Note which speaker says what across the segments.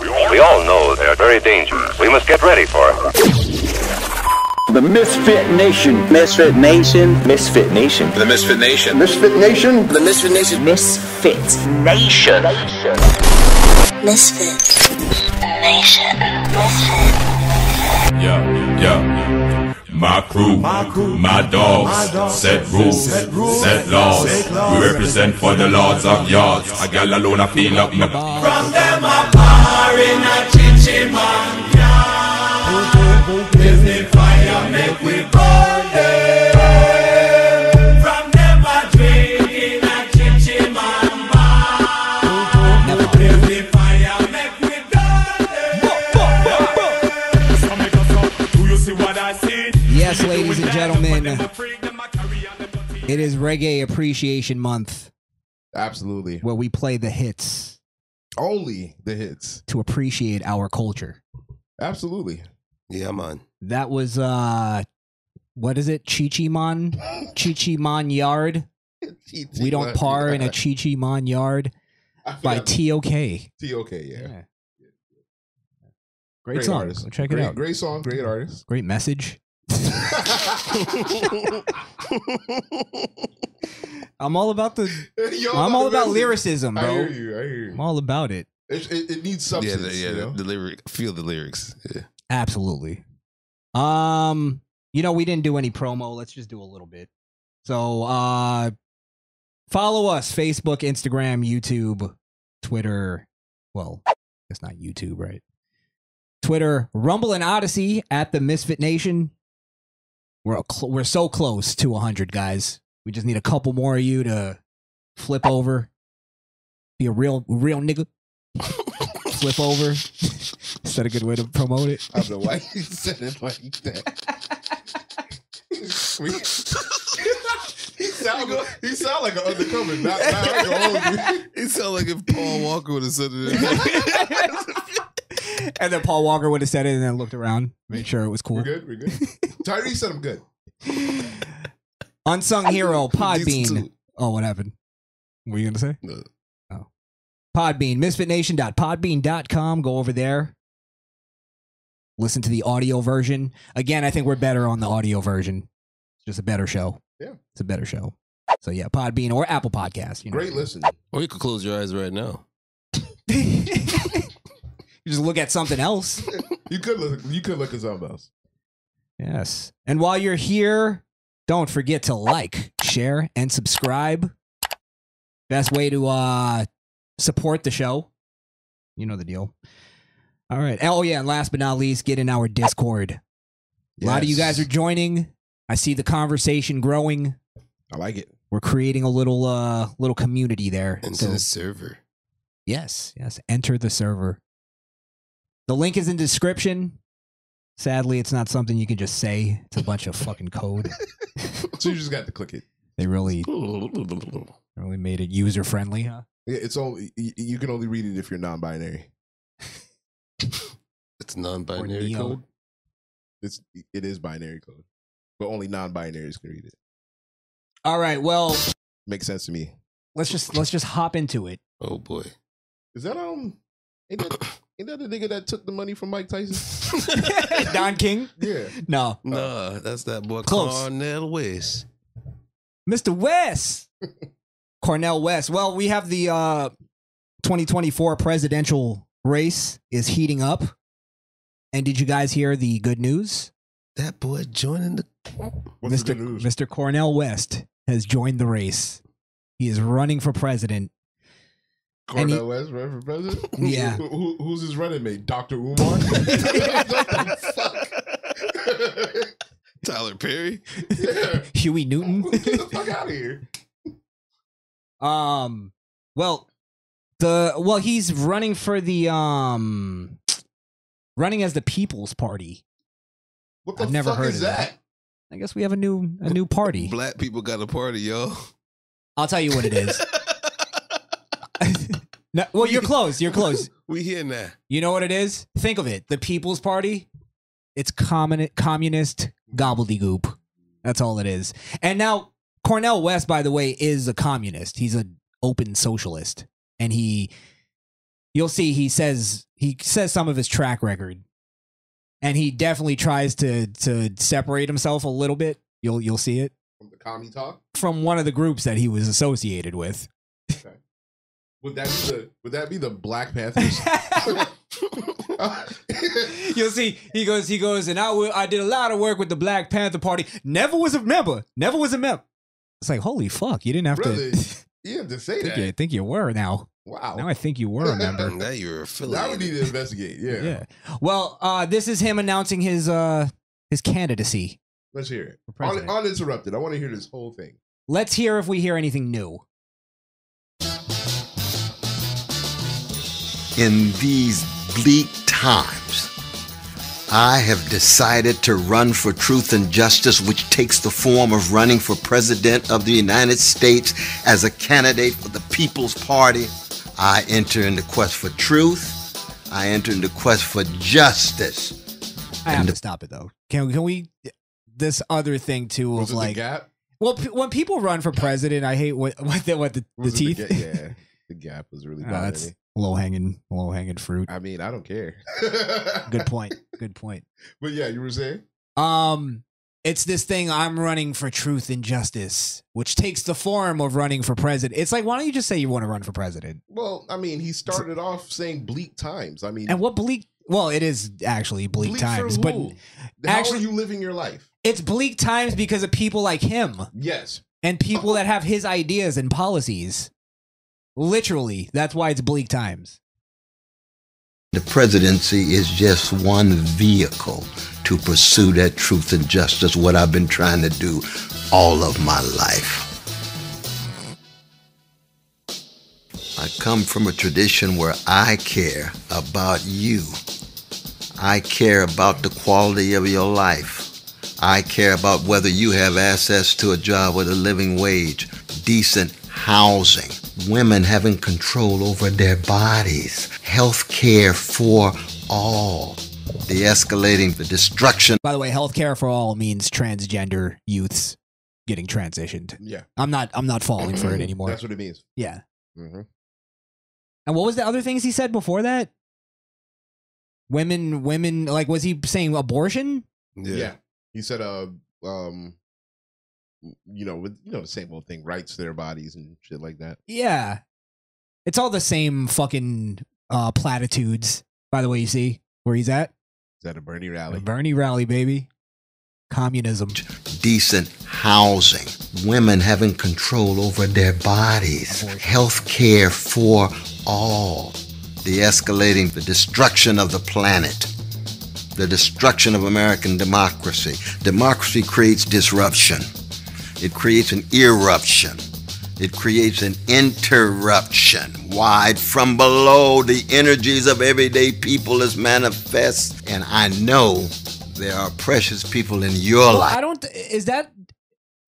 Speaker 1: all know they're very dangerous. We must get ready for them.
Speaker 2: The Misfit Nation.
Speaker 3: Misfit Nation.
Speaker 4: Misfit Nation.
Speaker 5: The Misfit Nation.
Speaker 2: Misfit Nation.
Speaker 3: The Misfit Nation.
Speaker 4: Misfit
Speaker 3: Nation.
Speaker 6: Misfit Nation. Misfit.
Speaker 7: Yeah, yeah. My crew, my, dogs, set rules, set, laws. We represent for the lords of yards. A gal alone, I feel up my
Speaker 8: From them a bar in a chichiman yard. Give me fire, make we burn them. From them a drink in a chichiman bar. Give me fire, make we burn them.
Speaker 7: Some make us up. Do you see what I see?
Speaker 9: Yes, ladies and gentlemen, it is Reggae Appreciation Month
Speaker 10: Absolutely.
Speaker 9: where we play the hits
Speaker 10: Only the hits.
Speaker 9: to appreciate our culture.
Speaker 10: Absolutely.
Speaker 3: Yeah, man.
Speaker 9: That was uh what is it? Chichimon? Chichimon Yard. We don't par in a Chichimon Yard
Speaker 10: I
Speaker 9: by
Speaker 10: forgot
Speaker 9: TOK.
Speaker 10: the- TOK, yeah.
Speaker 9: Yeah. Great, song.
Speaker 10: artist.
Speaker 9: Go check
Speaker 10: great,
Speaker 9: it out. Great,
Speaker 10: Great song, great artist.
Speaker 9: message. I'm all about the
Speaker 10: Yo,
Speaker 9: I'm all about
Speaker 10: listen.
Speaker 9: lyricism,
Speaker 10: I hear
Speaker 9: bro.
Speaker 10: you. I hear you.
Speaker 9: I'm all about it.
Speaker 10: It, it, it needs
Speaker 5: Yeah,
Speaker 10: substance.
Speaker 5: the, yeah.
Speaker 10: you
Speaker 5: The,
Speaker 10: know?
Speaker 5: the lyric. Feel the lyrics. Yeah.
Speaker 9: Absolutely. Um, you know, we didn't do any promo. Let's just do a little bit. So, uh, follow us Facebook, Instagram, YouTube, Twitter. Well, it's not YouTube, right? Twitter, Rumble and Odyssey at the Misfit Nation. We're, a cl- we're so close to 100, guys. We just need a couple more of you to flip over. Be a real, real nigga. flip over. Is that a good way to promote it?
Speaker 10: I don't know why you said it like that. We- he sound he sound like an undercover. Not, not alcoholic.
Speaker 5: It sounds like if Paul Walker would have said it.
Speaker 9: and then Paul Walker would have said it and then looked around, made sure it was
Speaker 10: We're
Speaker 9: cool.
Speaker 10: good. We're good. Tyree said I'm good.
Speaker 9: Unsung Hero, Podbean.
Speaker 5: too.
Speaker 9: Oh, what happened? What were you going to say?
Speaker 5: No.
Speaker 9: Oh. Podbean, misfitnation.podbean.com. Go over there. Listen to the audio version. Again, I think we're better on the audio version. It's just a better show.
Speaker 10: Yeah.
Speaker 9: It's a better show. So, yeah, Podbean or Apple Podcast. You know.
Speaker 10: Great listen.
Speaker 5: Or you could close your eyes right now.
Speaker 9: you just look at something else.
Speaker 10: You could listen. You could look at something else.
Speaker 9: Yes. And while you're here, don't forget to like, share, and subscribe. Best way to uh support the show. You know the deal. All right. Oh yeah, and last but not least, get in our Discord. A lot of you guys are joining. I see the conversation growing.
Speaker 10: I like it.
Speaker 9: We're creating a little uh little community there.
Speaker 5: Into
Speaker 9: So-
Speaker 5: the server.
Speaker 9: Yes, yes. Enter the server. The link is in description. Sadly, it's not something you can just say. It's a bunch of fucking code.
Speaker 10: So you just got to click it.
Speaker 9: They really,
Speaker 5: That's
Speaker 9: really made it user friendly, huh?
Speaker 10: Yeah, It's only y- you can only read it if you're non-binary.
Speaker 9: Or
Speaker 5: non-binary
Speaker 9: Neo.
Speaker 5: code.
Speaker 10: It's it is binary code, but only non-binaries can read it.
Speaker 9: All right, well,
Speaker 10: Makes sense to me.
Speaker 9: let's just let's just hop into it.
Speaker 5: Oh boy.
Speaker 10: Is that um? Ain't that, ain't that the nigga that took the money from Mike Tyson?
Speaker 9: Don King?
Speaker 10: yeah.
Speaker 9: No,
Speaker 5: Nah, that's that boy
Speaker 9: Close.
Speaker 5: Cornell West.
Speaker 9: Mr. West. Cornell West. Well, we have the uh 2024 presidential race is heating up. And did you guys hear the good news?
Speaker 5: That boy joining the.
Speaker 10: What's the
Speaker 9: Mr.
Speaker 10: good news?
Speaker 9: Mr. Cornell West has joined the race. He is running for president. and he-
Speaker 10: Cornell West ran for president.
Speaker 9: Yeah.
Speaker 10: Who, who, who's his running mate? Doctor Umar. What the fuck?
Speaker 5: Tyler Perry.
Speaker 10: yeah.
Speaker 9: Huey Newton.
Speaker 10: Get the fuck out of here.
Speaker 9: um well the well he's running for the um running as the People's Party.
Speaker 10: What the
Speaker 9: I've never
Speaker 10: fuck
Speaker 9: heard
Speaker 10: is
Speaker 9: of
Speaker 10: that?
Speaker 9: that. I guess we have a new a new party.
Speaker 5: Black people got a party, y'all.
Speaker 9: I'll tell you what it is. No, well, you're close. You're close.
Speaker 5: We here now.
Speaker 9: You know what it is? Think of it. The People's Party. It's common, communist gobbledygook. That's all it is. And now Cornell West, by the way, is a communist. He's an open socialist, and he, you'll see, he says he says some of his track record, and he definitely tries to to separate himself a little bit. You'll you'll see it
Speaker 10: From the commie talk.
Speaker 9: from one of the groups that he was associated with.
Speaker 10: Would that be the would that be the Black Panthers?
Speaker 9: You'll see. He goes. He goes. And I will- I did a lot of work with the Black Panther Party. Never was a member. Never was a member. It's like holy fuck. You didn't have
Speaker 10: really?
Speaker 9: to.
Speaker 10: You have to say
Speaker 9: think
Speaker 10: that.
Speaker 9: you think you were now.
Speaker 10: Wow.
Speaker 9: Now I think you were a member.
Speaker 5: now you're
Speaker 10: Now we
Speaker 5: affiliated.
Speaker 10: need to investigate. Yeah.
Speaker 9: yeah. Well, uh, this is him announcing his uh his candidacy.
Speaker 10: Let's hear it.
Speaker 9: for
Speaker 10: Un-
Speaker 9: president.
Speaker 10: uninterrupted. I want to hear this whole thing.
Speaker 9: Let's hear if we hear anything new.
Speaker 4: In these bleak times, I have decided to run for truth and justice, which takes the form of running for President of the United States as a candidate for the People's Party. I enter in the quest for truth. I enter in the quest for justice.
Speaker 9: I have to stop it though. Can can we? This other thing too of
Speaker 10: Was it the
Speaker 9: like,
Speaker 10: gap?
Speaker 9: well, p- when people run for president, I hate what what the, what the, the
Speaker 10: Was it
Speaker 9: teeth.
Speaker 10: ga- yeah. The gap was really
Speaker 9: Oh,
Speaker 10: bad.
Speaker 9: that's low hanging low hanging fruit.
Speaker 10: I mean, I don't care.
Speaker 9: Good point. Good point.
Speaker 10: But yeah, you were saying?
Speaker 9: Um, it's this thing I'm running for truth and justice, which takes the form of running for president. It's like, why don't you just say you want to run for president?
Speaker 10: Well, I mean, he started off saying bleak times. I mean,
Speaker 9: And what bleak? Well, it is actually bleak,
Speaker 10: for
Speaker 9: times, but
Speaker 10: who? How
Speaker 9: actually-
Speaker 10: are you living your life?
Speaker 9: it's bleak times because of people like him
Speaker 10: Yes.
Speaker 9: and people that have his ideas and policies. Literally, that's why it's bleak times.
Speaker 4: The presidency is just one vehicle to pursue that truth and justice, what I've been trying to do all of my life. I come from a tradition where I care about you. I care about the quality of your life. I care about whether you have access to a job with a living wage, decent housing, women having control over their bodies, health care for all, de escalating the destruction
Speaker 9: By the way, healthcare for all means transgender youths getting transitioned.
Speaker 10: Yeah. Mm-hmm.
Speaker 9: I'm not. I'm not falling for it anymore.
Speaker 10: That's what it means.
Speaker 9: yeah.
Speaker 10: hmm
Speaker 9: And what was the other things he said before that? Women, women. Like, was he saying abortion?
Speaker 10: Yeah. He said, uh, um, you know, with you know the same old thing, rights to their bodies and shit like that.
Speaker 9: Yeah. It's all the same fucking uh, platitudes. By the way, you see where he's at.
Speaker 10: Is that a Bernie rally?
Speaker 9: Bernie rally, baby. Communism.
Speaker 4: decent housing, women having control over their bodies, health care for all, de escalating the destruction of the planet, the destruction of American democracy. Democracy creates disruption, it creates an eruption. It creates an interruption wide from below. The energies of everyday people is manifest. And I know there are precious people in your
Speaker 9: Well,
Speaker 4: life.
Speaker 9: I don't. Is that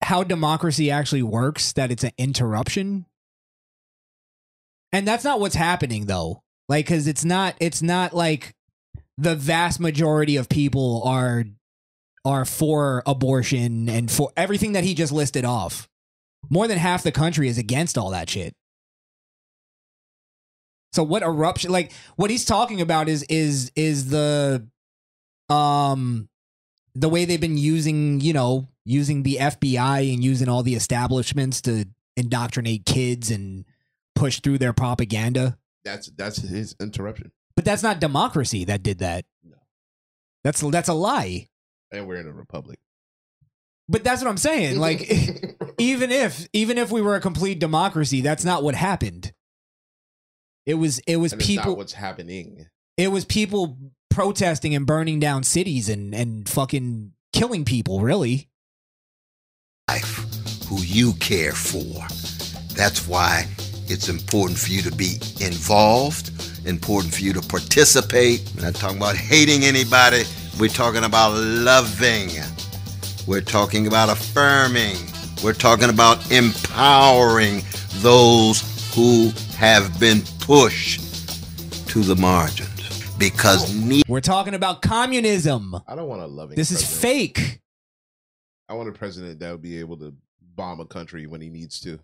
Speaker 9: how democracy actually works? That it's an interruption, and that's not what's happening though. Like, because it's not. It's not like the vast majority of people are are for abortion and for everything that he just listed off. More than half the country is against all that shit. So what eruption like what he's talking about is is is the um the way they've been using, you know, using the FBI and using all the establishments to indoctrinate kids and push through their propaganda.
Speaker 10: That's that's his interruption,
Speaker 9: But that's not democracy that did that.
Speaker 10: No.
Speaker 9: That's that's a lie.
Speaker 10: and we're in a republic.
Speaker 9: But that's what I'm saying. Like even if even if we were a complete democracy, that's not what happened. It was it was
Speaker 10: and it's not
Speaker 9: people
Speaker 10: what's happening.
Speaker 9: it was people protesting and burning down cities and and fucking killing people, really.
Speaker 4: life who you care for. That's why it's important for you to be involved, important for you to participate. We're not talking about hating anybody, we're talking about loving, we're talking about affirming, we're talking about empowering those who have been pushed to the margins. Because neither
Speaker 9: We're talking about communism.
Speaker 10: I don't want a loving.
Speaker 9: This is
Speaker 10: president.
Speaker 9: fake.
Speaker 10: I want a president that would be able to bomb a country when he needs to.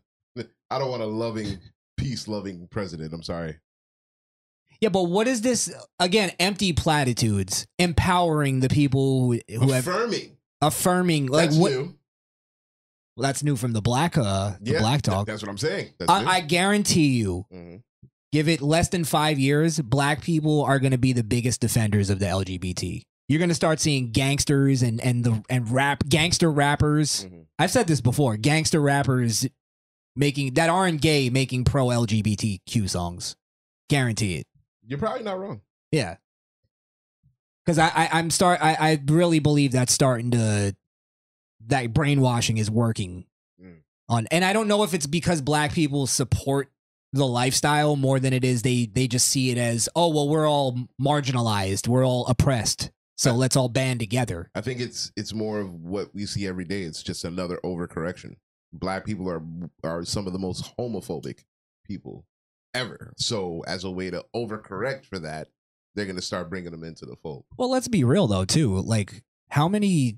Speaker 10: I don't want a loving, peace loving president. I'm sorry.
Speaker 9: Yeah, but what is this again? Empty platitudes, empowering the people who, who have
Speaker 10: Affirming.
Speaker 9: affirming. Like
Speaker 10: That's
Speaker 9: what?
Speaker 10: new.
Speaker 9: Well, that's new from the black uh the
Speaker 10: Yeah,
Speaker 9: black
Speaker 10: that-
Speaker 9: talk.
Speaker 10: That's what I'm saying. That's new.
Speaker 9: I, I guarantee you,
Speaker 10: Mhm.
Speaker 9: give it less than five years, black people are going to be the biggest defenders of the LGBT. You're going to start seeing gangsters and and the and rap gangster rappers.
Speaker 10: Mhm.
Speaker 9: I've said this before: gangster rappers making that aren't gay making pro LGBTQ songs. Guarantee it.
Speaker 10: You're probably not wrong.
Speaker 9: Yeah. Cause I, I I'm start I, I really believe that's starting to that brainwashing is working
Speaker 10: Mm.
Speaker 9: on and I don't know if it's because black people support the lifestyle more than it is they they just see it as oh well we're all marginalized we're all oppressed so let's all band together
Speaker 10: I think it's it's more of what we see every day. It's just another overcorrection. Black people are are some of the most homophobic people ever. So as a way to overcorrect for that, they're going to start bringing them into the fold.
Speaker 9: well let's be real though too like how many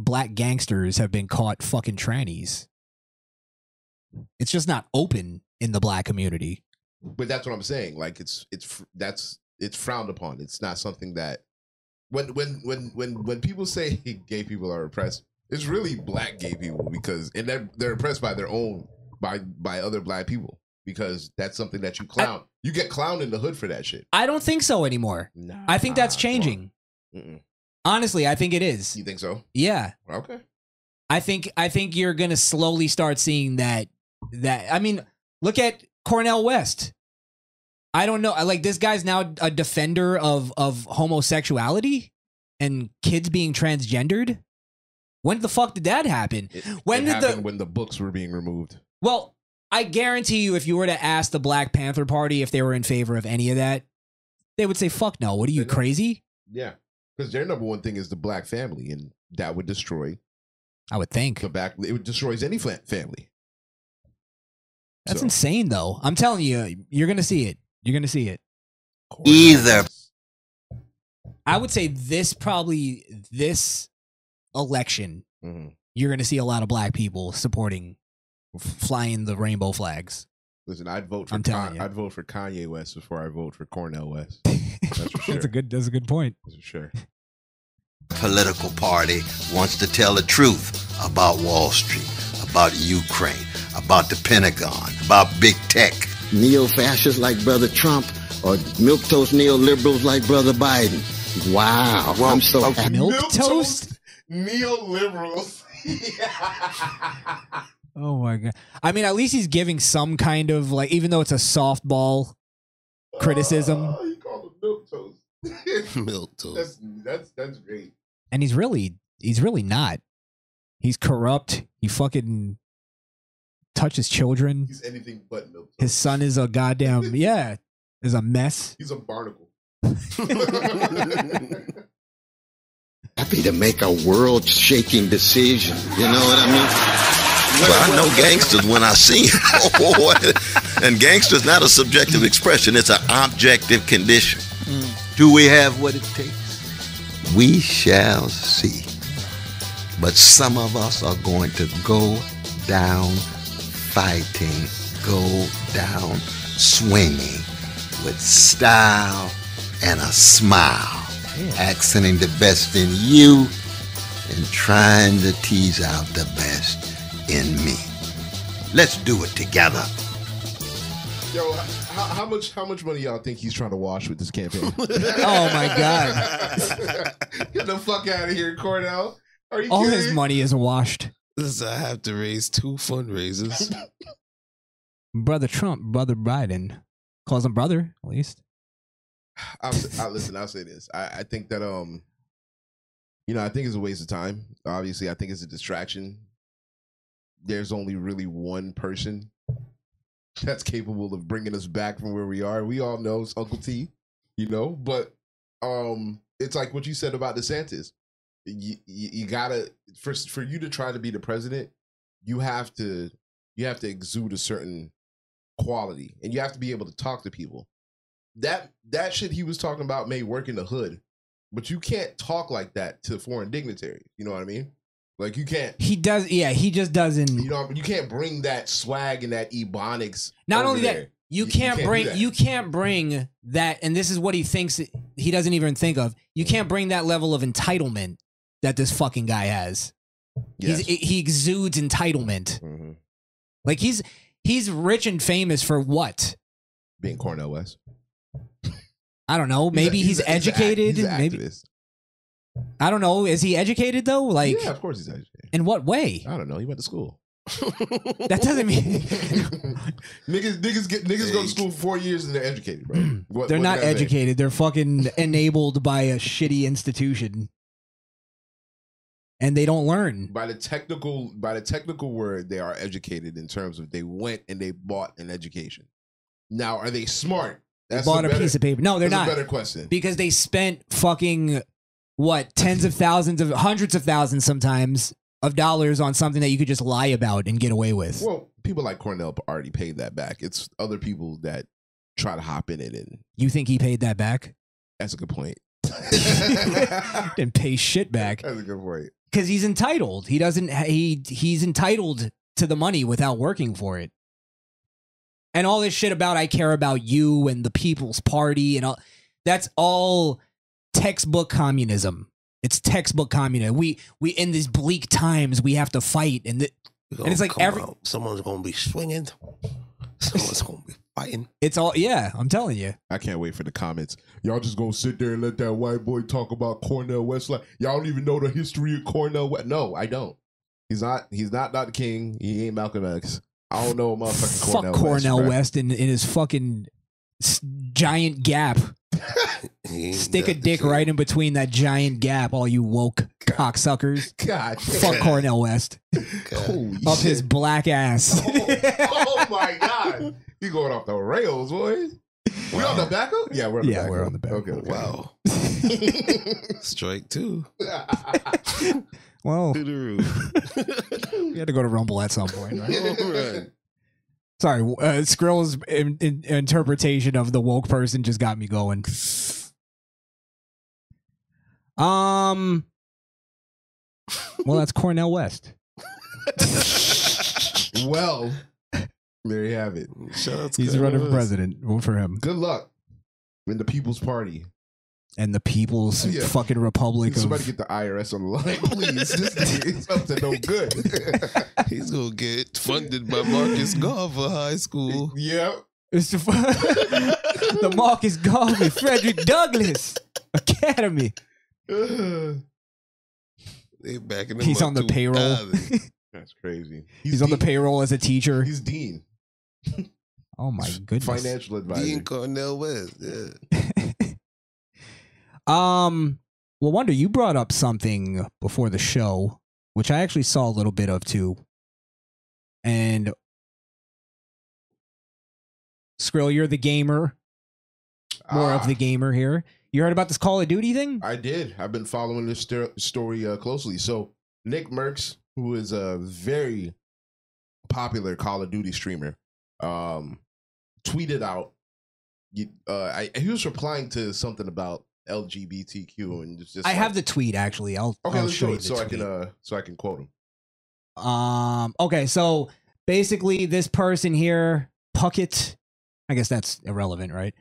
Speaker 9: black gangsters have been caught fucking trannies it's just not open in the black community
Speaker 10: But that's what I'm saying. Like it's it's fr- that's it's frowned upon. It's not something that when when when when when people say gay people are oppressed, it's really black gay people because and they're they're oppressed by their own by by other black people because that's something that you clown. you get clowned in the hood for that shit.
Speaker 9: I don't think so anymore.
Speaker 10: Nah,
Speaker 9: I think that's changing.
Speaker 10: Mm-mm.
Speaker 9: Honestly, I think it is.
Speaker 10: You think so?
Speaker 9: Yeah.
Speaker 10: Okay.
Speaker 9: I think I think you're going to slowly start seeing that that I mean, look at Cornell West. I don't know. I- Like this guy's now a defender of of homosexuality and kids being transgendered. When the fuck did that happen?
Speaker 10: It-
Speaker 9: When
Speaker 10: it
Speaker 9: did the-
Speaker 10: happened when the books were being removed?
Speaker 9: Well, I guarantee you if you were to ask the Black Panther party if they were in favor of any of that, they would say fuck no. What are you
Speaker 10: They're not.
Speaker 9: crazy?
Speaker 10: Yeah, because their number one thing is the black family, and that would destroy
Speaker 9: I would think.
Speaker 10: the back. It destroys any fla- family.
Speaker 9: That's
Speaker 10: So-
Speaker 9: insane, though. I'm telling you, you're gonna see it. You're gonna see it.
Speaker 4: Either.
Speaker 9: I would say this probably this election,
Speaker 10: Mhm.
Speaker 9: you're gonna see a lot of black people supporting f- flying the rainbow flags.
Speaker 10: Listen, I'd vote for
Speaker 9: I'm telling
Speaker 10: Kan-
Speaker 9: you.
Speaker 10: I'd vote for Kanye West before I vote for Cornell West. That's for sure.
Speaker 9: good. That's a good point.
Speaker 10: That's for sure.
Speaker 4: political party wants to tell the truth about Wall Street, about Ukraine, about the Pentagon, about big tech. Neo fascists like Brother Trump or milquetoast neoliberals like Brother Biden. Wow. I'm so happy.
Speaker 9: Milk,
Speaker 10: Milk
Speaker 9: toast?
Speaker 10: toast? Neoliberals.
Speaker 9: Oh my god. I mean, at least he's giving some kind of like, even though it's a softball criticism,
Speaker 10: Oh, you call them milk toast.
Speaker 3: Milk toast.
Speaker 10: that's that's that's great.
Speaker 9: and he's really, he's really not. He's corrupt. He fucking touches children.
Speaker 10: He's anything but milk toast.
Speaker 9: His son is a goddamn yeah, is a mess.
Speaker 10: He's a barnacle.
Speaker 4: happy to make a world shaking decision. You know what I mean? Well, I know gangsters when I see 'em. and gangsters not a subjective expression, it's an objective condition. Do we have what it takes? We shall see. But some of us are going to go down fighting, go down swinging with style and a smile, accenting the best in you and trying to tease out the best in me. Let's do it together.
Speaker 10: Yo, how, how much how much money y'all think he's trying to wash with this campaign?
Speaker 9: Oh my god.
Speaker 10: Get the fuck out of here, Cornell. Are you
Speaker 9: All
Speaker 10: kidding?
Speaker 9: his money is washed.
Speaker 5: Listen, I have to raise two fundraisers.
Speaker 9: Brother Trump, brother Biden. Calls him brother, at least.
Speaker 10: I'll, I'll listen. I'll say this. I, I think that um, you know, I think it's a waste of time. Obviously, I think it's a distraction. There's only really one person that's capable of bringing us back from where we are. We all know it's Uncle T, you know. But um, it's like what you said about DeSantis. You, you, you gotta for for you to try to be the president, you have to you have to exude a certain quality, and you have to be able to talk to people that that shit he was talking about may work in the hood, but you can't talk like that to foreign dignitaries. You know what I mean? Like you can't,
Speaker 9: He does yeah, he just doesn't
Speaker 10: you know, you can't bring that swag and that ebonics.
Speaker 9: Not
Speaker 10: over
Speaker 9: only that-
Speaker 10: there.
Speaker 9: You can't
Speaker 10: do
Speaker 9: bring
Speaker 10: that.
Speaker 9: you can't bring that and this is what he thinks he doesn't even think of. You can't bring that level of entitlement that this fucking guy has. He's, he exudes entitlement.
Speaker 10: Mm-hmm.
Speaker 9: Like he's he's rich and famous for what?
Speaker 10: Being Cornel West.
Speaker 9: I don't know.
Speaker 10: He's a-
Speaker 9: Maybe he's,
Speaker 10: he's a- he's a act-
Speaker 9: educated.
Speaker 10: he's an
Speaker 9: maybe
Speaker 10: activist.
Speaker 9: I don't know. Is he educated though? Like
Speaker 10: yeah, of course he's educated.
Speaker 9: in what way?
Speaker 10: I don't know. He went to school.
Speaker 9: That doesn't mean
Speaker 10: Niggas, niggas get niggas go to school for four years and they're educated, bro. What-
Speaker 9: they're
Speaker 10: what
Speaker 9: not
Speaker 10: does that mean?
Speaker 9: educated. They're fucking enabled by a shitty institution. And they don't learn.
Speaker 10: By the technical, by the technical word, they are educated in terms of they went and they bought an education. Now, are they smart?
Speaker 9: They bought a
Speaker 10: better-
Speaker 9: piece of paper. No, they're
Speaker 10: that's
Speaker 9: not.
Speaker 10: A better question.
Speaker 9: because they spent fucking what tens of thousands of hundreds of thousands sometimes of dollars on something that you could just lie about and get away with.
Speaker 10: Well, people like Cornell already paid that back. It's other people that try to hop in it, and
Speaker 9: You think he paid that back?
Speaker 10: that's a good point.
Speaker 9: Didn't pay shit back
Speaker 10: That's a good point.
Speaker 9: because he's entitled. He doesn't. He he's entitled to the money without working for it. And all this shit about I care about you and the People's Party and all that's all textbook communism. It's textbook communism. We we in these bleak times we have to fight and th- and it's like
Speaker 3: Come
Speaker 9: every
Speaker 3: out. someone's gonna be swinging. Someone's gonna be fighting.
Speaker 9: It's all yeah, I'm telling you.
Speaker 10: I can't wait for the comments. Y'all just gonna sit there and let that white boy talk about Cornell West like y'all don't even know the history of Cornell West. No, I don't. He's not. He's not Dr. King. He ain't Malcolm X. I don't know motherfucking
Speaker 9: Fuck
Speaker 10: Cornell
Speaker 9: Cornell West,
Speaker 10: bruh.
Speaker 9: in, in his fucking s- giant gap.
Speaker 3: He ain't
Speaker 9: Stick a
Speaker 3: nothing.
Speaker 9: dick right in between that giant gap, all you woke cocksuckers.
Speaker 10: God,
Speaker 9: Fuck Cornell West.
Speaker 10: Holy
Speaker 9: Up
Speaker 10: shit.
Speaker 9: his black ass.
Speaker 10: oh, oh my god, you going off the rails, boy. We on the back up? Yeah, we're on the
Speaker 9: Yeah,
Speaker 10: back.
Speaker 9: we're
Speaker 10: up.
Speaker 9: on the back.
Speaker 10: Okay, okay.
Speaker 5: Wow. Strike two.
Speaker 9: well,
Speaker 5: To the roof.
Speaker 9: we had to go to Rumble at some point, right?
Speaker 5: All right.
Speaker 9: Sorry, uh, Skrill's in, in, interpretation of the woke person just got me going. Um, well, that's Cornell West.
Speaker 10: well, there you have it.
Speaker 5: Shout out to
Speaker 9: He's
Speaker 5: Kanye
Speaker 9: running for
Speaker 5: West.
Speaker 9: president. Vote for him.
Speaker 10: Good luck in the People's Party.
Speaker 9: And the People's
Speaker 10: Yeah.
Speaker 9: fucking Republic of
Speaker 10: Somebody get the IRS on the line, please. this nigga is up to no good.
Speaker 5: He's gonna get funded by Marcus Garver High School.
Speaker 10: yep.
Speaker 9: It's the, the Marcus Garvey Frederick Douglass Academy.
Speaker 5: They backing him
Speaker 9: He's
Speaker 5: up
Speaker 9: on the
Speaker 5: too
Speaker 9: payroll.
Speaker 5: early.
Speaker 10: That's crazy.
Speaker 9: He's, on the
Speaker 10: dean.
Speaker 9: payroll as a teacher.
Speaker 10: He's dean,
Speaker 9: oh my goodness.
Speaker 10: financial advisor.
Speaker 5: Dean Cornell West. Yeah.
Speaker 9: Um, well, Wonder, you brought up something before the show, which I actually saw a little bit of too. And Skrill, you're the gamer, more
Speaker 10: Ah,
Speaker 9: of the gamer here. You heard about this Call of Duty thing?
Speaker 10: I did. I've been following this stor- story uh, closely. So Nick Merckx, who is a very popular Call of Duty streamer, um, tweeted out. you- Uh, I, he was replying to something about LGBTQ and it's just.
Speaker 9: I
Speaker 10: like-
Speaker 9: have the tweet actually. I'll,
Speaker 10: Okay,
Speaker 9: I'll
Speaker 10: let's
Speaker 9: show
Speaker 10: do
Speaker 9: you
Speaker 10: it
Speaker 9: the
Speaker 10: so I
Speaker 9: tweet.
Speaker 10: can uh, so I can quote him.
Speaker 9: Um. Okay. So basically, this person here, Puckett, I guess that's irrelevant, right?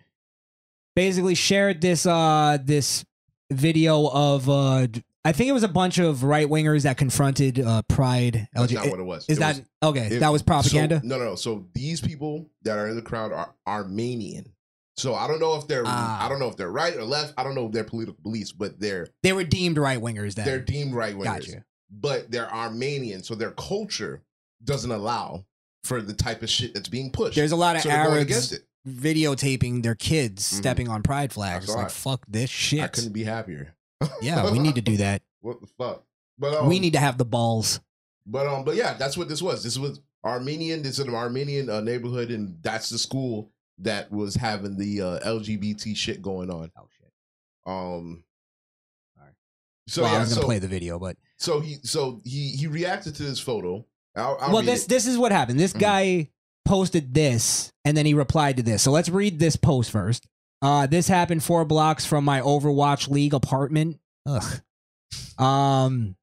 Speaker 9: Basically, shared this uh this video of uh d- I think it was a bunch of right wingers that confronted uh Pride
Speaker 10: That's
Speaker 9: LG.
Speaker 10: not what it was.
Speaker 9: Is
Speaker 10: It
Speaker 9: that
Speaker 10: was-
Speaker 9: okay?
Speaker 10: it-
Speaker 9: that was propaganda.
Speaker 10: So, no, no, no. So these people that are in the crowd are Armenian. So I don't know if they're
Speaker 9: Ah.
Speaker 10: I don't know if they're right or left. I don't know their political beliefs, but they're
Speaker 9: they were deemed right wingers. Then
Speaker 10: they're deemed right wingers.
Speaker 9: gotcha.
Speaker 10: But they're Armenian, so their culture doesn't allow for the type of shit that's being pushed.
Speaker 9: There's a lot of
Speaker 10: so they're going against
Speaker 9: Arabs
Speaker 10: it.
Speaker 9: videotaping their kids
Speaker 10: Mhm.
Speaker 9: stepping on Pride flags.
Speaker 10: saw
Speaker 9: Like
Speaker 10: it.
Speaker 9: fuck this
Speaker 10: I
Speaker 9: shit.
Speaker 10: couldn't be happier.
Speaker 9: Yeah, we need to do that.
Speaker 10: What the fuck? But um,
Speaker 9: we need to have the balls.
Speaker 10: But um, but yeah, that's what this was. This was Armenian. This is an Armenian uh, neighborhood, and that's the school that was having the uh, LGBT shit going on.
Speaker 9: Oh shit.
Speaker 10: Um,
Speaker 9: Alright.
Speaker 10: so
Speaker 9: well, I
Speaker 10: yeah,
Speaker 9: was gonna
Speaker 10: so,
Speaker 9: play the video, but.
Speaker 10: so he so he he reacted to this photo. I'll, I'll
Speaker 9: well,
Speaker 10: read
Speaker 9: this
Speaker 10: it.
Speaker 9: this is what happened. This
Speaker 10: Mhm.
Speaker 9: guy posted this, and then he replied to this. So let's read this post first. Uh, this happened four blocks from my Overwatch League apartment. Ugh. Um,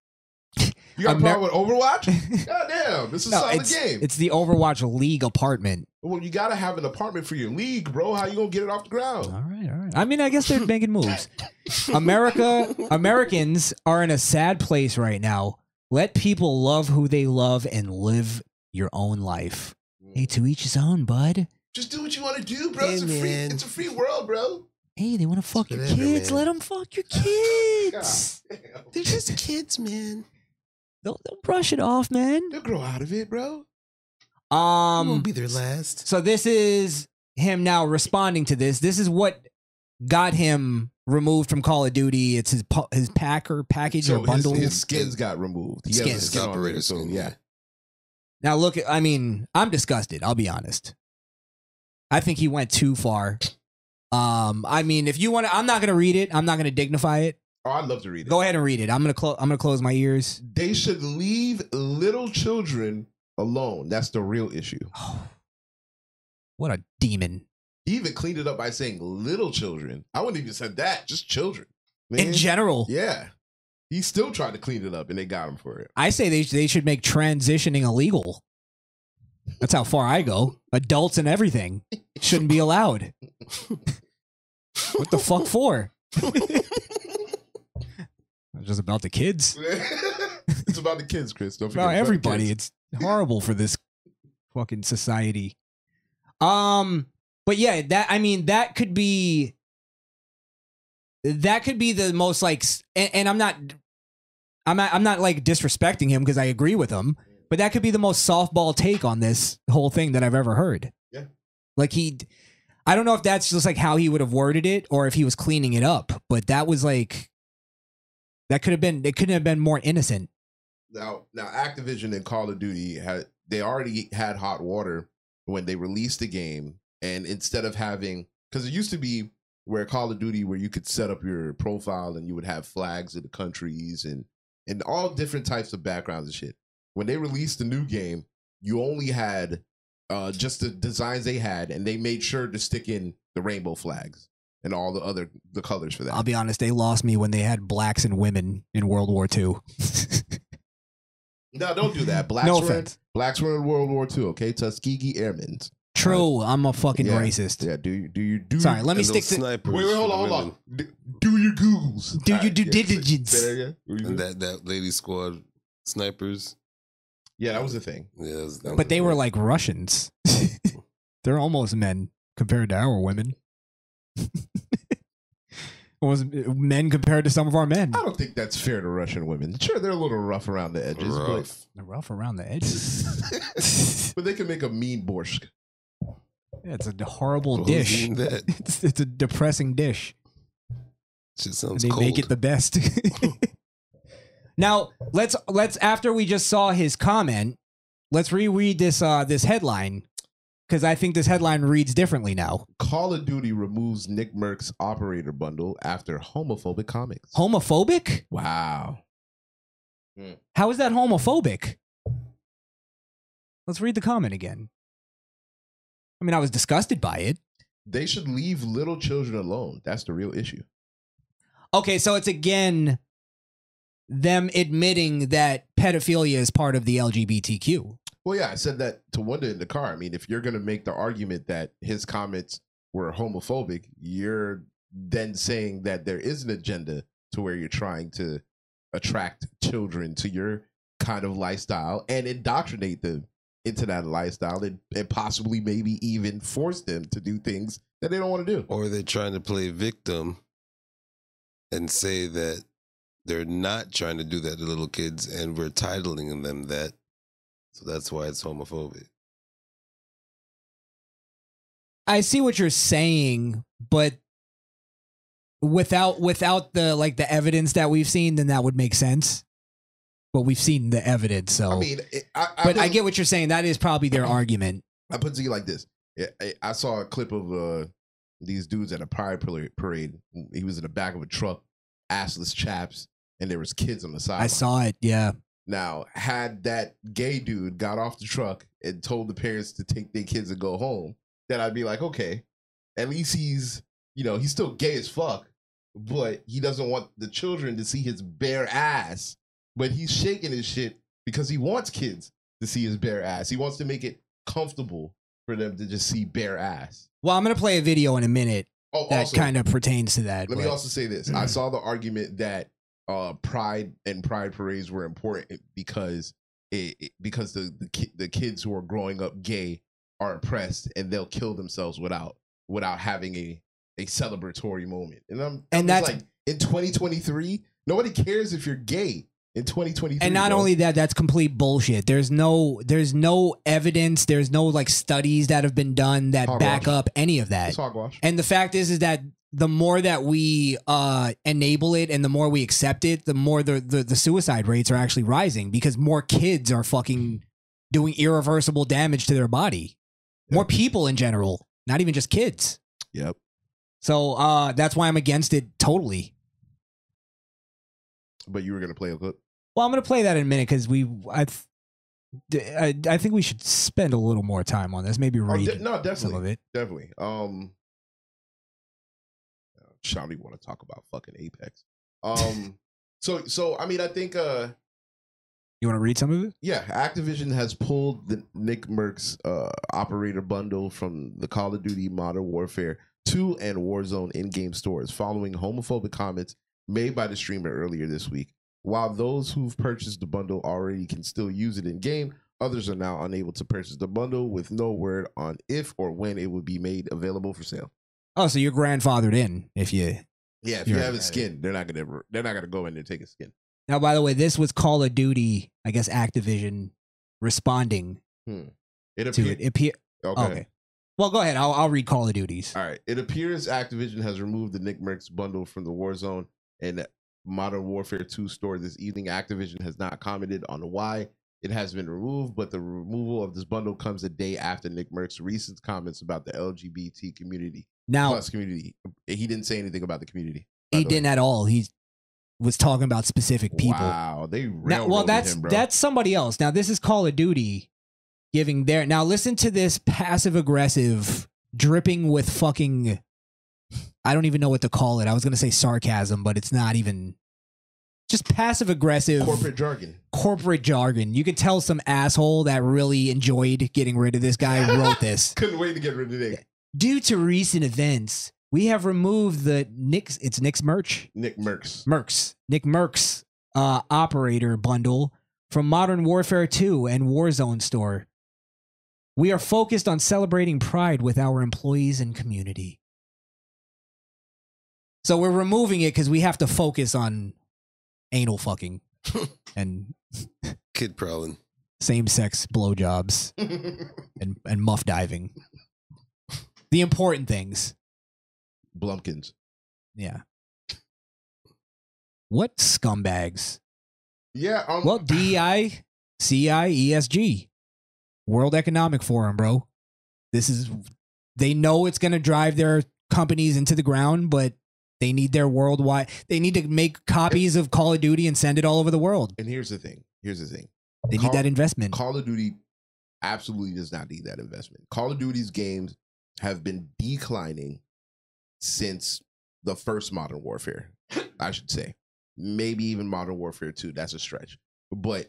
Speaker 10: You got a
Speaker 9: Amer-
Speaker 10: problem with Overwatch? God damn, this is a
Speaker 9: No,
Speaker 10: solid
Speaker 9: it's,
Speaker 10: game.
Speaker 9: it's the Overwatch League apartment.
Speaker 10: well, you gotta have an apartment for your league, bro. How you gonna get it off the ground?
Speaker 9: All right, all right. I mean, I guess they're making moves. America, Americans are in a sad place right now. Let people love who they love and live your own life. Hey, to each his own, bud.
Speaker 10: Just do what you want to do, bro. it's a
Speaker 3: Hey,
Speaker 10: free,
Speaker 3: man.
Speaker 10: it's a free world, bro.
Speaker 9: Hey, they want to fuck your
Speaker 3: Whatever,
Speaker 9: kids.
Speaker 3: man.
Speaker 9: Let them fuck your kids.
Speaker 10: God,
Speaker 3: They're just kids, man.
Speaker 9: Don't, don't brush it off, man.
Speaker 10: they'll grow out of it, bro.
Speaker 3: Um,
Speaker 9: Um,
Speaker 3: won't be their last.
Speaker 9: so this is him now responding to this. This is what got him removed from Call of Duty. It's his pu- his packer package
Speaker 10: So
Speaker 9: or
Speaker 10: his-
Speaker 9: bundle.
Speaker 10: His, skins got removed. He has
Speaker 9: Skins.
Speaker 10: a skin operator,
Speaker 5: Operator
Speaker 10: so
Speaker 5: skin,
Speaker 10: yeah.
Speaker 9: Now look, I mean, I'm disgusted. I'll be honest. I think he went too far. Um, I mean, if you want to, I'm not gonna read it. I'm not gonna dignify it.
Speaker 10: Oh, I'd love to read it.
Speaker 9: Go ahead and read it. I'm gonna close. I'm gonna close my ears.
Speaker 10: They should leave little children alone. That's the real issue.
Speaker 9: what a demon!
Speaker 10: He even cleaned it up by saying little children. I wouldn't even said that. Just children.
Speaker 9: In
Speaker 10: man.
Speaker 9: general,
Speaker 10: yeah. He still tried to clean it up, and they got him for it.
Speaker 9: I say they they should make transitioning illegal. That's how far I go. Adults and everything shouldn't be allowed. what the fuck for? Just about the kids.
Speaker 10: it's about the kids, Chris. Don't
Speaker 9: It's
Speaker 10: forget
Speaker 9: about
Speaker 10: it's the
Speaker 9: everybody.
Speaker 10: kids.
Speaker 9: It's horrible for this fucking society. Um, but yeah, that I mean, that could be that could be the most like, s- and, and I'm not, I'm not, I'm not like disrespecting him because I agree with him, but that could be the most softball take on this whole thing that I've ever heard.
Speaker 10: Yeah.
Speaker 9: like he, I don't know if that's just like how he would have worded it or if he was cleaning it up, but that was like. That could have been. It couldn't have been more innocent.
Speaker 10: now now Activision and Call of Duty had they already had hot water when they released the game, and instead of having because it used to be where Call of Duty where you could set up your profile and you would have flags of the countries and and all different types of backgrounds and shit. When they released the new game, you only had uh, just the designs they had, and they made sure to stick in the rainbow flags and all the other the colors for that.
Speaker 9: I'll be honest, they lost me when they had blacks and women in World War II.
Speaker 10: No, don't do that. Blacks
Speaker 9: No
Speaker 10: were
Speaker 9: offense.
Speaker 10: In, blacks were in World War II. Okay, Tuskegee Airmen.
Speaker 9: True, I'm a fucking
Speaker 10: Yeah.
Speaker 9: racist.
Speaker 10: Yeah. Do you do you do?
Speaker 9: Sorry, let me
Speaker 5: And
Speaker 9: stick
Speaker 5: those
Speaker 9: to
Speaker 5: snipers
Speaker 10: Wait, wait, hold
Speaker 5: for
Speaker 10: on,
Speaker 5: the
Speaker 10: hold on.
Speaker 5: women.
Speaker 10: Do, do your googles.
Speaker 9: Do
Speaker 10: Alright,
Speaker 9: your due
Speaker 10: yeah, say-
Speaker 9: diligence.
Speaker 10: say that again. What you
Speaker 5: And
Speaker 10: said?
Speaker 5: that that lady squad snipers.
Speaker 10: Yeah, that was the thing.
Speaker 5: Yeah, that was- that was
Speaker 9: but they were
Speaker 5: great.
Speaker 9: like Russians. They're almost men compared to our women. was men compared to some of our men.
Speaker 10: I don't think that's fair to Russian women. Sure, they're a little rough around the edges,
Speaker 5: rough.
Speaker 9: They're rough around the edges.
Speaker 10: but but they can make a mean borscht.
Speaker 9: Yeah, it's a horrible
Speaker 5: Who's
Speaker 9: dish.
Speaker 5: eating That
Speaker 9: It's, it's a depressing dish.
Speaker 5: shit sounds
Speaker 9: they
Speaker 5: cold.
Speaker 9: make it the best. now let's let's after we just saw his comment, let's reread this uh this headline because I think this headline reads differently now.
Speaker 10: Call of Duty removes Nick Merck's operator bundle after homophobic comics.
Speaker 9: Homophobic?
Speaker 10: wow.
Speaker 9: How is that homophobic? Let's read the comment again. I mean, I was disgusted by it.
Speaker 10: They should leave little children alone. That's the real issue.
Speaker 9: Okay, so it's again them admitting that pedophilia is part of the LGBTQ.
Speaker 10: Well, yeah, I said that to Wanda in the car. I mean, if you're going to make the argument that his comments were homophobic, you're then saying that there is an agenda to where you're trying to attract children to your kind of lifestyle and indoctrinate them into that lifestyle and, and possibly maybe even force them to do things that they don't want to do.
Speaker 5: or they're trying to play victim and say that they're not trying to do that to little kids and we're titling them that so that's why it's homophobic
Speaker 9: I see what you're saying, but without without the like the evidence that we've seen, then that would make sense. But we've seen the evidence, so.
Speaker 10: I mean, it, I, I
Speaker 9: but I
Speaker 10: think-
Speaker 9: get what you're saying. That is probably their argument.
Speaker 10: I put it to you like this. Yeah, I, I saw a clip of uh, these dudes at a pride pala- parade. He was in the back of a truck, assless chaps, and there was kids on the side.
Speaker 9: I saw it. Yeah,
Speaker 10: Now, had that gay dude got off the truck and told the parents to take their kids and go home, then I'd be like, okay, at least he's, you know, he's still gay as fuck, but he doesn't want the children to see his bare ass but he's shaking his shit because he wants kids to see his bare ass. He wants to make it comfortable for them to just see bare ass.
Speaker 9: Well, I'm gonna play a video in a minute
Speaker 10: Oh,
Speaker 9: that
Speaker 10: also-
Speaker 9: kind of pertains to that.
Speaker 10: Let me
Speaker 9: but- Mm-hmm.
Speaker 10: also say this: I saw the argument that uh, pride and pride parades were important eh, because it, it- because the the, ki- the kids who are growing up gay are oppressed and they'll kill themselves without without having a a celebratory moment. And I'm
Speaker 9: And
Speaker 10: I'm just
Speaker 9: that's-
Speaker 10: like in 2023, nobody cares if you're gay in 2023.
Speaker 9: and not
Speaker 10: bro.
Speaker 9: only that, that's complete bullshit. There's no there's no evidence. There's no like studies that have been done that
Speaker 10: Hogwash.
Speaker 9: back up any of that.
Speaker 10: It's hogwash.
Speaker 9: And the fact is, is that the more that we uh, enable it and the more we accept it, the more the, the the suicide rates are actually rising because more kids are fucking doing irreversible damage to their body. More people in general, not even just kids.
Speaker 10: Yep.
Speaker 9: So uh, that's why I'm against it totally.
Speaker 10: But you were gonna play a clip.
Speaker 9: Well, I'm gonna play that in a minute because we I, th- d- I I think we should spend a little more time on this. Maybe
Speaker 10: Oh,
Speaker 9: read
Speaker 10: de- no,
Speaker 9: some of
Speaker 10: definitely,
Speaker 9: it.
Speaker 10: definitely. Um, Shawty want to talk about fucking Apex. Um, so so I mean I think uh
Speaker 9: You want to read some of it?
Speaker 10: yeah, Activision has pulled the Nick Merck's uh operator bundle from the Call of Duty Modern Warfare 2 and Warzone in-game stores following homophobic comments made by the streamer earlier this week. While those who've purchased the bundle already can still use it in game, others are now unable to purchase the bundle with no word on if or when it will be made available for sale.
Speaker 9: Oh, so you're grandfathered in if you
Speaker 10: Yeah, if
Speaker 9: You're
Speaker 10: you have a
Speaker 9: right.
Speaker 10: skin, they're not gonna ever, they're not gonna go in there and take a skin.
Speaker 9: Now, by the way, this was Call of Duty, I guess Activision responding
Speaker 10: It
Speaker 9: to it.
Speaker 10: appears
Speaker 9: It appear- okay. Well, go ahead. I'll, I'll read Call of Duties.
Speaker 10: All right. It appears Activision has removed the Nick Merckx bundle from the Warzone and Modern Warfare 2 store this evening. Activision has not commented on why it has been removed, but the removal of this bundle comes a day after Nick Merckx's recent comments about the LGBT community
Speaker 9: Now,
Speaker 10: plus community. He didn't say anything about the community. by
Speaker 9: he
Speaker 10: the way.
Speaker 9: didn't at all. He was talking about specific people.
Speaker 10: Wow, they
Speaker 9: Now,
Speaker 10: railroaded
Speaker 9: well, that's
Speaker 10: him, bro.
Speaker 9: that's somebody else. Now, this is Call of Duty giving their. Now, listen to this passive aggressive, dripping with fucking. I don't even know what to call it. I was going to say sarcasm, but it's not even. Just passive aggressive.
Speaker 10: corporate jargon.
Speaker 9: corporate jargon. You could tell some asshole that really enjoyed getting rid of this guy wrote this.
Speaker 10: Couldn't wait to get rid of Nick,
Speaker 9: Due to recent events, we have removed the Nick's it's Nick's merch.
Speaker 10: Nick Merckx.
Speaker 9: Mercs. Nick Mercs uh, operator bundle from Modern Warfare 2 and Warzone store. We are focused on celebrating pride with our employees and community. So we're removing it because we have to focus on anal fucking and
Speaker 5: Kid prowling.
Speaker 9: same sex blowjobs and, and muff diving. The important things.
Speaker 10: Blumpkins.
Speaker 9: Yeah. What scumbags?
Speaker 10: Yeah. Um,
Speaker 9: Well, E DEI, CI, ESG, E World Economic Forum, bro. This is, they know it's going to drive their companies into the ground, but they need their worldwide, they need to make copies of Call of Duty and send it all over the world.
Speaker 10: and here's the thing. Here's the thing.
Speaker 9: They need
Speaker 10: Call-
Speaker 9: that investment.
Speaker 10: Call of Duty absolutely does not need that investment. Call of Duty's games have been declining since the first Modern Warfare, I should say. Maybe even Modern Warfare 2. That's a stretch. But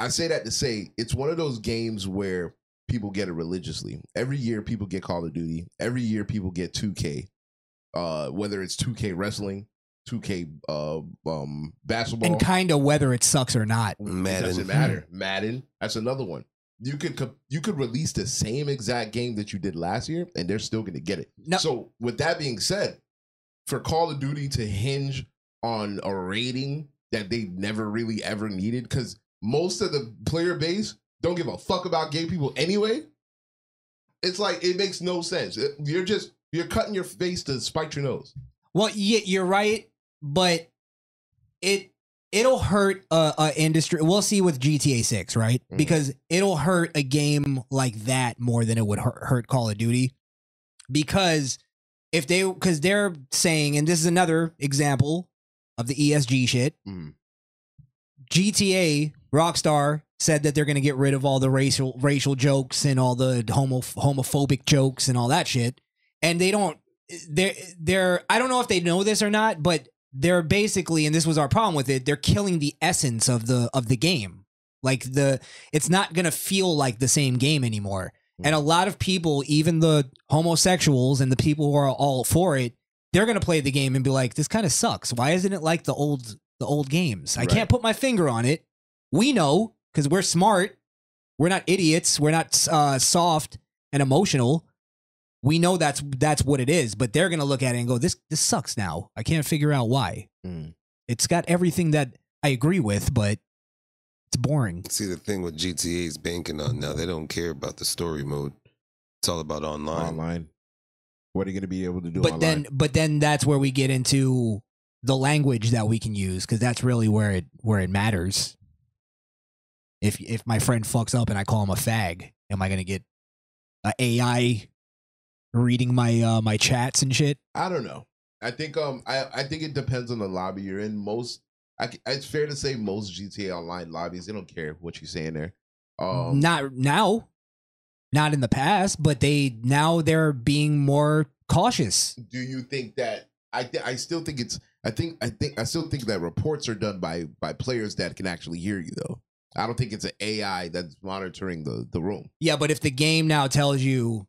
Speaker 10: I say that to say it's one of those games where people get it religiously. Every year people get Call of Duty. Every year people get 2K. Uh, whether it's 2K wrestling, 2K uh, um, basketball,
Speaker 9: And kind of whether it sucks or not.
Speaker 10: it
Speaker 5: Madden.
Speaker 10: doesn't matter. Madden. That's another one. You could co- you could release the same exact game that you did last year, and they're still going to get it.
Speaker 9: No,
Speaker 10: So, with that being said, for Call of Duty to hinge on a rating that they never really ever needed, because most of the player base don't give a fuck about gay people anyway. It's like it makes no sense. It- You're just you're cutting your face to spite your nose.
Speaker 9: Well, yeah, you're right, but it it'll hurt a, a industry. We'll see with GTA Six, right?
Speaker 10: Mhm.
Speaker 9: Because it'll hurt a game like that more than it would hurt, hurt Call of Duty, because if they because they're saying, and this is another example of the ESG shit.
Speaker 10: Mhm.
Speaker 9: GTA Rockstar said that they're going to get rid of all the racial racial jokes and all the homo homophobic jokes and all that shit, and they don't they're they're I don't know if they know this or not, but they're basically and this was our problem with it they're killing the essence of the of the game like the it's not gonna feel like the same game anymore and a lot of people even the homosexuals and the people who are all for it they're gonna play the game and be like this kind of sucks why isn't it like the old the old games i can't put my finger on it we know because we're smart we're not idiots we're not uh, soft and emotional we know that's that's what it is but they're gonna look at it and go this this sucks now i can't figure out why
Speaker 10: Mm.
Speaker 9: it's got everything that i agree with but it's boring
Speaker 5: See the thing with GTA is banking on now. They don't care about the story mode. It's all about online.
Speaker 10: online. What are you going to be able to do?
Speaker 9: but
Speaker 10: online?
Speaker 9: then but then that's where we get into the language that we can use because that's really where it where it matters if if my friend fucks up and i call him a fag am i gonna get a ai reading my uh my chats and shit
Speaker 10: I don't know. I think um I I think it depends on the lobby you're in. Most I c- it's fair to say most GTA Online lobbies they don't care what you say in there. Um,
Speaker 9: not now not in the past but they now they're being more cautious
Speaker 10: do you think that I th- I still think it's I think I think I still think that reports are done by by players that can actually hear you though. I don't think it's an AI that's monitoring the the room.
Speaker 9: yeah but if the game now tells you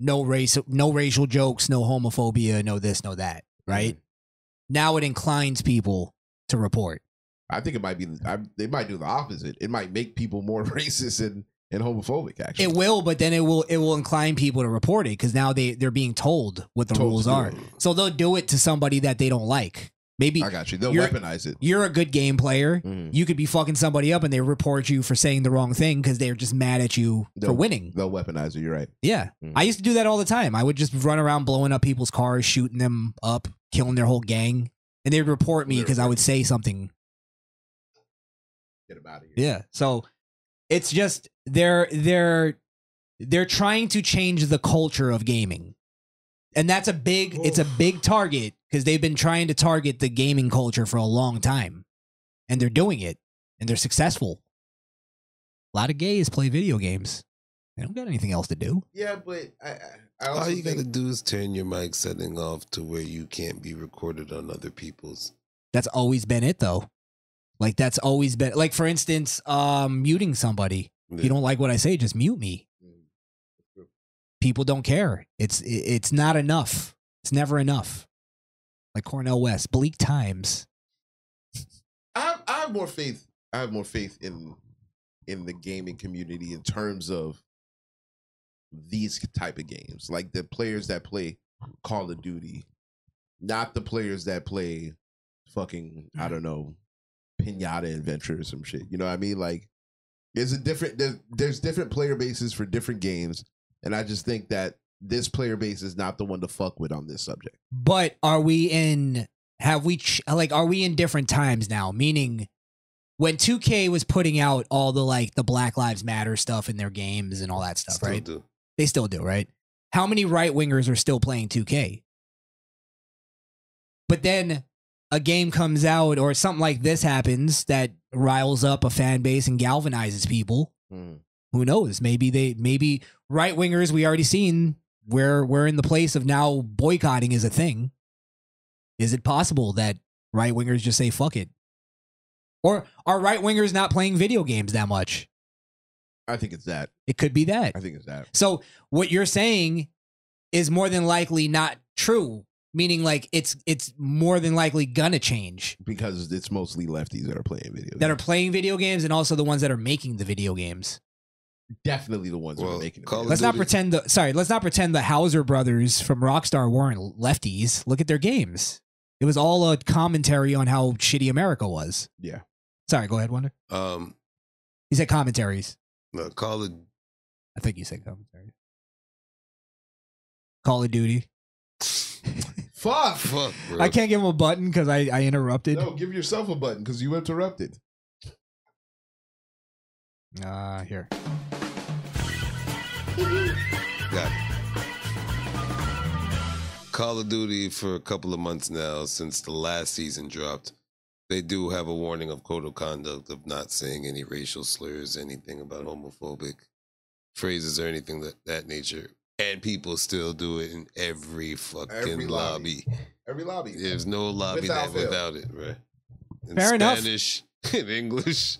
Speaker 9: no race no racial jokes no homophobia no this no that right
Speaker 10: Mm-hmm.
Speaker 9: now it inclines people to report
Speaker 10: I think it might be I, they might do the opposite. It might make people more racist and and homophobic. Actually,
Speaker 9: it will but then it will it will incline people to report it because now they they're being told what the
Speaker 10: Told
Speaker 9: rules
Speaker 10: to do
Speaker 9: are
Speaker 10: it.
Speaker 9: so they'll do it to somebody that they don't like maybe
Speaker 10: I got you. They'll
Speaker 9: You're-
Speaker 10: weaponize it.
Speaker 9: you're a good game player
Speaker 10: Mhm.
Speaker 9: you could be fucking somebody up and they report you for saying the wrong thing because they're just mad at you for
Speaker 10: They'll-
Speaker 9: winning
Speaker 10: They'll weaponize it. You're right.
Speaker 9: Yeah.
Speaker 10: Mm.
Speaker 9: I used to do that all the time. I would just run around blowing up people's cars, shooting them up, killing their whole gang. And they'd report me because I would say something.
Speaker 10: Get them out of here.
Speaker 9: Yeah. So it's just they're they're they're trying to change the culture of gaming. And that's a big it's a big target because they've been trying to target the gaming culture for a long time. And they're doing it and they're successful. A lot of gays play video games. They don't got anything else to do.
Speaker 10: Yeah, but I, I, I also
Speaker 5: All you
Speaker 10: think,
Speaker 5: gotta do is turn your mic setting off to where you can't be recorded on other people's.
Speaker 9: that's always been it though like that's always been like for instance um muting somebody If you don't like what i say just mute me people don't care it's i- it's not enough it's never enough like cornell west bleak times
Speaker 10: I have, I have more faith. I have more faith in in the gaming community in terms of these type of games, like the players that play Call of Duty, not the players that play fucking
Speaker 9: Mm-hmm.
Speaker 10: I don't know Pinata Adventure or some shit. You know what I mean? Like, there's a different there's, there's different player bases for different games, and I just think that this player base is not the one to fuck with on this subject.
Speaker 9: but are we in have we ch- like are we in different times now meaning when 2k was putting out all the like the black lives matter stuff in their games and all that stuff
Speaker 5: Still
Speaker 9: right
Speaker 5: do.
Speaker 9: They still do, right? How many right wingers are still playing 2K? But then a game comes out or something like this happens that riles up a fan base and galvanizes people. Who knows? Maybe they maybe right wingers we already seen where we're in the place of now boycotting is a thing. Is it possible that right wingers just say fuck it? Or are right wingers not playing video games that much?
Speaker 10: I think it's that.
Speaker 9: It could be that.
Speaker 10: I think it's that.
Speaker 9: So what you're saying is more than likely not true, meaning like it's it's more than likely gonna change
Speaker 10: because it's mostly lefties that are playing video.
Speaker 9: that are
Speaker 10: games.
Speaker 9: playing video games and also the ones that are making the video games.
Speaker 10: definitely the ones that
Speaker 5: Well,
Speaker 10: are making it.
Speaker 5: Call of
Speaker 9: Let's not
Speaker 5: Duty-
Speaker 9: pretend the sorry, let's not pretend the Hauser brothers from Rockstar weren't lefties. Look at their games. It was all a commentary on how shitty America was.
Speaker 10: Yeah.
Speaker 9: Sorry, go ahead, Wonder.
Speaker 5: Um,
Speaker 9: You said commentaries.
Speaker 5: no, Call of
Speaker 9: I think you said commentaries. Call of Duty.
Speaker 10: Fuck.
Speaker 5: fuck, bro.
Speaker 9: I can't give him a button because I, I interrupted.
Speaker 10: No, give yourself a button because you interrupted.
Speaker 9: Uh, here.
Speaker 5: Got it. Call of Duty for a couple of months now since the last season dropped. They do have a warning of code of conduct of not saying any racial slurs, anything about homophobic phrases or anything that that nature. And people still do it in every fucking
Speaker 10: Every lobby.
Speaker 5: lobby.
Speaker 10: Every lobby.
Speaker 5: There's no lobby
Speaker 10: Without
Speaker 5: without,
Speaker 10: fail.
Speaker 5: without it, right? In
Speaker 9: Fair enough.
Speaker 5: Spanish, in English.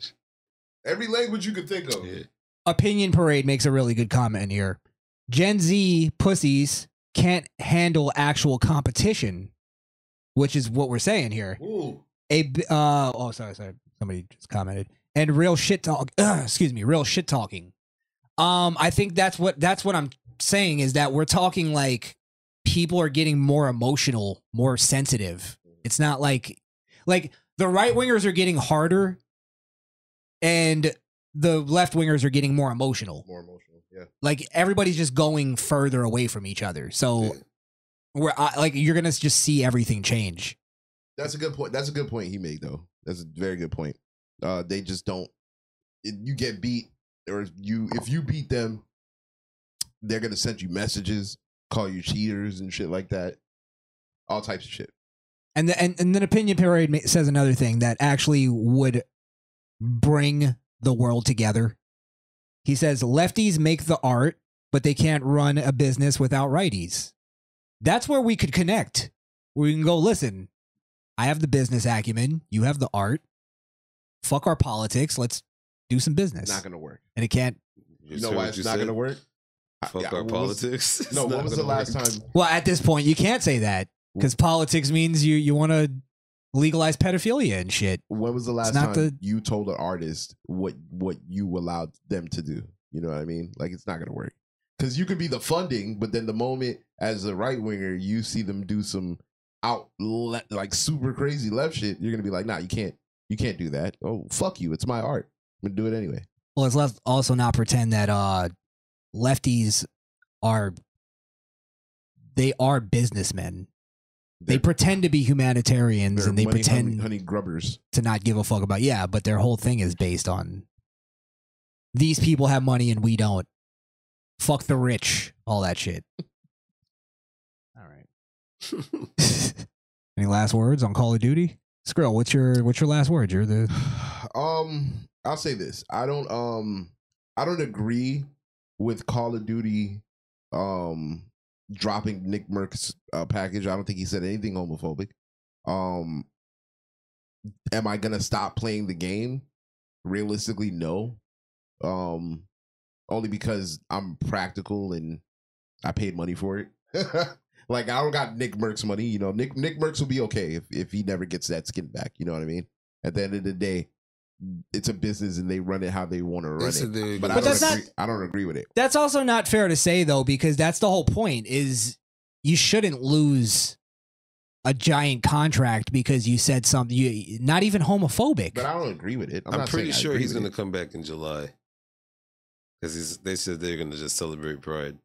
Speaker 10: Every language you could think of.
Speaker 5: Yeah.
Speaker 9: Opinion Parade makes a really good comment here. Gen Z pussies can't handle actual competition, which is what we're saying here.
Speaker 10: Ooh.
Speaker 9: A b- uh oh, sorry, sorry. Somebody just commented. And real shit talk. excuse me, real shit talking. Um, I think that's what that's what I'm saying is that we're talking like people are getting more emotional, more sensitive. It's not like like the right wingers are getting harder, and the left wingers are getting more emotional
Speaker 10: More emotional. Yeah.
Speaker 9: like everybody's just going further away from each other. So
Speaker 5: Yeah.
Speaker 9: we're I- like you're gonna just see everything change.
Speaker 10: That's a good point. That's a good point he made though. That's a very good point. Uh, they just don't. If you get beat, or if you if you beat them, they're gonna send you messages, call you cheaters and shit like that, all types of shit.
Speaker 9: And the, and and then opinion period ma- says another thing that actually would bring the world together. He says lefties make the art, but they can't run a business without righties. That's where we could connect. We can go listen. I have the business acumen. You have the art. Fuck our politics. Let's do some business.
Speaker 10: Not gonna work.
Speaker 9: and it can't
Speaker 10: You, know why it's not gonna work?
Speaker 5: Fuck
Speaker 10: Yeah,
Speaker 5: our
Speaker 10: what was-
Speaker 5: politics. It's
Speaker 10: no,
Speaker 5: not
Speaker 10: what was the
Speaker 5: gonna
Speaker 10: last
Speaker 5: work.
Speaker 10: time?
Speaker 9: Well, at this point, you can't say that because politics means you you want to legalize pedophilia and shit.
Speaker 10: When was the last time
Speaker 9: not the-
Speaker 10: you told an artist what what you allowed them to do? You know what I mean? Like it's not gonna work because you could be the funding, but then the moment as a right winger you see them do some out le- like super crazy left shit, you're gonna be like, nah, you can't, you can't do that. Oh fuck you, it's my art. I'm gonna do it anyway.
Speaker 9: Well, let's let's also not pretend that uh, lefties are they are businessmen. They
Speaker 10: They're-
Speaker 9: pretend to be humanitarians
Speaker 10: They're
Speaker 9: and they
Speaker 10: money
Speaker 9: pretend
Speaker 10: honey, honey grubbers.
Speaker 9: to not give a fuck about. Yeah, but their whole thing is based on these people have money and we don't. Fuck the rich, all that shit. all right. Any last words on Call of Duty? Skrill, what's your what's your last word? You're the
Speaker 10: um, I'll say this. I don't um I don't agree with Call of Duty um dropping Nick Merck's uh, package. I don't think he said anything homophobic. Um am I going to stop playing the game? Realistically, no. Um only because I'm practical and I paid money for it. like I don't got Nick Merck's money, you know. Nick Nick Merck's will be okay if if he never gets that skin back, you know what I mean? At the end of the day, it's a business and they run it how they want to run
Speaker 5: They said
Speaker 10: it.
Speaker 5: they-
Speaker 10: But, I
Speaker 9: But
Speaker 10: don't
Speaker 9: that's not-
Speaker 10: agree, I don't agree with it.
Speaker 9: That's also not fair to say though, because that's the whole point is you shouldn't lose a giant contract because you said something you not even homophobic.
Speaker 10: But I don't agree with it. I'm,
Speaker 5: I'm,
Speaker 10: not
Speaker 5: pretty
Speaker 10: saying I
Speaker 5: sure
Speaker 10: agree
Speaker 5: he's
Speaker 10: with
Speaker 5: going to
Speaker 10: it.
Speaker 5: come back in July because they said they're going to just celebrate Pride.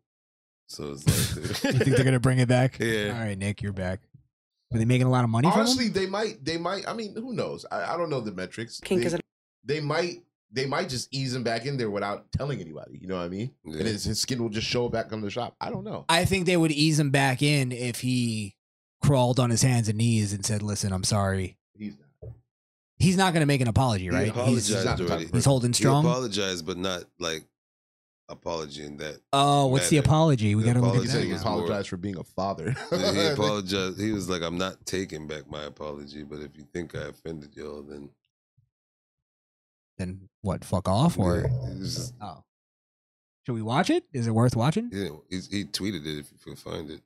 Speaker 5: So it's like,
Speaker 9: you think they're gonna bring it back?
Speaker 5: Yeah.
Speaker 9: All right, Nick, you're back. Are they making a lot of money? from him?
Speaker 10: Honestly, they might. They might. I mean, who knows? I, I don't know the metrics.
Speaker 11: Kink
Speaker 10: they,
Speaker 11: is a-
Speaker 10: they might. They might just ease him back in there without telling anybody. You know what I mean?
Speaker 5: Yeah.
Speaker 10: And his, his skin will just show back on the shop. I don't know.
Speaker 9: I think they would ease him back in if he crawled on his hands and knees and said, "Listen, I'm sorry."
Speaker 10: He's not.
Speaker 9: He's not going to make an apology, right?
Speaker 5: apologized
Speaker 9: He's,
Speaker 10: not the type
Speaker 5: already.
Speaker 10: of
Speaker 9: he's holding strong.
Speaker 5: He apologized, but not like apology in that.
Speaker 9: oh, what's the
Speaker 5: Yeah,
Speaker 9: apology? We got
Speaker 5: the
Speaker 9: to look
Speaker 10: He
Speaker 9: at
Speaker 5: apology
Speaker 10: said he
Speaker 5: was
Speaker 9: that.
Speaker 5: more-
Speaker 10: apologized for being a father.
Speaker 5: He apologized. He was like, "I'm not taking back my apology, but if you think I offended y'all, then
Speaker 9: Then what? Fuck off or
Speaker 5: Yeah, he, was just-
Speaker 9: oh? Should we watch it? Is it worth watching?
Speaker 5: he didn't- he- he tweeted it if you can find it.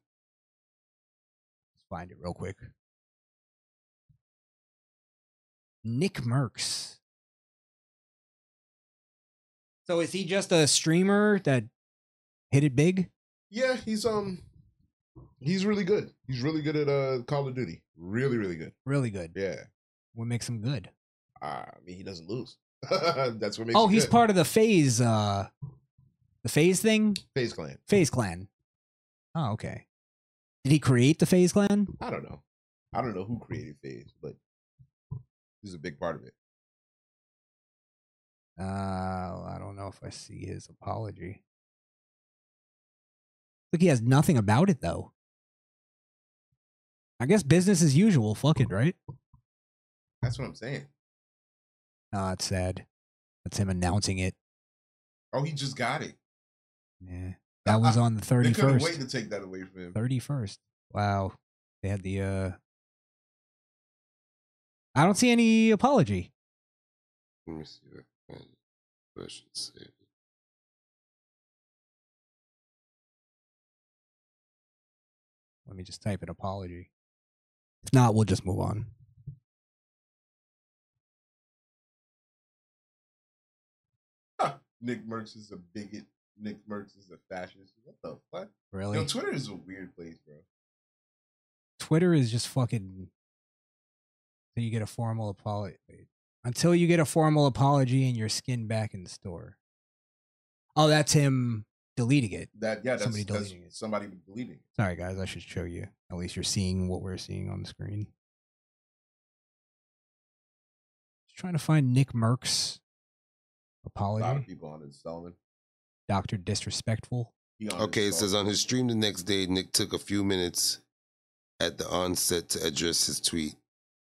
Speaker 9: Let's find it real quick. Nick Merckx. So is he just a streamer that hit it big?
Speaker 10: yeah, he's um, he's really good. He's really good at uh Call of Duty. Really, really good.
Speaker 9: Really good.
Speaker 10: Yeah.
Speaker 9: What makes him good?
Speaker 10: Uh, I mean, he doesn't lose. That's what makes.
Speaker 9: oh,
Speaker 10: him
Speaker 9: he's
Speaker 10: good.
Speaker 9: part of the phase uh the phase thing?
Speaker 10: Face Clan.
Speaker 9: Phase clan. Oh, okay. Did he create the phase clan?
Speaker 10: I don't know. I don't know who created Phase, but he's a big part of it.
Speaker 9: Uh I don't know if I see his apology. Look, he has nothing about it though. I guess business as usual. Fuck it, right?
Speaker 10: That's what I'm saying.
Speaker 9: Oh, it's sad. That's him announcing it.
Speaker 10: Oh, he just got it.
Speaker 9: Yeah. That was on the
Speaker 10: They couldn't
Speaker 9: 31st.
Speaker 10: wait to take that away from him.
Speaker 9: 31st. Wow. They had the. uh I don't see any apology.
Speaker 5: Let me see if I can find it. Bush and Staley.
Speaker 9: Let me just type an apology. If not, we'll just move on.
Speaker 10: Nick Merckx is a bigot. Nick Merckx is a fascist. What the fuck?
Speaker 9: Really?
Speaker 10: Yo, Twitter is a weird place, bro.
Speaker 9: Twitter is just fucking. Until you get a formal apology. Until you get a formal apology and your skin back in the store. Oh, that's him deleting it.
Speaker 10: That yeah, that's
Speaker 9: Somebody
Speaker 10: somebody that's
Speaker 9: deleting it.
Speaker 10: somebody deleting. it.
Speaker 9: Sorry, guys. I should show you. At least you're seeing what we're seeing on the screen. Just trying to find Nick Merck's
Speaker 10: A lot of
Speaker 9: apology.
Speaker 10: people on it, Solomon.
Speaker 9: Doctor disrespectful.
Speaker 10: He on
Speaker 5: Okay, it
Speaker 10: Solomon.
Speaker 5: says on his stream the next day, Nick took a few minutes at the onset to address his tweet.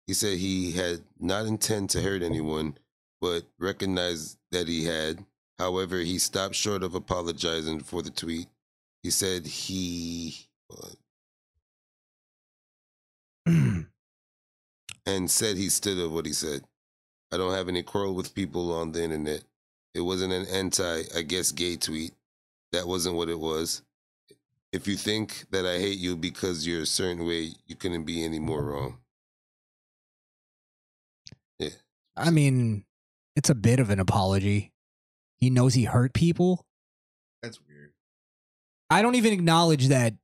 Speaker 5: He said he had not intend to hurt anyone, but recognized that he had. However, he stopped short of apologizing for the tweet. He said he and said he stood of what he said. I don't have any quarrel with people on the internet. It wasn't an anti, I guess, gay tweet. That wasn't what it was. If you think that I hate you because you're a certain way, you couldn't be any more wrong.
Speaker 9: I mean, it's a bit of an apology. He knows he hurt people.
Speaker 10: that's weird.
Speaker 9: I don't even acknowledge that.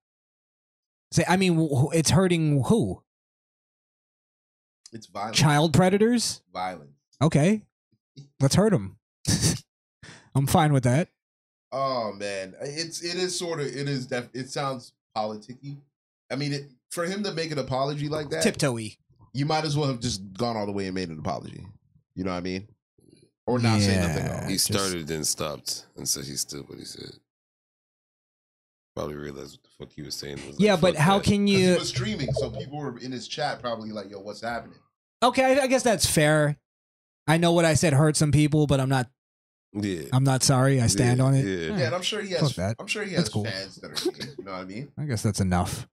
Speaker 9: Say, I mean, wh- it's hurting who?
Speaker 10: It's violent.
Speaker 9: Child predators?
Speaker 10: Violent.
Speaker 9: Okay, let's hurt them. I'm fine with that.
Speaker 10: Oh man, it's it is sort of it is def. It sounds politicky. I mean, it, for him to make an apology like that,
Speaker 9: Tiptoey.
Speaker 10: you might as well have just gone all the way and made an apology. You know what I mean? Or not say nothing at all.
Speaker 5: He
Speaker 9: Yeah, just-
Speaker 5: started, then stopped, and said he stood what he said. Probably realized what the fuck he was saying. Was like,
Speaker 9: Yeah, but
Speaker 5: "Fuck
Speaker 9: how
Speaker 5: that."
Speaker 9: can
Speaker 10: 'Cause He
Speaker 9: you?
Speaker 10: was streaming, so people were in his chat probably like, "Yo, what's happening?"
Speaker 9: Okay, I- I guess that's fair. I know what I said hurt some people, but I'm not.
Speaker 5: Yeah,
Speaker 9: I'm not sorry. I stand
Speaker 5: yeah,
Speaker 9: on it.
Speaker 5: Yeah.
Speaker 10: Yeah, and I'm sure he has.
Speaker 9: Fuck that.
Speaker 10: I'm sure he
Speaker 9: That's
Speaker 10: has
Speaker 9: cool.
Speaker 10: fans that are. gay, You know what I mean?
Speaker 9: I guess that's enough.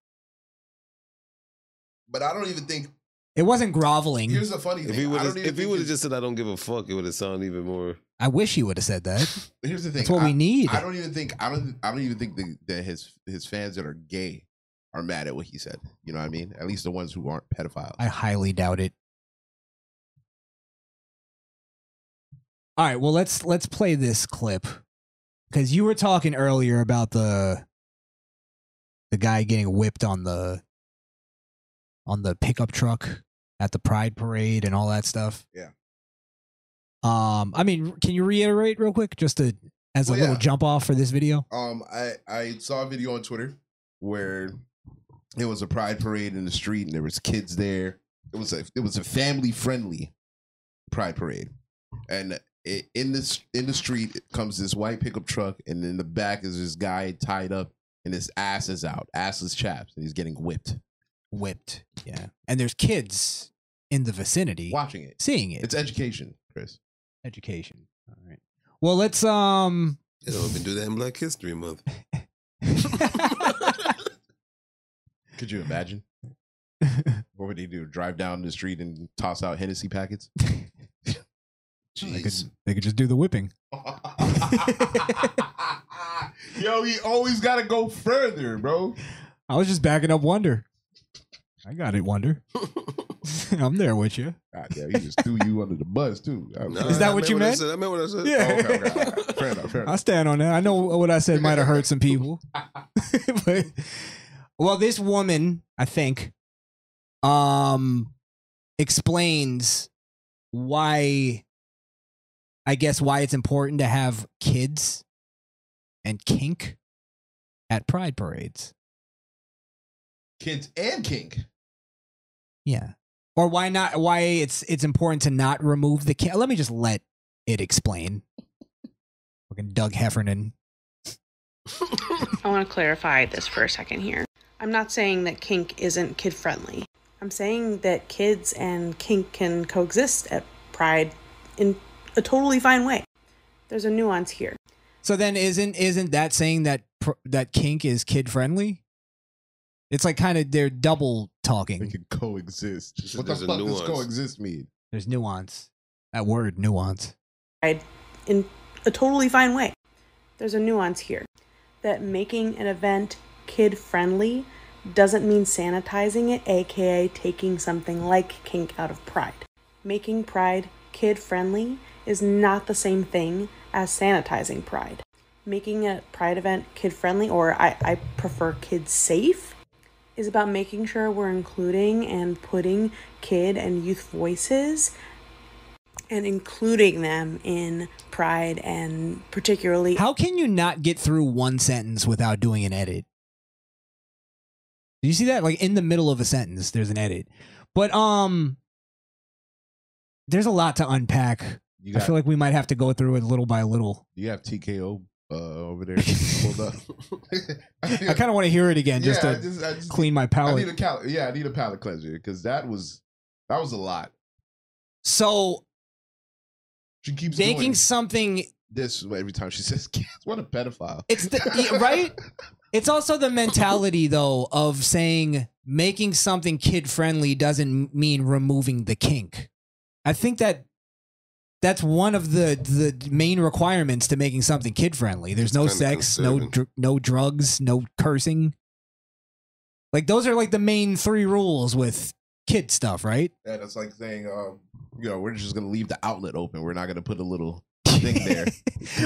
Speaker 10: But I don't even think.
Speaker 9: It wasn't groveling.
Speaker 10: Here's the funny thing.
Speaker 5: If he
Speaker 10: I
Speaker 5: would
Speaker 10: don't
Speaker 5: have,
Speaker 10: even
Speaker 5: if he
Speaker 10: think
Speaker 5: would have
Speaker 10: it's-
Speaker 5: just said, "I don't give a fuck," it would have sounded even more.
Speaker 9: I wish he would have said that.
Speaker 10: here's the thing.
Speaker 9: That's what
Speaker 10: I-
Speaker 9: we need.
Speaker 10: I don't even think I don't I don't even think the, that his his fans that are gay are mad at what he said. You know what I mean? At least the ones who aren't pedophiles.
Speaker 9: I highly doubt it. All right, well let's let's play this clip because you were talking earlier about the the guy getting whipped on the on the pickup truck at the Pride Parade and all that stuff.
Speaker 10: Yeah.
Speaker 9: Um, I mean, can you reiterate real quick just to as a
Speaker 10: Well,
Speaker 9: little
Speaker 10: yeah.
Speaker 9: jump off for this video?
Speaker 10: um, I I saw a video on Twitter where it was a pride parade in the street and there was kids there. It was a it was a family friendly pride parade, and i in this in the street comes this white pickup truck, and in the back is this guy tied up and his ass is out, assless chaps, and he's getting whipped.
Speaker 9: Whipped. Yeah. And there's kids in the vicinity
Speaker 10: Watching it,
Speaker 9: seeing it.
Speaker 10: it's education, Chris.
Speaker 9: education. All right. Well, let's um.
Speaker 5: You know, I've been doing that in Black History Month.
Speaker 10: Could you imagine? What would he do? Drive down the street and toss out Hennessy packets?
Speaker 9: they, could, they could just do the whipping.
Speaker 10: Yo, he always got to go further, bro.
Speaker 9: I was just backing up Wonder. I got it, Wonder. I'm there with you.
Speaker 10: God, yeah, he just threw you under the bus too.
Speaker 5: Nah,
Speaker 9: Is that
Speaker 5: I
Speaker 9: what you
Speaker 5: I
Speaker 9: meant?
Speaker 5: said. I meant what I said. Oh,
Speaker 9: Yeah.
Speaker 10: okay, okay, okay. fair enough? Fair
Speaker 9: I
Speaker 10: enough.
Speaker 9: stand on that. I know what I said might have hurt some people. but, well, this woman, I think, um, explains why, I guess, why it's important to have kids and kink at pride parades.
Speaker 10: Kids and kink.
Speaker 9: Yeah. Or why not? Why it's it's important to not remove the kink. Let me just let it explain. Fucking Doug Heffernan.
Speaker 11: I want to clarify this for a second here. I'm not saying that kink isn't kid friendly. I'm saying that kids and kink can coexist at Pride in a totally fine way. There's a nuance here.
Speaker 9: So then, isn't isn't that saying that pr- that kink is kid friendly? It's like kind of they're double talking. They
Speaker 10: can coexist. What the
Speaker 5: There's a
Speaker 10: fuck does
Speaker 5: nuance.
Speaker 10: coexist mean?
Speaker 9: There's nuance. That word nuance.
Speaker 11: in a totally fine way. There's a nuance here that making an event kid friendly doesn't mean sanitizing it, aka taking something like kink out of pride. Making pride kid friendly is not the same thing as sanitizing pride. Making a pride event kid friendly, or I, I prefer kid safe, is about making sure we're including and putting kid and youth voices and including them in Pride and particularly
Speaker 9: How can you not get through one sentence without doing an edit? Do you see that? Like in the middle of a sentence, there's an edit. But um, there's a lot to unpack.
Speaker 10: You
Speaker 9: I
Speaker 10: got-
Speaker 9: feel like we might have to go through it little by little.
Speaker 10: You have TKO uh, over there pulled up.
Speaker 9: I kind of want to hear it again just
Speaker 10: Yeah,
Speaker 9: to
Speaker 10: I just- I just-
Speaker 9: clean my
Speaker 10: I
Speaker 9: palate.
Speaker 10: need a cal- yeah, I need a palate cleanser because that was that was a lot.
Speaker 9: so
Speaker 10: She keeps
Speaker 9: making
Speaker 10: doing
Speaker 9: something
Speaker 10: this every time she says kids. What a pedophile!
Speaker 9: It's the yeah, right. It's also the mentality though of saying making something kid friendly doesn't mean removing the kink. I think that that's one of the the main requirements to making something kid friendly. There's no
Speaker 5: It's kinda
Speaker 9: sex, no dr- no drugs, no cursing. Like those are like the main three rules with kid stuff, right?
Speaker 10: Yeah, that's like saying, um, you know, we're just gonna leave the outlet open. We're not gonna put a little thing there.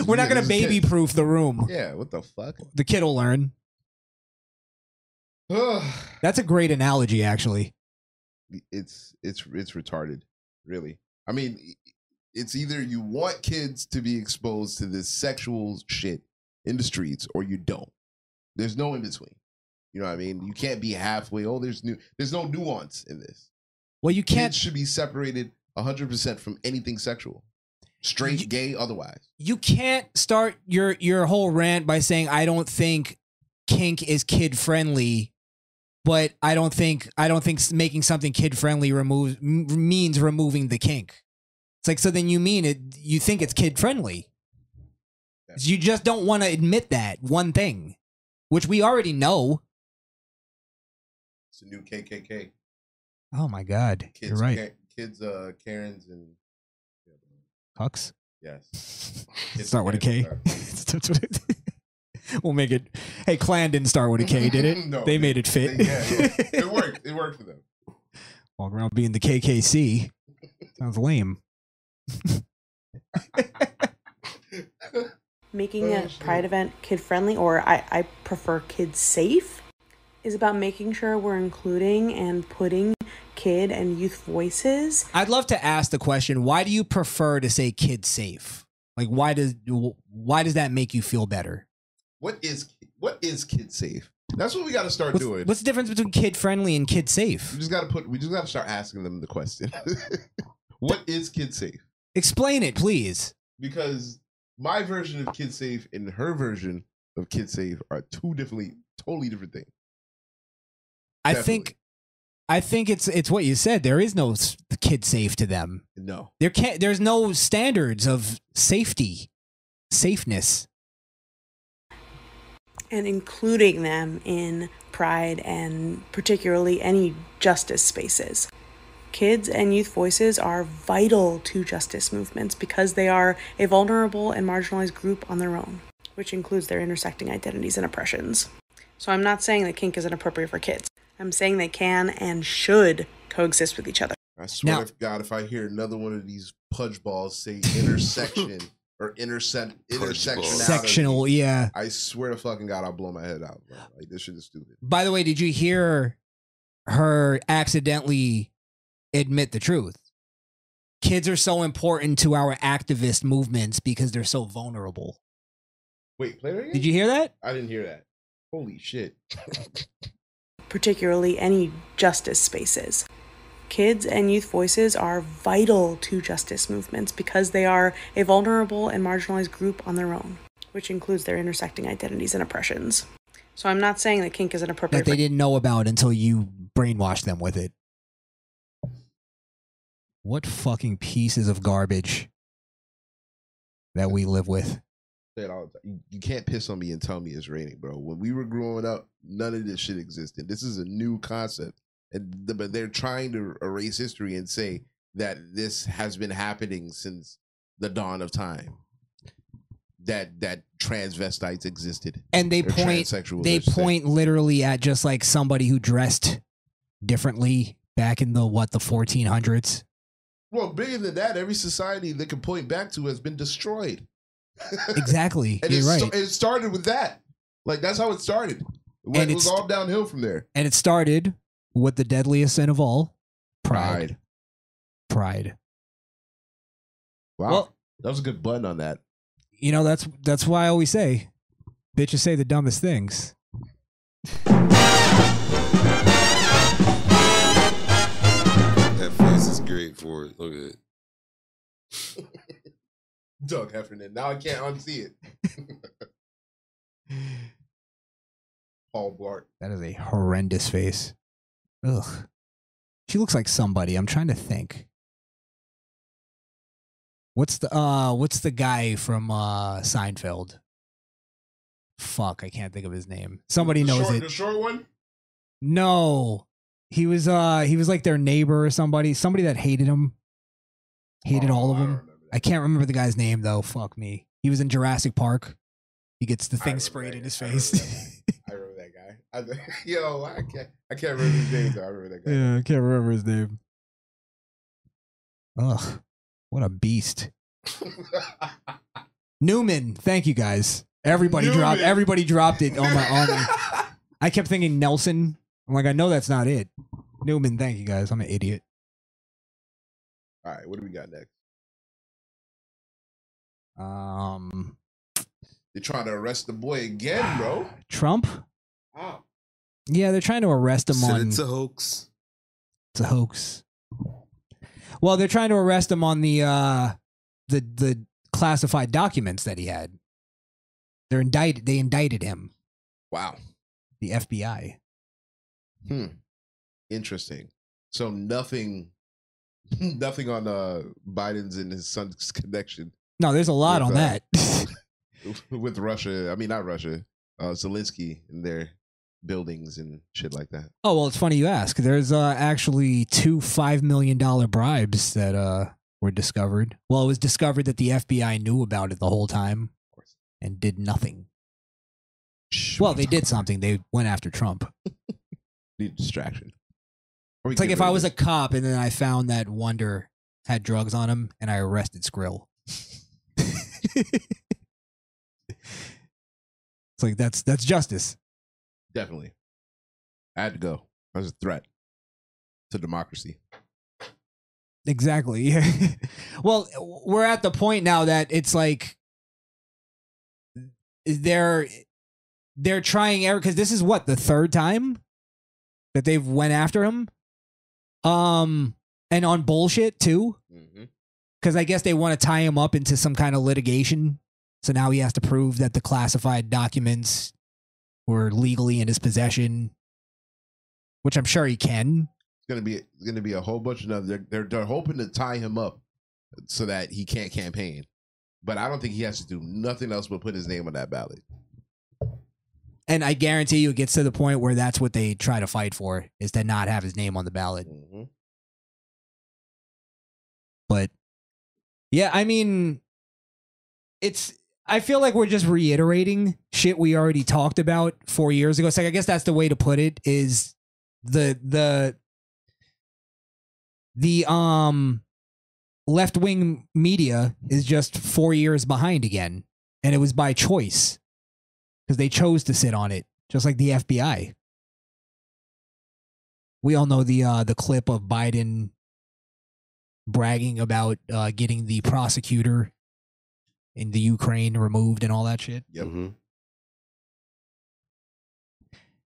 Speaker 9: We're not going
Speaker 10: Yeah, this
Speaker 9: to
Speaker 10: is kid.
Speaker 9: baby proof the room.
Speaker 10: Yeah, what the fuck?
Speaker 9: The kid will learn. That's a great analogy actually.
Speaker 10: it's it's it's retarded, really. I mean, e, it's either you want kids to be exposed to this sexual shit in the streets, or you don't. There's no in between. You know what I mean? You can't be halfway. Oh, there's new. There's no nuance in this.
Speaker 9: Well, you
Speaker 10: can't. Kids should be separated 100 percent from anything sexual, straight, gay, otherwise.
Speaker 9: you can't start your your whole rant by saying I don't think kink is kid friendly, but I don't think I don't think s- making something kid friendly removes m- means removing the kink. It's like so then you mean it you think it's kid friendly. You just don't want to admit that one thing, which we already know.
Speaker 10: It's a new KKK.
Speaker 9: Oh my god,
Speaker 10: Kids,
Speaker 9: you're right,
Speaker 10: Ka- kids, uh, Karens, and
Speaker 9: Hucks.
Speaker 10: yes. Kids
Speaker 9: Start with a K.
Speaker 10: Karens,
Speaker 9: That's what it- we'll make it. Hey, Klan didn't start with a K, did it?
Speaker 10: No,
Speaker 9: they made it fit.
Speaker 10: Yeah, yeah. it worked. It worked for them.
Speaker 9: Walk around being the KKC. Sounds lame.
Speaker 11: making a pride event kid friendly, or I, I prefer kid safe, is about making sure we're including and putting kid and youth voices
Speaker 9: I'd love to ask the question: Why do you prefer to say "kid safe"? Like, why does why does that make you feel better?
Speaker 10: What is what is kid safe? That's what we got to start doing.
Speaker 9: What's the difference between kid friendly and kid safe?
Speaker 10: We just got to put. We just got to start asking them the question. what is kid safe?
Speaker 9: Explain it, please.
Speaker 10: Because my version of kid safe and her version of kid safe are two differently, totally different things.
Speaker 9: I think, I think it's it's what you said. There is no s- kid safe to them.
Speaker 10: No.
Speaker 9: There can't. There's no standards of safety, safeness.
Speaker 11: and including them in Pride and particularly any justice spaces. Kids and youth voices are vital to justice movements because they are a vulnerable and marginalized group on their own, which includes their intersecting identities and oppressions. So I'm not saying that kink isn't appropriate for kids. I'm saying they can and should coexist with each other.
Speaker 10: I swear
Speaker 11: Now-
Speaker 10: to God, if I hear another one of these pudge balls say intersection or intersect intersection
Speaker 9: Sectional, yeah.
Speaker 10: I swear to fucking God, I'll blow my head out. bro. Like this shit is stupid.
Speaker 9: By the way, did you hear her accidentally admit the truth? Kids are so important to our activist movements because they're so vulnerable.
Speaker 10: Wait, play that again.
Speaker 9: Did you hear that?
Speaker 10: I didn't hear that. Holy shit.
Speaker 11: particularly any justice spaces. Kids and youth voices are vital to justice movements because they are a vulnerable and marginalized group on their own, which includes their intersecting identities and oppressions. So I'm not saying that kink isn't appropriate.
Speaker 9: That they didn't know about until you brainwashed them with it. What fucking pieces of garbage that we live with.
Speaker 10: say it all the time. You, you can't piss on me and tell me it's raining, bro. When we were growing up, none of this shit existed. This is a new concept, and the, but they're trying to erase history and say that this has been happening since the dawn of time. That that transvestites existed,
Speaker 9: and they
Speaker 10: Or
Speaker 9: point
Speaker 10: transsexuals, I
Speaker 9: they
Speaker 10: should say.
Speaker 9: point literally at just like somebody who dressed differently back in the what the 1400s
Speaker 10: Well, bigger than that, every society they can point back to has been destroyed.
Speaker 9: exactly
Speaker 10: And
Speaker 9: you're
Speaker 10: it,
Speaker 9: right
Speaker 10: sta- it started with that. Like that's how it started. When
Speaker 9: And
Speaker 10: it was
Speaker 9: it's-
Speaker 10: all downhill from there.
Speaker 9: and it started with the deadliest sin of all pride pride,
Speaker 10: Wow, that was a good button on that.
Speaker 9: you know that's that's why i always say bitches say the dumbest things
Speaker 5: That face is great for it. Look at it.
Speaker 10: Doug Heffernan. Now I can't unsee it. Paul Blart.
Speaker 9: that is a horrendous face ugh she looks like somebody i'm trying to think what's the uh what's the guy from uh seinfeld fuck i can't think of his name somebody
Speaker 10: The
Speaker 9: knows
Speaker 10: short-
Speaker 9: it
Speaker 10: The short one.
Speaker 9: No. He was uh he was like their neighbor or somebody, somebody that hated him. Hated all of them. Oh, I, can't remember the guy's name though. Fuck me. He was in Jurassic Park. He gets the thing sprayed in his face.
Speaker 10: I remember that guy. I, yo, I can't. I can't remember his name though. I remember that guy.
Speaker 9: yeah, I can't remember his name. Ugh. What a beast. Newman, thank you guys. Everybody dropped
Speaker 8: Newman.
Speaker 9: everybody dropped it on my on me. I kept thinking Nelson. I'm like, I know that's not it. Newman, thank you guys. I'm an idiot.
Speaker 10: All right, what do we got next?
Speaker 9: Um,
Speaker 10: they're trying to arrest the boy again, bro.
Speaker 9: Trump?
Speaker 10: Wow.
Speaker 9: Yeah, they're trying to arrest him
Speaker 5: Said
Speaker 9: on.
Speaker 5: it's a hoax.
Speaker 9: It's a hoax. Well, they're trying to arrest him on the uh, the the classified documents that he had. They're indicted. They indicted him.
Speaker 10: Wow.
Speaker 9: The FBI.
Speaker 10: Hmm. Interesting. So nothing, nothing on uh, Biden's and his son's connection.
Speaker 9: No, there's a lot on
Speaker 10: with, uh,
Speaker 9: that.
Speaker 10: with Russia. I mean, not Russia. Uh, Zelensky and their buildings and shit like that.
Speaker 9: Oh well, it's funny you ask. There's uh, actually two five million dollar bribes that uh, were discovered. Well, it was discovered that the FBI knew about it the whole time and did nothing. Well, they did something. They went after Trump.
Speaker 10: Need distraction. Or we
Speaker 9: It's like
Speaker 10: get
Speaker 9: if
Speaker 10: rid
Speaker 9: I
Speaker 10: of
Speaker 9: was
Speaker 10: it.
Speaker 9: a cop and then I found that Wonder had drugs on him and I arrested Skrill. it's like that's that's justice.
Speaker 10: Definitely. I had to go. That was a threat to democracy.
Speaker 9: Exactly. Yeah. well, we're at the point now that it's like they're they're trying ever because this is what the third time that they've went after him, um, and on bullshit too. Because I guess they want to tie him up into some kind of litigation. So now he has to prove that the classified documents were legally in his possession, which I'm sure he can.
Speaker 10: It's gonna be it's gonna be a whole bunch of them. They're, they're they're hoping to tie him up so that he can't campaign. But I don't think he has to do nothing else but put his name on that ballot.
Speaker 9: And I guarantee you, it gets to the point where that's what they try to fight for is to not have his name on the ballot. But yeah, I mean, it's. I feel like we're just reiterating shit we already talked about four years ago. So I guess that's the way to put it is the the the um left wing media is just four years behind again, and it was by choice because they chose to sit on it, just like the FBI. We all know the uh, the clip of Biden bragging about uh, getting the prosecutor in the Ukraine removed and all that shit.
Speaker 10: Yep.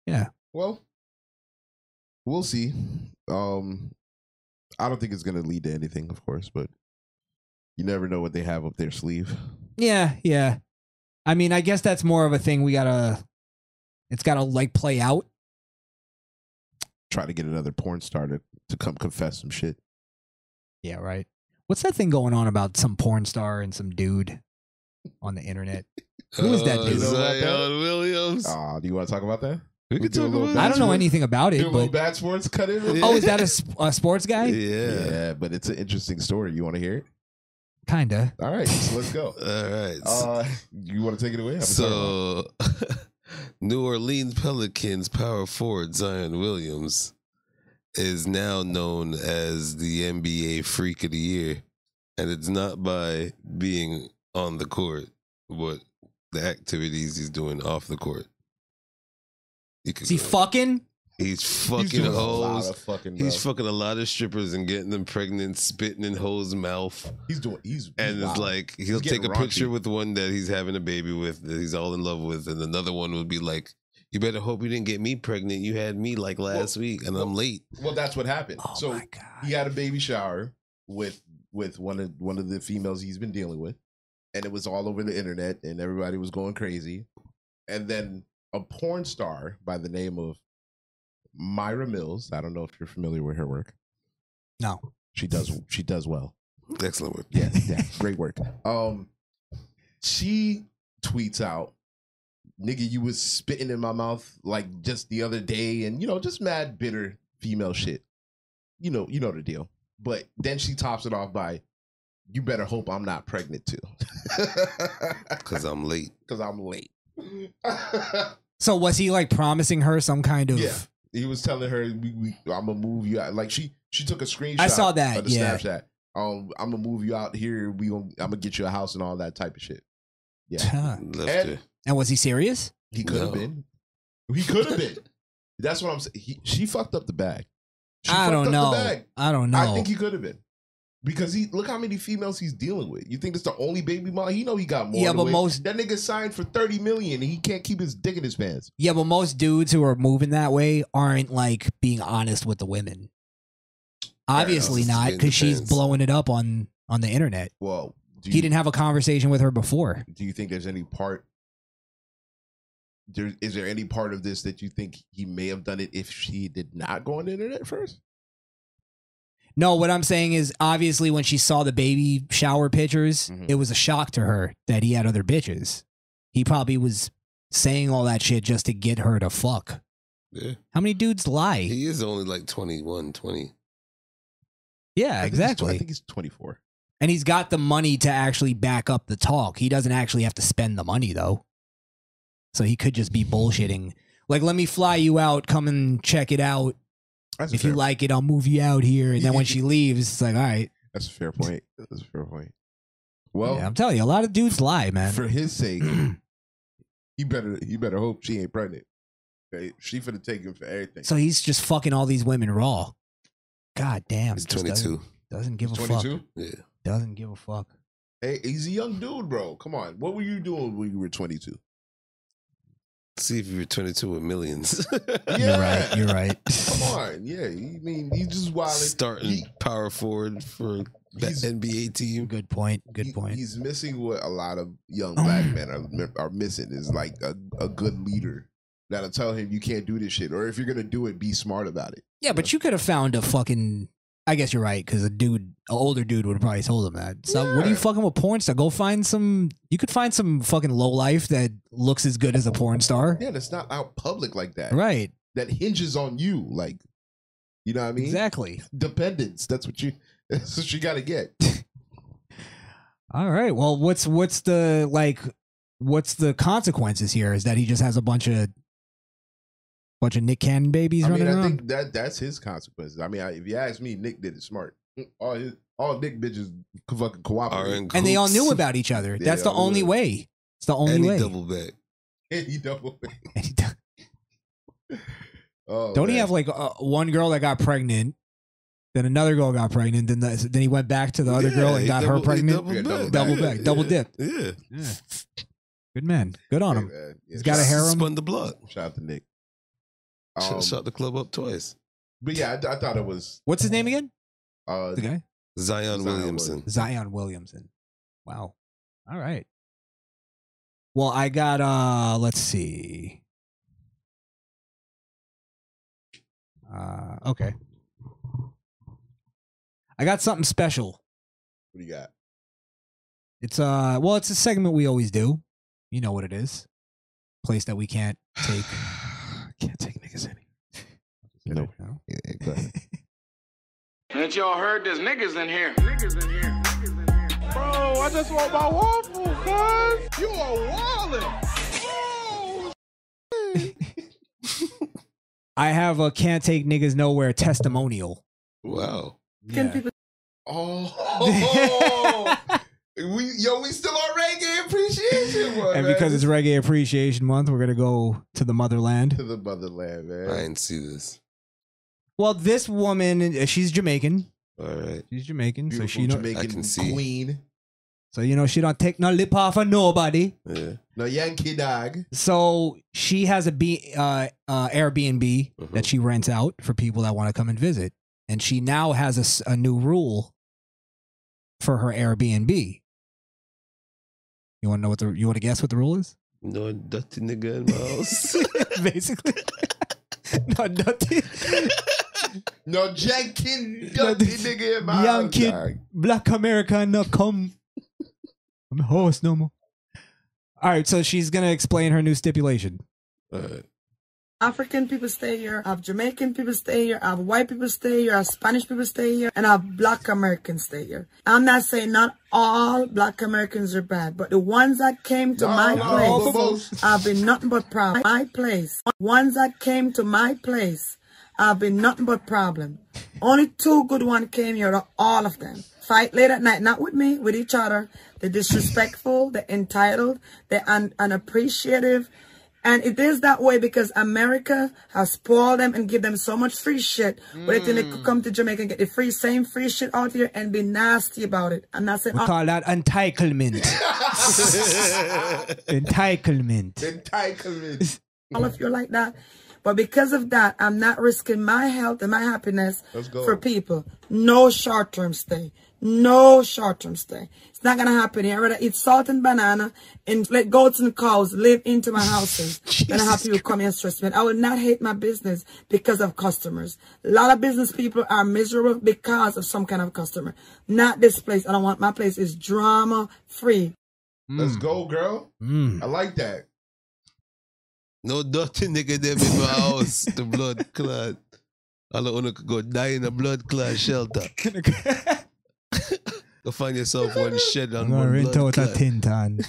Speaker 9: Yeah,
Speaker 10: Well, we'll see. Um, I don't think it's gonna lead to anything, of course, but you never know what they have up their sleeve.
Speaker 9: yeah, yeah. I mean, I guess that's more of a thing we gotta. It's gotta like play out.
Speaker 10: Try to get another porn star to, to come confess some shit.
Speaker 9: Yeah, right. What's that thing going on about some porn star and some dude on the internet? Who is that
Speaker 5: Uh,
Speaker 9: dude?
Speaker 5: Zion Williams.
Speaker 10: Uh, do you want to talk about that?
Speaker 5: We
Speaker 10: can talk about
Speaker 9: I don't know anything about it,
Speaker 10: Do a little
Speaker 9: but
Speaker 10: bad sports cut in.
Speaker 9: oh, is that a, sp- a sports guy?
Speaker 5: Yeah.
Speaker 10: Yeah, but it's an interesting story. You want to hear it?
Speaker 9: Kinda.
Speaker 10: All right, so let's go.
Speaker 5: All right.
Speaker 10: Uh, you want to take it away? I've been talking about
Speaker 5: so, New Orleans Pelicans power forward Zion Williams is now known as the NBA Freak of the Year, and it's not by being on the court, but the activities he's doing off the court. You could
Speaker 9: Is he
Speaker 5: go-
Speaker 9: fucking?
Speaker 5: he's
Speaker 10: it.
Speaker 5: fucking
Speaker 10: He's doing a lot
Speaker 5: hoes.
Speaker 10: of fucking.
Speaker 5: He's
Speaker 10: He's,
Speaker 5: fucking a lot of strippers and getting them pregnant, spitting in hoes' mouth.
Speaker 10: he's doing. He's
Speaker 5: And
Speaker 10: wow.
Speaker 5: it's like he'll
Speaker 10: He's getting
Speaker 5: take a
Speaker 10: raunchy.
Speaker 5: picture with one that he's having a baby with that he's all in love with, and another one would be like, "You better hope you didn't get me pregnant. You had me like last week, and I'm late."
Speaker 10: Well, that's what happened.
Speaker 9: Oh
Speaker 10: so
Speaker 9: my god.
Speaker 10: he had a baby shower with with one of one of the females he's been dealing with, and it was all over the internet, and everybody was going crazy. And then a porn star by the name of Myra Mills. I don't know if you're familiar with her work.
Speaker 9: No.
Speaker 10: She does. She does well.
Speaker 5: Excellent work.
Speaker 10: Yeah, yeah, great work. Um, she tweets out, "Nigga, you was spitting in my mouth like just the other day, and you know, just mad bitter female shit. You know, you know the deal." But then she tops it off by, "You better hope I'm not pregnant too,
Speaker 5: because I'm late.
Speaker 10: because I'm late."
Speaker 9: So was he like promising her some kind of?
Speaker 10: Yeah. he was telling her, we, we, "I'm gonna move you out." Like she, she took a screenshot.
Speaker 9: I saw that,
Speaker 10: Of the
Speaker 9: yeah.
Speaker 10: Snapchat. Um, I'm gonna move you out here. We gonna, I'm gonna get you a house and all that type of shit. Yeah,
Speaker 9: Huh.
Speaker 5: Left
Speaker 10: And-
Speaker 5: her.
Speaker 9: And was he serious?
Speaker 10: He could have
Speaker 5: No.
Speaker 10: been. He could have been. That's what I'm saying. He, she fucked up the bag. She
Speaker 9: I
Speaker 10: fucked
Speaker 9: don't
Speaker 10: up the
Speaker 9: know.
Speaker 10: bag.
Speaker 9: I don't know.
Speaker 10: I think he could have been. Because he look how many females he's dealing with. You think that's the only baby mom? He know he got more.
Speaker 9: Yeah,
Speaker 10: on the
Speaker 9: but
Speaker 10: way.
Speaker 9: most-
Speaker 10: that nigga signed for thirty million and he can't keep his dick in his pants.
Speaker 9: yeah, but most dudes who are moving that way aren't like being honest with the women. Obviously
Speaker 5: It's-
Speaker 9: not,
Speaker 5: it
Speaker 9: because she's
Speaker 5: depends.
Speaker 9: blowing it up on on the internet.
Speaker 10: Well, do you,
Speaker 9: He didn't have a conversation with her before.
Speaker 10: do you think there's any part? There is there any part of this that you think he may have done it if she did not go on the internet first?
Speaker 9: No, what I'm saying is obviously when she saw the baby shower pictures,
Speaker 5: Mm-hmm.
Speaker 10: Mhm.
Speaker 9: it was a shock to her that he had other bitches. He probably was saying all that shit just to get her to fuck.
Speaker 5: Yeah.
Speaker 9: How many dudes lie?
Speaker 5: He is only like 21, 20.
Speaker 9: yeah,
Speaker 10: I think he's tw-
Speaker 9: exactly.
Speaker 10: I think he's twenty four.
Speaker 9: and he's got the money to actually back up the talk. He doesn't actually have to spend the money though. So he could just be bullshitting. Like, let me fly you out, come and check it out.
Speaker 10: That's a
Speaker 9: If you
Speaker 10: fair-
Speaker 9: like it, I'll move you out here. And then when she leaves, it's like, all right.
Speaker 10: That's a fair point. That's a fair point. Well,
Speaker 9: yeah, I'm telling you, a lot of dudes lie, man.
Speaker 10: for his sake, you better you better hope she ain't pregnant. Okay? She finna take him for everything.
Speaker 9: So he's just fucking all these women raw. God damn.
Speaker 5: He's
Speaker 9: just Doesn't,
Speaker 5: 22.
Speaker 9: doesn't give a fuck.
Speaker 10: 22?
Speaker 5: Yeah.
Speaker 9: Doesn't give a fuck.
Speaker 10: Hey, he's a young dude, bro. Come on. What were you doing when you were 22?
Speaker 5: See if you were 22 with millions.
Speaker 9: You're right. You're right.
Speaker 10: Come on. Yeah. I mean, he's just wild.
Speaker 5: Starting power forward for the
Speaker 10: He's-
Speaker 5: NBA team.
Speaker 9: Good point. Good point.
Speaker 10: He's missing what a lot of young
Speaker 9: Oh,
Speaker 10: black men are, are missing is like a, a good leader that'll tell him you can't do this shit. Or if you're going to do it, be smart about it.
Speaker 9: Yeah, but you could have found a fucking. I guess you're right because a dude, an older dude, would have probably told him that. So what are you
Speaker 10: Yeah.
Speaker 9: fucking with porn star? Go find some. You could find some fucking low life that looks as good as a porn star.
Speaker 10: Yeah, that's not out public like that.
Speaker 9: Right.
Speaker 10: That hinges on you. Like, you know what I mean?
Speaker 9: Exactly.
Speaker 10: dependence. That's what you. That's what you got to get.
Speaker 9: All right. Well, what's what's the like? What's the consequences here? Is that he just has a bunch of bunch of Nick Cannon babies
Speaker 10: I
Speaker 9: running
Speaker 10: mean, I
Speaker 9: around?
Speaker 10: think that that's his consequences. I mean, I, if you ask me, Nick did it smart. All his, all Nick bitches co- fucking
Speaker 5: Are
Speaker 10: cooperate.
Speaker 5: in
Speaker 9: and they all
Speaker 5: coops.
Speaker 9: knew about each other.
Speaker 10: Yeah,
Speaker 9: That's the
Speaker 10: they all
Speaker 9: only
Speaker 10: knew.
Speaker 9: way. It's the only
Speaker 5: And he
Speaker 9: way.
Speaker 5: double back.
Speaker 10: And he double.
Speaker 9: And he dou-
Speaker 10: Oh,
Speaker 9: Don't he
Speaker 10: man.
Speaker 9: have like uh, one girl that got pregnant, then another girl got pregnant, then the, then he went back to the other
Speaker 5: Yeah,
Speaker 9: girl and
Speaker 5: he
Speaker 9: got
Speaker 5: double-
Speaker 9: her
Speaker 5: he
Speaker 9: pregnant?
Speaker 5: double
Speaker 10: Yeah,
Speaker 5: back.
Speaker 9: double back,
Speaker 5: Yeah,
Speaker 9: double
Speaker 5: yeah,
Speaker 9: dip.
Speaker 5: Yeah.
Speaker 9: Yeah. Good man. Good on
Speaker 10: Yeah,
Speaker 9: him.
Speaker 10: man. Yeah,
Speaker 9: He's got a
Speaker 10: shout-
Speaker 9: hair- harem?
Speaker 5: Spun the block.
Speaker 10: Shout out to Nick.
Speaker 5: Shut-
Speaker 10: Um,
Speaker 5: Shut the club up twice.
Speaker 10: but yeah, I, I thought it was um,
Speaker 9: What's his name again?
Speaker 10: uh,
Speaker 9: The guy?
Speaker 5: Zion
Speaker 10: Zion
Speaker 5: Williamson.
Speaker 9: Zion Williamson. Wow. All right. Well, I got uh let's see. Uh okay. I got something special.
Speaker 10: what do you got?
Speaker 9: It's uh well, it's a segment we always do. You know what it is. Place that we can't take.
Speaker 10: can't take niggas any. No. go ahead.
Speaker 12: Ain't y'all heard there's niggas in here? Niggas in here. Bro, I just want my waffle, cuz. You are wallin'.
Speaker 9: I have a can't take niggas nowhere testimonial.
Speaker 5: Wow.
Speaker 9: Yeah.
Speaker 5: Oh,
Speaker 10: we yo, we still on reggae appreciation one,
Speaker 9: And
Speaker 10: man.
Speaker 9: because it's Reggae Appreciation Month, we're gonna go to the motherland.
Speaker 10: to the motherland, man.
Speaker 5: I didn't see this.
Speaker 9: Well, this woman, uh, she's Jamaican,
Speaker 5: All right.
Speaker 9: She's Jamaican, so
Speaker 10: Beautiful
Speaker 9: she don't,
Speaker 10: Jamaican queen.
Speaker 9: so you know she don't take no lip off of nobody.
Speaker 5: Yeah.
Speaker 10: No Yankee dog.
Speaker 9: So she has a B, uh, uh, Airbnb that she rents out for people that want to come and visit, and she now has a s- a, new rule for her Airbnb. You want to know what the you want to guess what the rule is?
Speaker 5: No dirty nigga in my house.
Speaker 9: Basically, no dirty,
Speaker 10: No Yankee dirty nigga in my
Speaker 9: young
Speaker 10: house,
Speaker 9: kid,
Speaker 10: dog.
Speaker 9: black America not come. I'm a horse no more. All right, so she's gonna explain her new stipulation.
Speaker 5: Uh,
Speaker 13: African people stay here, I have Jamaican people stay here, I have white people stay here, I have Spanish people stay here, and I have black Americans stay here. I'm not saying not all black Americans are bad, but the ones that came to
Speaker 10: No,
Speaker 13: my
Speaker 10: no, but
Speaker 13: place,
Speaker 10: most-
Speaker 13: I've been nothing but problem. My place, ones that came to my place, I've been nothing but problem. Only two good one came here, all of them. Fight late at night, not with me, with each other. They're disrespectful, they're entitled, they're un- unappreciative. And it is that way because America has spoiled them and give them so much free shit. But they think they could come to Jamaica and get the free same free shit out here and be nasty about it. I'm not saying
Speaker 10: Uh,
Speaker 9: We call that entitlement. entitlement.
Speaker 10: Entitlement.
Speaker 13: all of you like that. But because of that, I'm not risking my health and my happiness
Speaker 10: Let's go.
Speaker 13: for people. No short term stay. No short term stay. It's not gonna happen here. I'd rather eat salt and banana and let goats and cows live into my houses than have people come here and stress me. I will not hate my business because of customers. A lot of business people are miserable because of some kind of customer. Not this place. I don't want my place is drama free.
Speaker 10: Let's go, girl.
Speaker 9: Hmm.
Speaker 10: I like that.
Speaker 5: No dirty nigga them in my house. The blood clot. All the owner could go die in a blood clot shelter. go find yourself one shed
Speaker 9: I'm
Speaker 5: on
Speaker 9: gonna
Speaker 5: one
Speaker 9: rent out
Speaker 5: blood
Speaker 9: a
Speaker 5: clot.
Speaker 9: tin tan.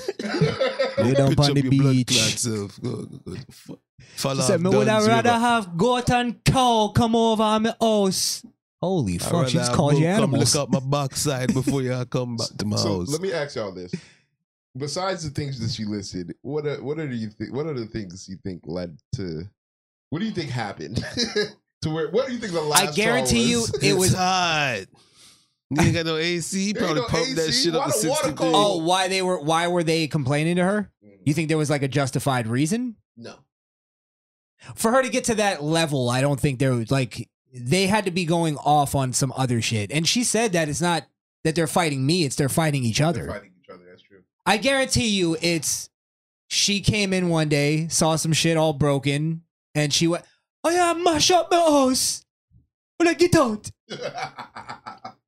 Speaker 9: Lay down
Speaker 5: Pitch
Speaker 9: on
Speaker 5: up
Speaker 9: the
Speaker 5: your blood clot
Speaker 9: beach.
Speaker 5: self. Go, go, go. F- Fall
Speaker 9: She
Speaker 5: off
Speaker 9: said, "Me would I
Speaker 5: Duns
Speaker 9: rather
Speaker 5: River.
Speaker 9: have goat and cow come over on my house." Holy
Speaker 5: I'd
Speaker 9: fuck! She
Speaker 5: rather
Speaker 9: just
Speaker 5: have
Speaker 9: called you
Speaker 5: Bo come
Speaker 9: animals.
Speaker 5: look up my backside before y'all come back to my
Speaker 10: so
Speaker 5: house.
Speaker 10: let me ask y'all this: besides the things that she listed, what are, what are do you think? What are the things you think led to? What do you think happened to where? What do you think the last?
Speaker 9: I guarantee you, it was uh,
Speaker 5: hot. You got no AC. You
Speaker 10: There
Speaker 5: probably
Speaker 10: ain't no
Speaker 5: pumped that
Speaker 10: AC.
Speaker 5: shit
Speaker 10: Why
Speaker 5: up to
Speaker 10: the water
Speaker 5: 60
Speaker 10: cold?
Speaker 9: Oh, why they were? Why were they complaining to her? You think there was like a justified reason
Speaker 10: no.
Speaker 9: for her to get to that level? I don't think there was like they had to be going off on some other shit. And she said that it's not that they're fighting me; it's they're fighting each other.
Speaker 10: Fighting each other. That's true.
Speaker 9: I guarantee you, it's she came in one day, saw some shit all broken, and she went, "Oh yeah, mash up my house. When I get out,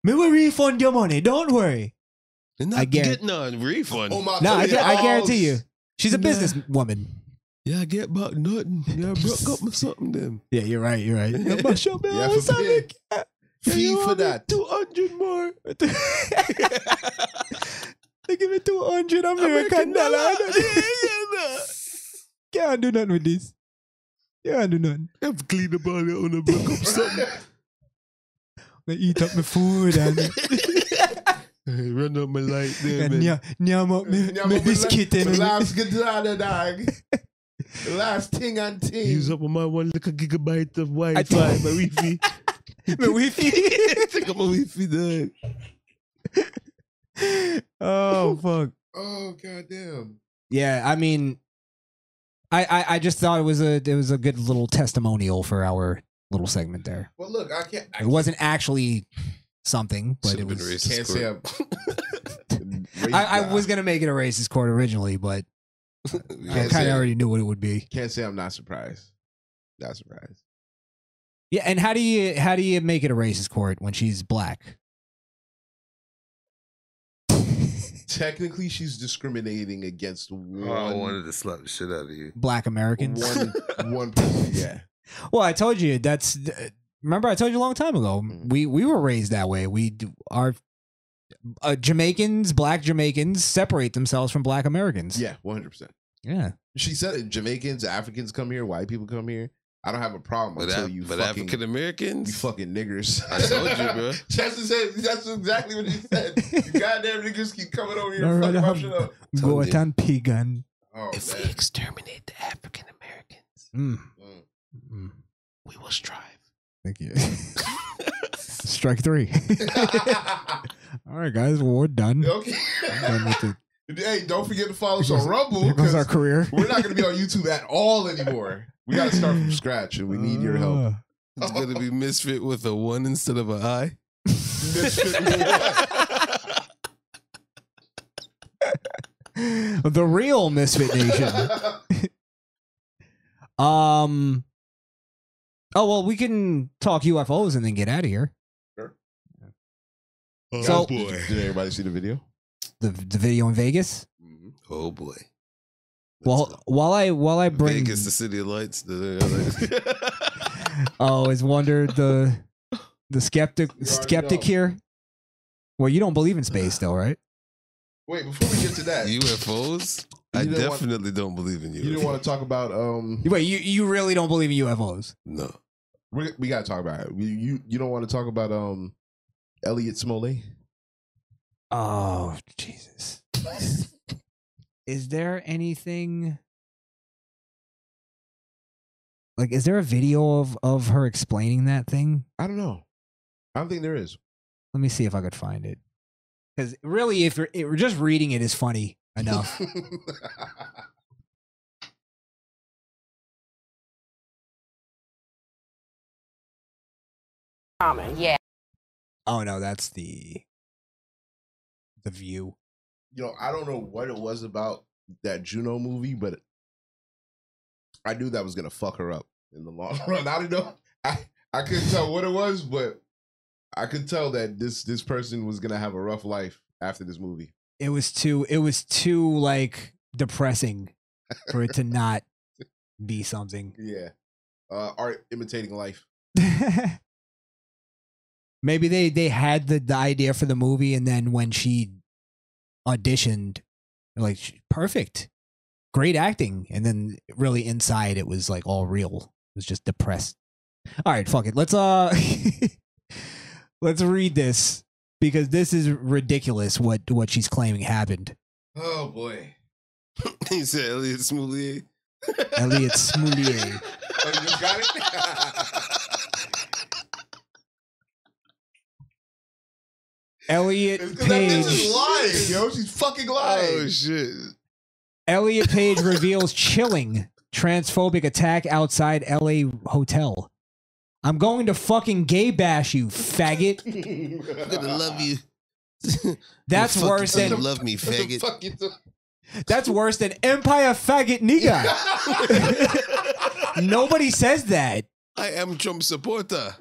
Speaker 9: me will refund your money. Don't worry."
Speaker 5: They're
Speaker 9: I
Speaker 5: not
Speaker 9: guar-
Speaker 5: getting a refund.
Speaker 10: Oh my
Speaker 9: No, I,
Speaker 10: fucking
Speaker 9: gu- I
Speaker 10: house.
Speaker 9: guarantee you, she's a
Speaker 5: Nah.
Speaker 9: businesswoman.
Speaker 5: Yeah, I get about nothing. Yeah, I broke up with something them.
Speaker 9: Yeah, you're right. You're right. Yeah, mash up my
Speaker 10: Yeah,
Speaker 9: house.
Speaker 10: for
Speaker 9: I
Speaker 10: me.
Speaker 9: make- uh,
Speaker 10: Fee
Speaker 9: you owe
Speaker 10: for
Speaker 9: me
Speaker 10: that.
Speaker 5: 200 more.
Speaker 9: They give me two hundred American
Speaker 5: American
Speaker 9: dollar.
Speaker 5: dollar. Yeah, yeah,
Speaker 9: Can't do nothing with this. Can't do nothing.
Speaker 5: nah. I've cleaned up all that when I broke up something.
Speaker 9: I eat up my food and.
Speaker 5: Hey, Run on my light there,
Speaker 9: And
Speaker 5: man.
Speaker 9: yeah, nyam up me,
Speaker 10: Yeah,
Speaker 9: me
Speaker 10: but we la-
Speaker 9: biscuit
Speaker 10: we
Speaker 9: and
Speaker 10: Last guitar, uh, dog. Last thing and
Speaker 5: Use
Speaker 10: thing.
Speaker 5: up on my one little gigabyte of
Speaker 9: I
Speaker 5: Wi-Fi, my
Speaker 9: told-
Speaker 5: Wi-Fi.
Speaker 9: me wifi.
Speaker 5: Take up my Wi-Fi, dog.
Speaker 9: oh fuck.
Speaker 10: Oh goddamn.
Speaker 9: Yeah, I mean, I, I I just thought it was a it was a good little testimonial for our little segment there.
Speaker 10: Well, look, I can't. I
Speaker 9: It wasn't actually something, but
Speaker 5: Should've
Speaker 9: it
Speaker 5: been
Speaker 9: was.
Speaker 5: racist.
Speaker 10: can't say I'm.
Speaker 9: I, I was gonna make it a racist court originally, but I
Speaker 10: Can't
Speaker 9: kind
Speaker 10: say-
Speaker 9: of already knew what it would be.
Speaker 10: Can't say I'm not surprised. Not surprised.
Speaker 9: Yeah, and how do you how do you make it a racist court when she's black?
Speaker 10: Technically, she's discriminating against one.
Speaker 5: Oh, I wanted to slap the shit out of you.
Speaker 9: Black Americans.
Speaker 10: One, one person, yeah.
Speaker 9: Well, I told you that's. Remember, I told you a long time ago. We we were raised that way. We do, our uh, Jamaicans, black Jamaicans, separate themselves from black Americans.
Speaker 10: Yeah, one hundred percent.
Speaker 9: Yeah.
Speaker 10: She said it, Jamaicans, Africans come here, white people come here. I don't have a problem
Speaker 5: But,
Speaker 10: until
Speaker 5: Af-
Speaker 10: you
Speaker 5: but
Speaker 10: fucking
Speaker 5: African Americans,
Speaker 10: you fucking niggers.
Speaker 5: I told you, bro.
Speaker 10: Chester said that's exactly what he said. You goddamn niggas keep coming over here and
Speaker 9: Alright,
Speaker 10: fucking
Speaker 9: I
Speaker 10: my
Speaker 9: have-
Speaker 10: shit up. Oh,
Speaker 9: Goatan Pigan.
Speaker 10: if
Speaker 5: we exterminate the African Americans,
Speaker 10: Hmm.
Speaker 9: Mm.
Speaker 10: Mm.
Speaker 5: we will strive.
Speaker 9: Thank you. Strike three. All right, guys. Well, we're done.
Speaker 10: Okay.
Speaker 9: I'm done with it.
Speaker 10: Hey, don't forget to follow us
Speaker 9: Here
Speaker 10: on
Speaker 9: goes-
Speaker 10: Rumble.
Speaker 9: Here goes our
Speaker 10: 'cause
Speaker 9: career.
Speaker 10: We're not going to be on YouTube at all anymore. We got to start from scratch, and we need your
Speaker 9: Uh.
Speaker 10: help.
Speaker 5: It's gonna be misfit with a one instead of an I.
Speaker 9: the real Misfit Nation. um. Oh well, we can talk UFOs and then get out of here. So-
Speaker 10: did, did everybody see the video?
Speaker 9: The the video in Vegas.
Speaker 5: Oh boy,
Speaker 9: Well, while I while I bring
Speaker 5: Vegas, the city of lights.
Speaker 9: oh is wonder the the skeptic skeptic
Speaker 10: know.
Speaker 9: here. Well, you don't believe in space though, right?
Speaker 10: Wait, before we get to that, you,
Speaker 5: UFOs? I
Speaker 10: didn't want-
Speaker 5: definitely don't believe in you.
Speaker 10: didn't want to talk about um.
Speaker 9: Wait, you you really don't believe in UFOs?
Speaker 5: No.
Speaker 10: We, we got to talk about it. We, you you don't want to talk about um, Elliot Smollett.
Speaker 9: Oh Jesus! is there anything like? Is there a video of of her explaining that thing?
Speaker 10: I don't know. I don't think there is.
Speaker 9: Let me see if I could find it. Because really, if you're, if you're just reading it, is funny enough.
Speaker 11: Common. Yeah.
Speaker 9: oh no, that's the the view.
Speaker 10: you know, I don't know what it was about that Juno movie, but I knew that was gonna fuck her up in the long run. I don't know. I, I couldn't tell what it was, but I could tell that this this person was gonna have a rough life after this movie.
Speaker 9: It was too. It was too like depressing for it to not be something.
Speaker 10: Yeah. Uh art imitating life.
Speaker 9: Maybe they they had the, the idea for the movie, and then when she auditioned, they're like "Sh- perfect, great acting, and then really inside it was like all real. It was just depressed. All right, fuck it. Let's uh, let's read this because this is ridiculous. What what she's claiming happened.
Speaker 10: Oh boy.
Speaker 5: you said Elliot Smoulier?
Speaker 9: Elliot Smoulier.
Speaker 10: Oh, you got it?
Speaker 9: Elliot
Speaker 10: That bitch
Speaker 9: Page.
Speaker 10: is lying, yo. She's fucking lying.
Speaker 5: Oh shit.
Speaker 9: Elliot Page reveals chilling transphobic attack outside LA hotel. I'm going to fucking gay bash you, faggot.
Speaker 5: I'm gonna love you.
Speaker 9: That's
Speaker 5: Fuck you
Speaker 9: worse
Speaker 5: till you
Speaker 9: than
Speaker 5: love me, faggot.
Speaker 9: that's worse than Empire faggot nigga. Nobody says that.
Speaker 5: I am Trump supporter.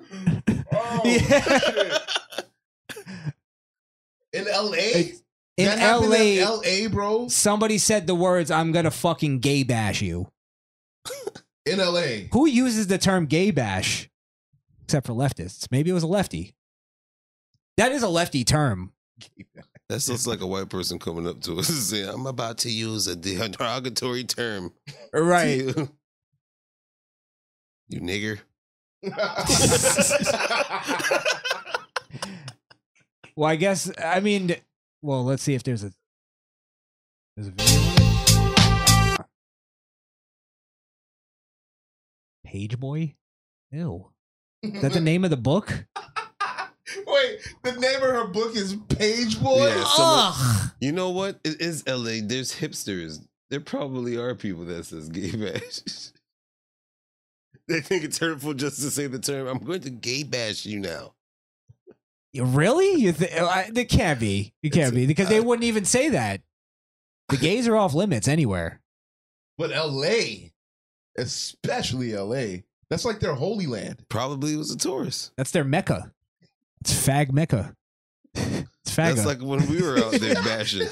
Speaker 10: In LA?
Speaker 9: In
Speaker 10: That happened in
Speaker 9: LA,
Speaker 10: LA, bro.
Speaker 9: somebody said the words "I'm gonna fucking gay bash you."
Speaker 10: In LA.
Speaker 9: Who uses the term gay bash? Except for leftists. Maybe it was a lefty. That is a lefty term.
Speaker 5: That sounds like a white person coming up to us and saying, I'm about to use a derogatory term.
Speaker 9: Right.
Speaker 5: to you. You nigger.
Speaker 9: Well, I guess I mean, well, let's see if there's a there's a video. Page boy, ew. Is that the name of the book?
Speaker 10: Wait, the name of her book is Page Boy. Ah!
Speaker 5: Yeah, someone- you know what? It is LA. There's hipsters. There probably are people that says gay bash. they think it's hurtful just to say the term, I'm going to gay bash you now.
Speaker 9: You- Really? You th- I, it can't be. It can't be because
Speaker 5: uh,
Speaker 9: they wouldn't even say that. The gays are off limits anywhere.
Speaker 10: But LA, especially LA, that's like their holy land.
Speaker 5: Probably was a tourist.
Speaker 9: That's their mecca. It's fag mecca. It's faggot.
Speaker 5: That's like when we were uh, out there bashing.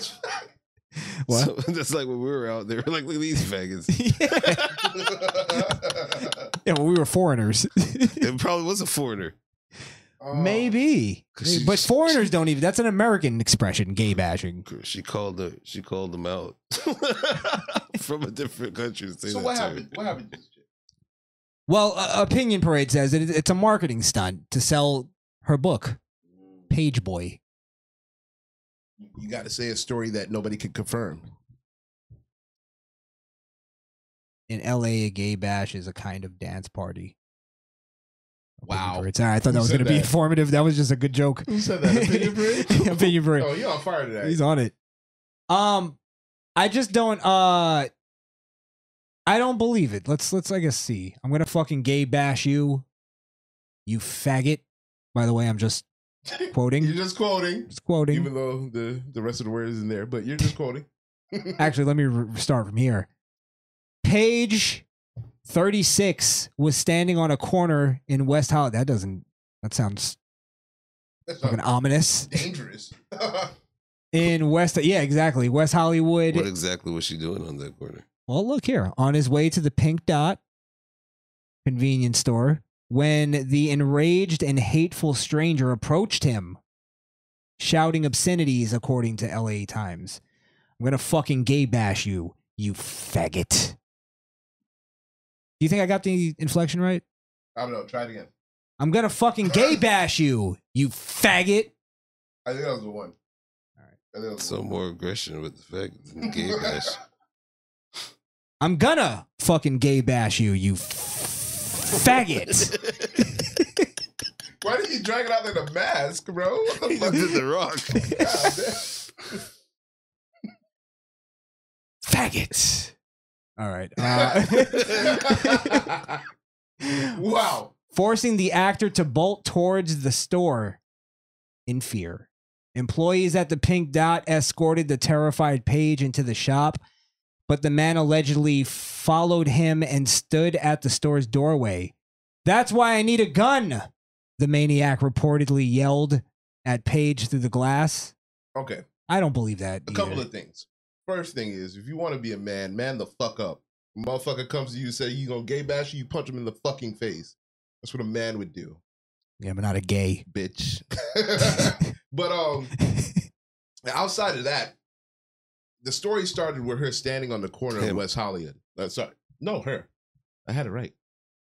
Speaker 9: What?
Speaker 5: So, that's like when we were out there. Like, look at these faggots.
Speaker 9: yeah, well, we were foreigners.
Speaker 5: It probably was a foreigner.
Speaker 9: Maybe,
Speaker 5: Oh. She-
Speaker 9: but foreigners don't even. That's an American expression, gay bashing.
Speaker 5: She called her. She called them out from a different country. To say
Speaker 10: So
Speaker 5: that
Speaker 10: what
Speaker 5: term.
Speaker 10: happened? What happened?
Speaker 9: Well, uh, Opinion Parade says it, it's a marketing stunt to sell her book, Page Boy.
Speaker 10: You got to say a story that nobody can confirm.
Speaker 9: In L.A., a gay bash is a kind of dance party.
Speaker 10: Wow.
Speaker 9: Sorry, I thought that
Speaker 10: Who
Speaker 9: was
Speaker 10: said
Speaker 9: going to be
Speaker 10: that?
Speaker 9: informative. That was just a good joke.
Speaker 10: Who said that? Opinion Parade?
Speaker 9: Opinion Parade.
Speaker 10: Oh, you're on fire today.
Speaker 9: He's on it. Um, I just don't. Uh, I don't believe it. Let's let's I guess see. I'm gonna fucking gay bash you, you faggot. By the way, I'm just quoting.
Speaker 10: You're just quoting.
Speaker 9: Just quoting.
Speaker 10: Even though the, the rest of the word isn't there, but you're just quoting.
Speaker 9: Actually, let me re- start from here. Page 36 was standing on a corner in West Hollywood. That doesn't, that sounds
Speaker 10: That's
Speaker 9: fucking ominous.
Speaker 10: dangerous.
Speaker 9: In West, yeah, exactly. West Hollywood.
Speaker 5: What exactly was she doing on that corner?
Speaker 9: Well, look here. On his way to the Pink Dot convenience store, when the enraged and hateful stranger approached him, shouting obscenities, according to LA Times. I'm going to fucking gay bash you, you faggot. Do you think I got the inflection right?
Speaker 10: I don't know. Try it again.
Speaker 9: I'm going to fucking gay bash you, you faggot.
Speaker 10: I think that was the one. All right.
Speaker 5: Some more aggression with the faggots and gay bash.
Speaker 9: I'm gonna fucking gay bash you, you faggot.
Speaker 10: Why did you drag it out like a mask, bro? What the fuck
Speaker 5: did the rock?
Speaker 9: faggot. All right. uh,
Speaker 10: wow.
Speaker 9: Forcing the actor to bolt towards the store in fear. Employees at the Pink Dot escorted the terrified Page into the shop, but the man allegedly followed him and stood at the store's doorway. That's why I need a gun, the maniac reportedly yelled at Page through the glass.
Speaker 10: Okay.
Speaker 9: I don't believe that.
Speaker 10: A couple
Speaker 9: either.
Speaker 10: of things. First thing is, if you want to be a man, man the fuck up. Motherfucker comes to you, say you gonna gay bash you, you punch him in the fucking face. That's what a man would do,
Speaker 9: Yeah, but not a gay.
Speaker 10: bitch. but um, outside of that, the story started with her standing on the corner of West Hollywood. Uh, sorry, no, her. I had it right.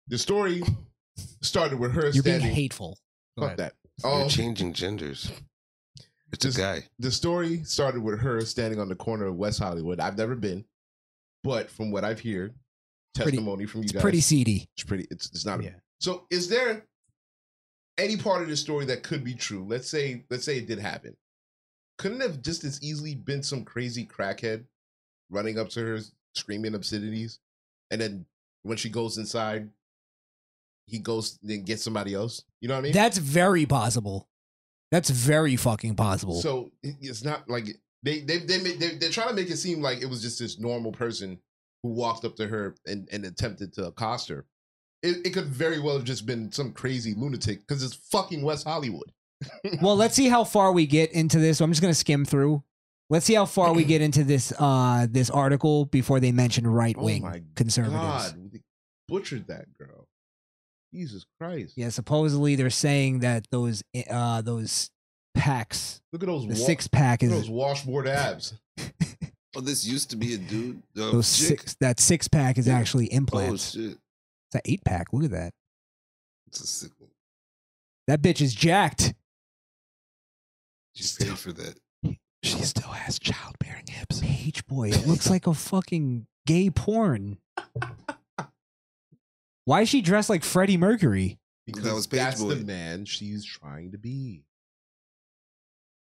Speaker 10: The story started with her
Speaker 9: You're being
Speaker 10: standing.
Speaker 9: hateful. Go
Speaker 10: Fuck
Speaker 9: ahead.
Speaker 10: that. Oh,
Speaker 5: You're changing genders. It's a guy.
Speaker 10: the story started with her standing on the corner of West Hollywood. I've never been, but from what I've heard,
Speaker 9: Pretty-
Speaker 10: testimony from you
Speaker 9: It's
Speaker 10: guys,
Speaker 9: pretty seedy.
Speaker 10: It's pretty. It's, it's not. A, So, is there any part of the story that could be true? Let's say, let's say it did happen. Couldn't it have just as easily been some crazy crackhead running up to her, screaming obscenities, and then when she goes inside, he goes and gets somebody else. You know what I mean?
Speaker 9: That's very possible. That's very fucking possible.
Speaker 10: So it- it's not like they they they make, they they're trying to make it seem like it was just this normal person who walked up to her and, and attempted to accost her. It, it could very well have just been some crazy lunatic because it's fucking West Hollywood.
Speaker 9: well, let's see how far we get into this. I'm just gonna skim through. Let's see how far we get into this uh this article before they mention right wing
Speaker 10: Oh my
Speaker 9: conservatives.
Speaker 10: God, they butchered that girl. Jesus Christ!
Speaker 9: Yeah, supposedly they're saying that those uh those packs.
Speaker 10: Look at those
Speaker 9: The
Speaker 10: wa-
Speaker 9: six pack
Speaker 10: look
Speaker 9: is
Speaker 10: at those washboard abs.
Speaker 5: Oh, this used to be a dude. Oh,
Speaker 9: those
Speaker 5: chick.
Speaker 9: six that six pack is actually
Speaker 5: Oh
Speaker 9: implants.
Speaker 5: shit!
Speaker 9: it's an eight pack. Look at that.
Speaker 5: It's a sick one.
Speaker 9: That bitch is jacked.
Speaker 5: She paid for that.
Speaker 9: She still has childbearing hips. Page boy, it looks like a fucking gay porn. Why is she dressed like Freddie Mercury?
Speaker 10: Because
Speaker 5: that was Page
Speaker 10: that's
Speaker 5: Boy.
Speaker 10: the man she's trying to be.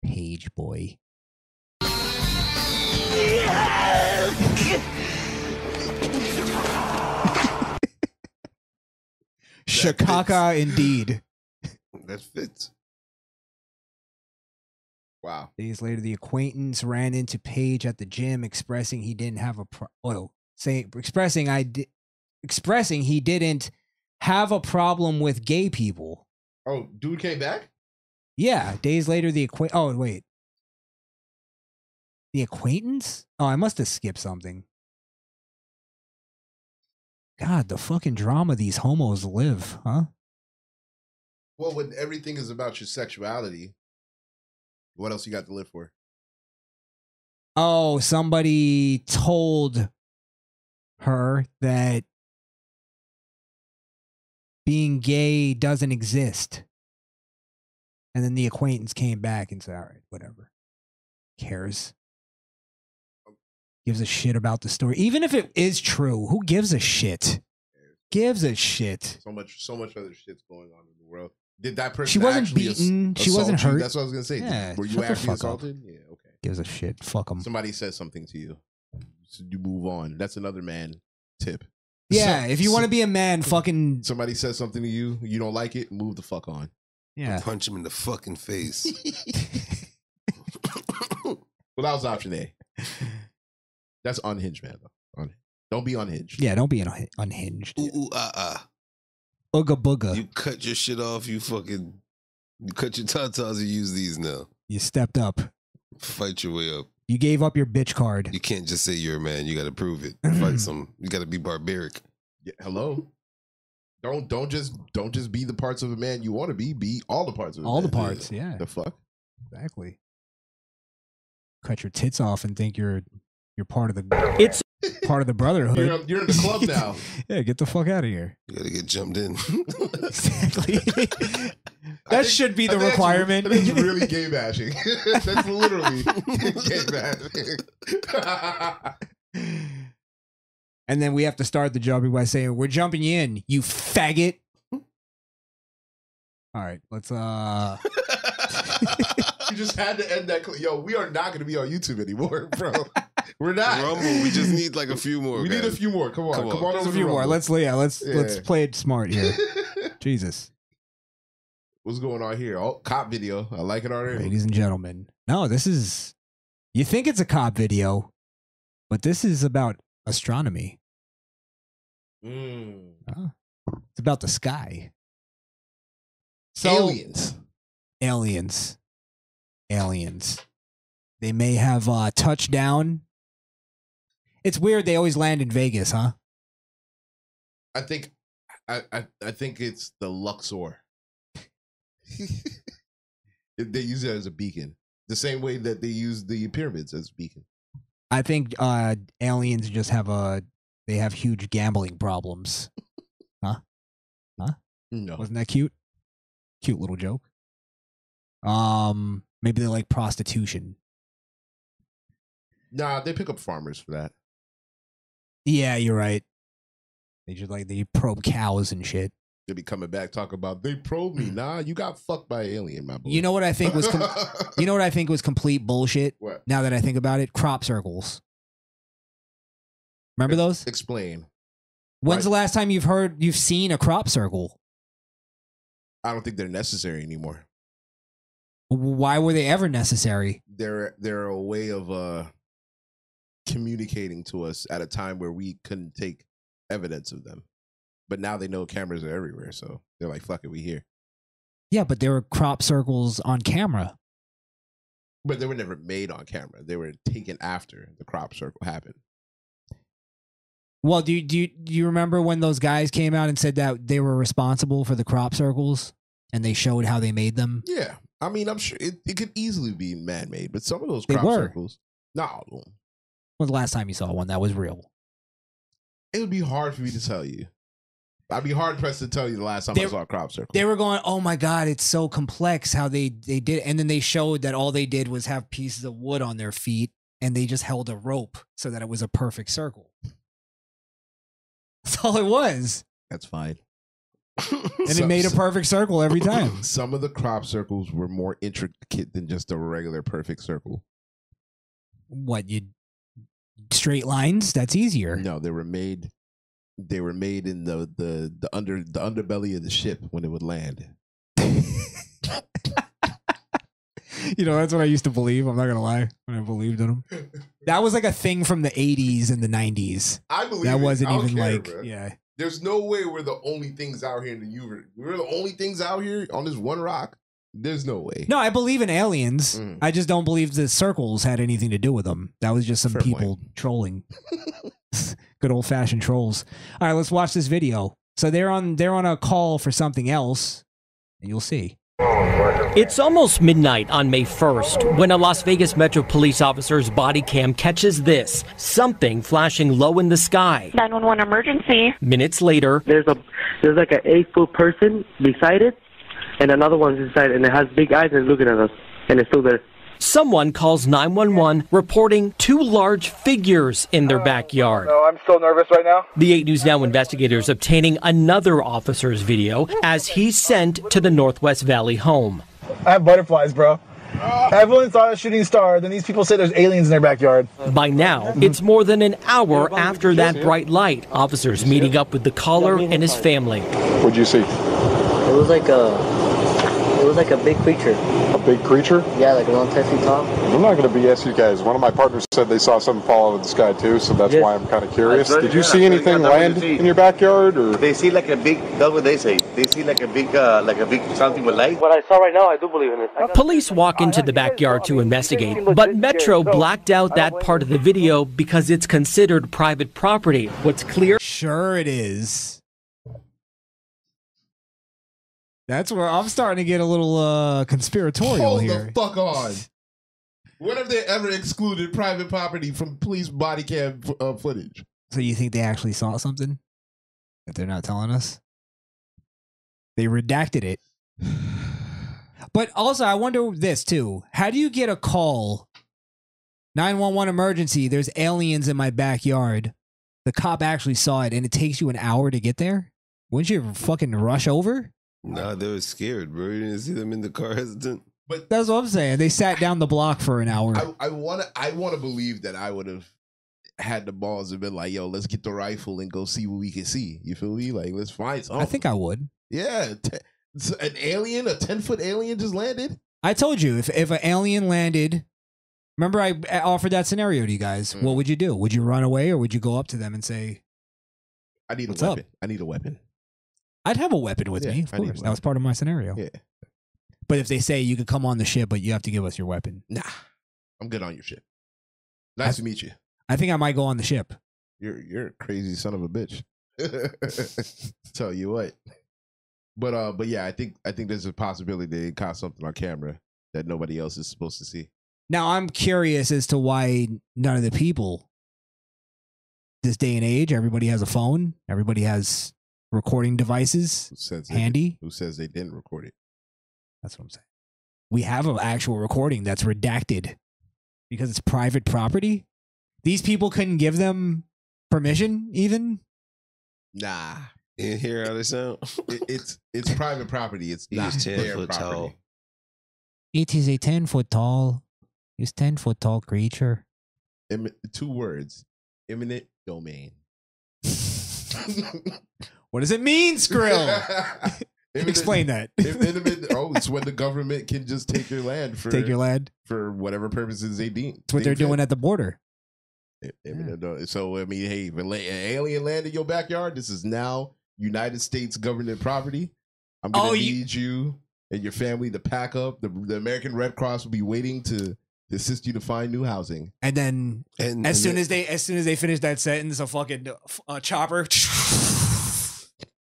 Speaker 9: Page boy. Shakaka indeed.
Speaker 5: That fits.
Speaker 10: Wow.
Speaker 9: Days later, the acquaintance ran into Page at the gym, expressing he didn't have a pro- well, saying expressing I di- expressing he didn't have a problem with gay people.
Speaker 10: Oh, dude came back.
Speaker 9: Yeah, days later, the acquaint. Oh wait, the acquaintance. Oh, I must have skipped something. God, the fucking drama these homos live, huh?
Speaker 10: Well, when everything is about your sexuality, what else you got to live for?
Speaker 9: Oh, somebody told her that being gay doesn't exist. And then the acquaintance came back and said, all right, whatever. Cares. Gives a shit about the story. Even if it is true, who gives a shit? Gives a shit.
Speaker 10: So much, so much other shit's going on in the world. Did that person?
Speaker 9: She wasn't
Speaker 10: actually ass-
Speaker 9: beaten. She wasn't
Speaker 10: assault you?
Speaker 9: hurt.
Speaker 10: That's what I was gonna say. Did-
Speaker 9: Yeah,
Speaker 10: Were you
Speaker 9: shut the
Speaker 10: actually
Speaker 9: fuck up.
Speaker 10: assaulted? Yeah. Okay.
Speaker 9: Gives a shit. Fuck them.
Speaker 10: Somebody says something to you. So you move on. That's another man tip.
Speaker 9: Yeah,
Speaker 10: So-
Speaker 9: if you want to be a man, fucking
Speaker 10: somebody says something to you, you don't like it, move the fuck on.
Speaker 9: Yeah.
Speaker 5: Punch him in the fucking face.
Speaker 10: Well, that was option A. That's unhinged, man. Though. Un- Don't be unhinged.
Speaker 9: yeah, don't be un- unhinged.
Speaker 5: Ooh, ooh, ah, ah.
Speaker 9: Ooga booga.
Speaker 5: You cut your shit off. You fucking you cut your tatas. You use these now.
Speaker 9: You stepped up.
Speaker 5: Fight your way up.
Speaker 9: You gave up your bitch card.
Speaker 5: You can't just say you're a man. You got to prove it.
Speaker 9: Mm-hmm.
Speaker 5: Fight some. You got to be barbaric.
Speaker 10: Yeah, hello. Don't don't just don't just be the parts of a man you want to be. Be all the parts of a
Speaker 9: All the
Speaker 10: man.
Speaker 9: parts, yeah.
Speaker 10: The fuck.
Speaker 9: Exactly. Cut your tits off and think you're you're part of the
Speaker 10: It's-
Speaker 9: part of the brotherhood.
Speaker 10: You're, you're in the club now.
Speaker 9: yeah, get the fuck out of here.
Speaker 5: You got to get jumped in.
Speaker 9: exactly.
Speaker 10: That
Speaker 9: should be the requirement.
Speaker 10: That's, really gay bashing. that's literally gay bashing.
Speaker 9: And then we have to start the job by saying, "We're jumping you in, you faggot."
Speaker 10: Hmm?
Speaker 9: All right, let's uh
Speaker 10: you just had to end that. Cl- Yo, we are not going to be on YouTube anymore, bro. We're not.
Speaker 5: Rumble. We just need like a few more.
Speaker 10: We need a
Speaker 5: guys.
Speaker 10: few more. Come on. Come on,
Speaker 9: just
Speaker 10: over
Speaker 9: a
Speaker 10: to
Speaker 9: few more.
Speaker 10: Rumble.
Speaker 9: Let's yeah, let's let's
Speaker 10: Yeah.
Speaker 9: play it smart here. Jesus.
Speaker 10: What's going on here? Oh, cop video. I like it already.
Speaker 9: ladies and gentlemen. No, this is. You think it's a cop video, but this is about astronomy.
Speaker 10: Mm.
Speaker 9: Huh? It's about the sky.
Speaker 10: Aliens.
Speaker 9: Aliens. Aliens. They may have uh, touched down. It's weird. They always land in Vegas, huh?
Speaker 10: I think, I, I, I think it's the Luxor. they use it as a beacon, the same way that they use the pyramids as a beacon.
Speaker 9: I think uh, aliens just have a. They have huge gambling problems. Huh? Huh?
Speaker 10: No.
Speaker 9: Wasn't that cute? Cute little joke. Um, maybe they like prostitution.
Speaker 10: Nah, they pick up farmers for that.
Speaker 9: Yeah, you're right. They just like they probe cows and shit. Mm.
Speaker 10: They'll be coming back talking about they probed me. Nah, you got fucked by an alien, my boy.
Speaker 9: You know what I think was com- you know what I think was complete bullshit.
Speaker 10: What?
Speaker 9: Now that I think about it, crop circles. Remember those?
Speaker 10: Explain.
Speaker 9: When's the last time you've heard you've seen a crop circle?
Speaker 10: I don't think they're necessary anymore.
Speaker 9: Why were they ever necessary?
Speaker 10: They're they're a way of uh communicating to us at a time where we couldn't take evidence of them. But now they know cameras are everywhere, so they're like, "Fuck it, we here."
Speaker 9: Yeah, but there were crop circles on camera.
Speaker 10: But they were never made on camera. They were taken after the crop circle happened.
Speaker 9: Well, do you, do you, do you remember when those guys came out and said that they were responsible for the crop circles and they showed how they made them?
Speaker 10: Yeah, I mean, I'm sure it, it could easily be man made, but some of those
Speaker 9: They
Speaker 10: crop
Speaker 9: were.
Speaker 10: circles, not all of them.
Speaker 9: When's the last time you saw one that was real?
Speaker 10: It would be hard for me to tell you. I'd be hard pressed to tell you the last time I
Speaker 9: There-
Speaker 10: saw a crop circle.
Speaker 9: They were going, "Oh my god, it's so complex how they they did," it." and then they showed that all they did was have pieces of wood on their feet and they just held a rope so that it was a perfect circle. That's all it was,
Speaker 10: That's fine.
Speaker 9: and it made a perfect circle every time.
Speaker 10: Some of the crop circles were more intricate than just a regular perfect circle.
Speaker 9: What you straight lines? That's easier.
Speaker 10: No, they were made. They were made in the the the under the underbelly of the ship when it would land.
Speaker 9: You know, that's what I used to believe. I'm not gonna lie, when I believed in them. That was like a thing from the '80s and the '90s.
Speaker 10: I believe
Speaker 9: that
Speaker 10: it.
Speaker 9: wasn't
Speaker 10: I don't
Speaker 9: even
Speaker 10: care,
Speaker 9: like,
Speaker 10: bruh.
Speaker 9: yeah.
Speaker 10: There's no way we're the only things out here in the universe. We're the only things out here on this one rock There's no way.
Speaker 9: No, I believe in aliens.
Speaker 10: Mm.
Speaker 9: I just don't believe the circles had anything to do with them. That was just some people trolling. Good old fashioned trolls. All right, let's watch this video. So they're on they're on a call for something else, and you'll see.
Speaker 14: It's almost midnight on May 1st when a Las Vegas Metro Police officer's body cam catches this something flashing low in the sky.
Speaker 15: 911 emergency.
Speaker 14: Minutes later,
Speaker 16: there's a there's like an eight foot person beside it, and another one's inside, and it has big eyes and looking at us, and it's still there.
Speaker 14: someone calls 911 reporting two large figures in their backyard.
Speaker 17: No, I'm so nervous right now.
Speaker 14: The 8 News Now investigators obtaining another officer's video as he's sent to the Northwest Valley home.
Speaker 17: I have butterflies, bro. Everyone thought a shooting star, then these people say there's aliens in their backyard.
Speaker 14: By now, it's more than an hour after that bright light. Officers meeting up with the caller and his family.
Speaker 18: What'd you see? It was like a, it was like a big creature. A big creature? Yeah, like a long testing top. I'm not going to BS you guys. One of my partners said they saw something fall out of the sky too, so that's why I'm kind of curious.
Speaker 19: I said,
Speaker 18: Did you
Speaker 19: yeah,
Speaker 18: see
Speaker 19: I said,
Speaker 18: anything
Speaker 19: yeah, that was
Speaker 18: land
Speaker 19: the seed.
Speaker 18: in your backyard or?
Speaker 19: They see like a big. That's what they say. They see like a big, uh, like a big something with light. What I saw right now, I do believe in it.
Speaker 14: Police walk into the backyard to investigate, but Metro blacked out that part of the video because it's considered private property. What's clear?
Speaker 9: Sure, it is. That's where I'm starting to get a little uh conspiratorial
Speaker 10: Hold
Speaker 9: here.
Speaker 10: the fuck on. When have they ever excluded private property from police body cam f- uh, footage?
Speaker 9: So you think they actually saw something that they're not telling us? They redacted it. But also, I wonder this too. How do you get a call? 911 emergency. There's aliens in my backyard. The cop actually saw it and it takes you an hour to get there? Wouldn't you fucking rush over?
Speaker 5: Nah, they were scared, bro. You didn't see them in the car hesitant.
Speaker 9: But that's what I'm saying. They sat down the block for an hour.
Speaker 10: I, I wanna I wanna believe that I would have had the balls and been like, yo, let's get the rifle and go see what we can see. You feel me? Like let's find something.
Speaker 9: I think I would.
Speaker 10: Yeah. te- so an alien, a ten foot alien just landed?
Speaker 9: I told you if if an alien landed, remember I I offered that scenario to you guys.
Speaker 10: Mm-hmm.
Speaker 9: What would you do? Would you run away or would you go up to them and say,
Speaker 10: I need a
Speaker 9: What's up?
Speaker 10: weapon. I need a weapon.
Speaker 9: "I'd have a weapon with
Speaker 10: Yeah,
Speaker 9: me"? Of
Speaker 10: I need a
Speaker 9: course, that
Speaker 10: weapon.
Speaker 9: was part of my scenario.
Speaker 10: Yeah.
Speaker 9: But if they say you could come on the ship, but you have to give us your weapon,
Speaker 10: nah, I'm good on your ship. Nice to meet you.
Speaker 9: I think I might go on the ship.
Speaker 10: You're you're a crazy son of a bitch. Tell you what. But uh but yeah, I think I think there's a possibility they caught something on camera that nobody else is supposed to see.
Speaker 9: Now I'm curious as to why none of the people this day and age, everybody has a phone, everybody has recording devices
Speaker 10: says they-
Speaker 9: handy.
Speaker 10: Who says they didn't record it?
Speaker 9: That's what I'm saying. We have an actual recording that's redacted because it's private property. These people couldn't give them permission, even.
Speaker 10: Nah.
Speaker 5: You hear how they sound?
Speaker 10: it's it's private property. It's
Speaker 5: He was
Speaker 10: not
Speaker 5: 10
Speaker 10: their
Speaker 5: foot
Speaker 10: property.
Speaker 5: tall.
Speaker 9: It is a 10 foot tall, it's 10 foot tall creature.
Speaker 10: Em- two words. Eminent domain.
Speaker 9: What does it mean, Skrill?
Speaker 10: Eminent-
Speaker 9: Explain that.
Speaker 10: em- eminent- oh, it's when the government can just take your land for
Speaker 9: Take your land.
Speaker 10: for whatever purposes they deem.
Speaker 9: That's what they're doing at the border.
Speaker 10: So I mean, hey, if an la- an alien land in your backyard, this is now United States government property. I'm gonna
Speaker 9: Oh, you-
Speaker 10: need you-, and your family to pack up. The, the American Red Cross will be waiting to assist you to find new housing.
Speaker 9: And then,
Speaker 10: And-
Speaker 9: as
Speaker 10: and
Speaker 9: soon
Speaker 10: then-
Speaker 9: as they as soon as they finish that sentence, a fucking uh, chopper.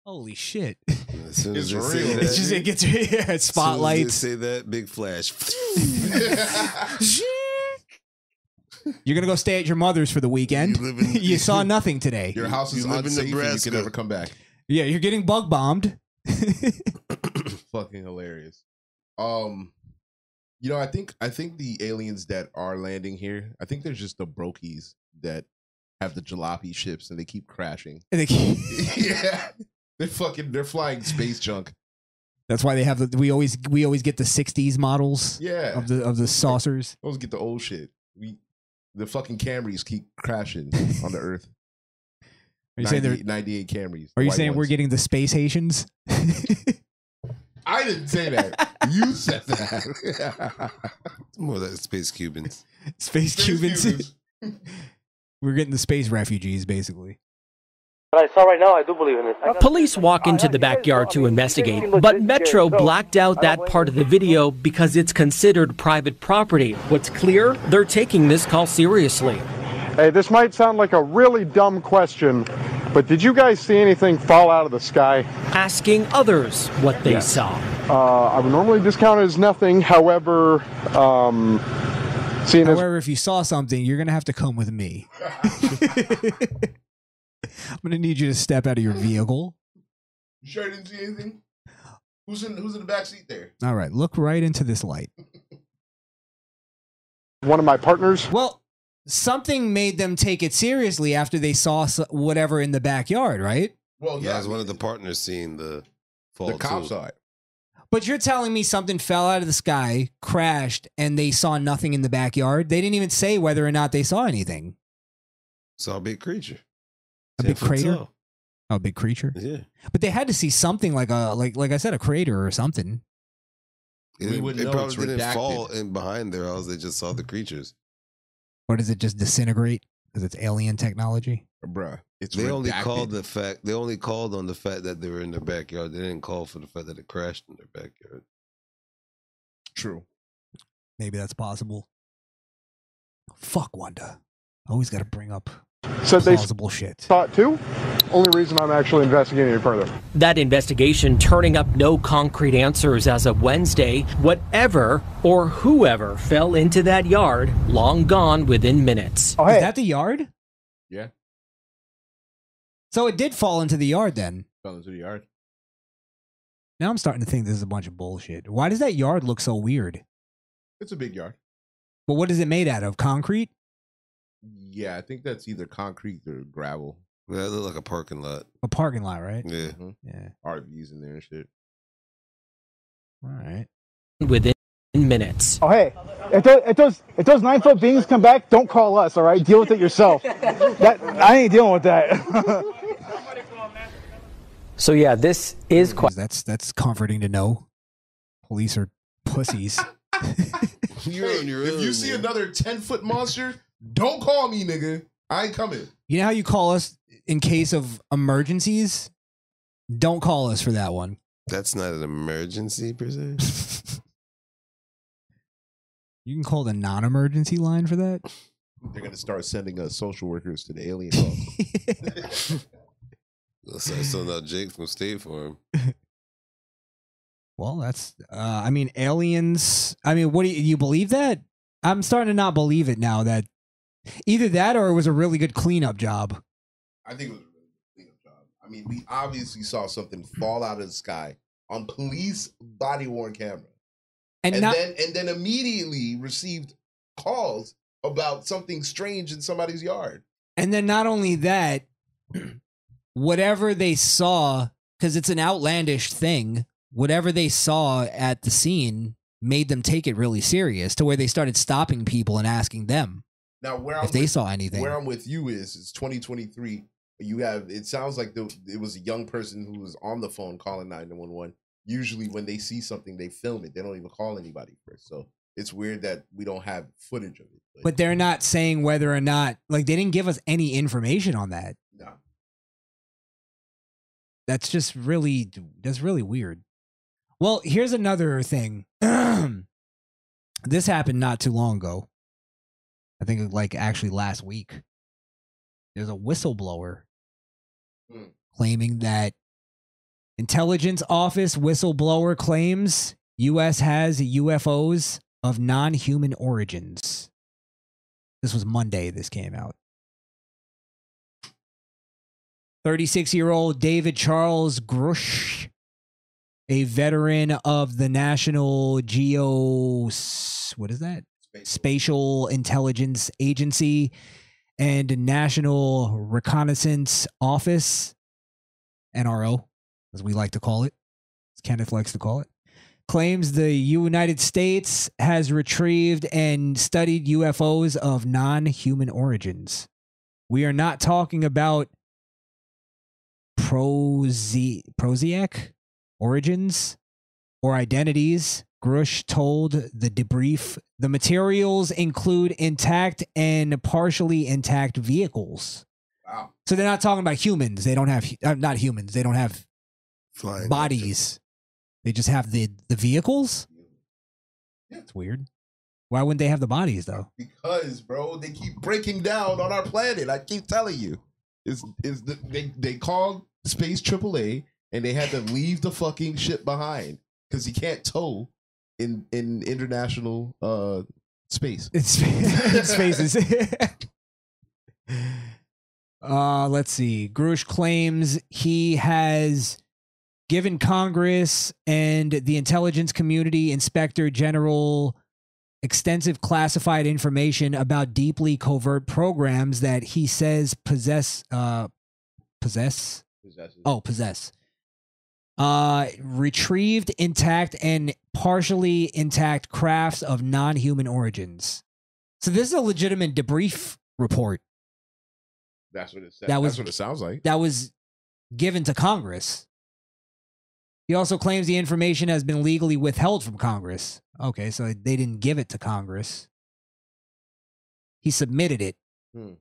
Speaker 9: Holy shit!
Speaker 5: As soon as
Speaker 9: It's
Speaker 5: they say
Speaker 9: real.
Speaker 5: that-
Speaker 9: It's just- it gets- yeah, it's
Speaker 5: As soon as they
Speaker 9: spotlights.
Speaker 5: Say that big flash.
Speaker 9: You're gonna go stay at your mother's for the weekend. You, saw nothing today.
Speaker 10: Your house is
Speaker 9: You live in
Speaker 10: unsafe. And you
Speaker 9: Nebraska.
Speaker 10: can never come back.
Speaker 9: Yeah, you're getting bug bombed.
Speaker 10: Fucking hilarious. Um, you know, I think I think the aliens that are landing here, I think they're just the brokies that have the jalopy ships and they keep crashing.
Speaker 9: And they keep-
Speaker 10: yeah, they're fucking they're flying space junk.
Speaker 9: That's why they have the we always we always get the '60s models.
Speaker 10: Yeah.
Speaker 9: of the of the saucers.
Speaker 10: Let's get the old shit. We the fucking Camrys keep crashing on the Earth.
Speaker 9: Are you saying they're-
Speaker 10: 90 98 Camrys?
Speaker 9: Are you
Speaker 10: white
Speaker 9: saying
Speaker 10: ones.
Speaker 9: we're getting the space Haitians?
Speaker 10: I didn't say that. you said that.
Speaker 5: More like space Cubans.
Speaker 9: Space Cubans. We're getting the space refugees, basically.
Speaker 16: What I saw right now, I do believe in it. I got-
Speaker 14: Police walk into the backyard to investigate, but Metro blacked out that part of the video because it's considered private property. What's clear? They're taking this call seriously.
Speaker 18: Hey, this might sound like a really dumb question, but did you guys see anything fall out of the sky?
Speaker 14: Asking others what they saw.
Speaker 18: Uh, I would normally discount it as nothing. However, um, seeing as
Speaker 9: However, if you saw something, you're gonna have to come with me. I'm gonna need you to step out of your vehicle.
Speaker 10: You sure didn't see anything? Who's in Who's in the back seat there?
Speaker 9: All right, look right into this light.
Speaker 18: One of my partners.
Speaker 9: Well, something made them take it seriously after they saw s- whatever in the backyard, right?
Speaker 5: Well, yeah, that was one of the partners seeing the fall.
Speaker 10: The cops saw it.
Speaker 9: But you're telling me something fell out of the sky, crashed, and they saw nothing in the backyard. They didn't even say whether or not they saw anything.
Speaker 5: Saw a big creature.
Speaker 9: A
Speaker 5: Ten
Speaker 9: big
Speaker 5: foot
Speaker 9: crater?
Speaker 5: tall.
Speaker 9: Oh, a big creature.
Speaker 5: Yeah.
Speaker 9: But they had to see something like a like like I said, a crater or something.
Speaker 5: It,
Speaker 10: We wouldn't
Speaker 5: it
Speaker 10: know,
Speaker 5: probably
Speaker 10: it's
Speaker 5: didn't
Speaker 10: redacted.
Speaker 5: fall in behind their house. They just saw the creatures.
Speaker 9: Or does it just disintegrate because it's alien technology?
Speaker 10: Bruh, it's
Speaker 5: they only
Speaker 10: redacted.
Speaker 5: called the fact. They only called on the fact that they were in their backyard. They didn't call for the fact that it crashed in their backyard.
Speaker 10: True.
Speaker 9: Maybe that's possible. Fuck Wanda. Always got to bring up
Speaker 18: said they
Speaker 9: plausible shit.
Speaker 18: thought too. Only reason I'm actually investigating it further.
Speaker 14: That investigation turning up no concrete answers as of Wednesday. Whatever or whoever fell into that yard, long gone within minutes.
Speaker 9: Is that the yard?
Speaker 10: Yeah.
Speaker 9: So it did fall into the yard then.
Speaker 10: Fell into the yard.
Speaker 9: Now I'm starting to think this is a bunch of bullshit. Why does that yard look so weird?
Speaker 10: It's a big yard.
Speaker 9: But what is it made out of? Concrete?
Speaker 10: Yeah, I think that's either concrete or gravel.
Speaker 5: Yeah, it looked like a parking lot.
Speaker 9: A parking lot, right?
Speaker 5: Yeah.
Speaker 9: Yeah.
Speaker 10: RVs in there and shit.
Speaker 9: All right.
Speaker 14: Within minutes.
Speaker 17: Oh hey, if those if those, if those nine foot beings come back, don't call us. All right, deal with it yourself. That I ain't dealing with that.
Speaker 14: So yeah, this is quite.
Speaker 9: That's that's comforting to know. Police are pussies.
Speaker 10: You're on your if you see another ten foot monster, don't call me, nigga. I ain't coming.
Speaker 9: you know how you call us in case of emergencies? Don't call us for that one.
Speaker 5: That's not an emergency per se.
Speaker 9: You can call the non-emergency line for that.
Speaker 10: They're gonna start sending us social workers to the alien. house.
Speaker 5: so, so now Jake from State Farm.
Speaker 9: Well, that's. Uh, I mean, aliens. I mean, what do you, you believe that? I'm starting to not believe it now. That either that or it was a really good cleanup job.
Speaker 10: I think it was a really good job. I mean, we obviously saw something fall out of the sky on police body worn camera,
Speaker 9: and,
Speaker 10: and then and then immediately received calls about something strange in somebody's yard.
Speaker 9: And then not only that, whatever they saw, because it's an outlandish thing, whatever they saw at the scene made them take it really serious to where they started stopping people and asking them.
Speaker 10: Now, where
Speaker 9: If
Speaker 10: I'm
Speaker 9: they
Speaker 10: with-
Speaker 9: saw anything.
Speaker 10: where I'm with you is it's 2023. You have it sounds like the, it was a young person who was on the phone calling 911. Usually, when they see something, they film it. They don't even call anybody first. So it's weird that we don't have footage of it.
Speaker 9: But they're not saying whether or not, like, they didn't give us any information on that.
Speaker 10: No.
Speaker 9: That's just really, that's really weird. Well, here's another thing. this happened not too long ago. I think, like, actually last week. There's a whistleblower claiming that intelligence office whistleblower claims U.S. has UFOs of non-human origins. This was Monday. This came out. 36-year-old David Charles Grush, a veteran of the National Geo what is that? Spatial Intelligence Agency and National Reconnaissance Office, NRO, as we like to call it, as Kenneth likes to call it, claims the United States has retrieved and studied UFOs of non human origins. We are not talking about prozi- Proziac origins or identities. Grush told the debrief the materials include intact and partially intact vehicles So they're not talking about humans. They don't have hu- uh, not humans. They don't have bodies. They just have the the vehicles. It's weird. Why wouldn't they have the bodies though?
Speaker 10: Because, bro, they keep breaking down on our planet. I keep telling you, is is the, they they called Space AAA and they had to leave the fucking ship behind because you can't tow in in international uh space.
Speaker 9: spaces. Uh, let's see. Grush claims he has given Congress and the intelligence community inspector general extensive classified information about deeply covert programs that he says possess uh possess oh possess uh retrieved intact and partially intact crafts of non-human origins so this is a legitimate debrief report
Speaker 10: That's what it
Speaker 9: that was
Speaker 10: that's what it sounds like.
Speaker 9: That was given to Congress. He also claims the information has been legally withheld from Congress. Okay, so they didn't give it to Congress. He submitted it
Speaker 10: Hmm.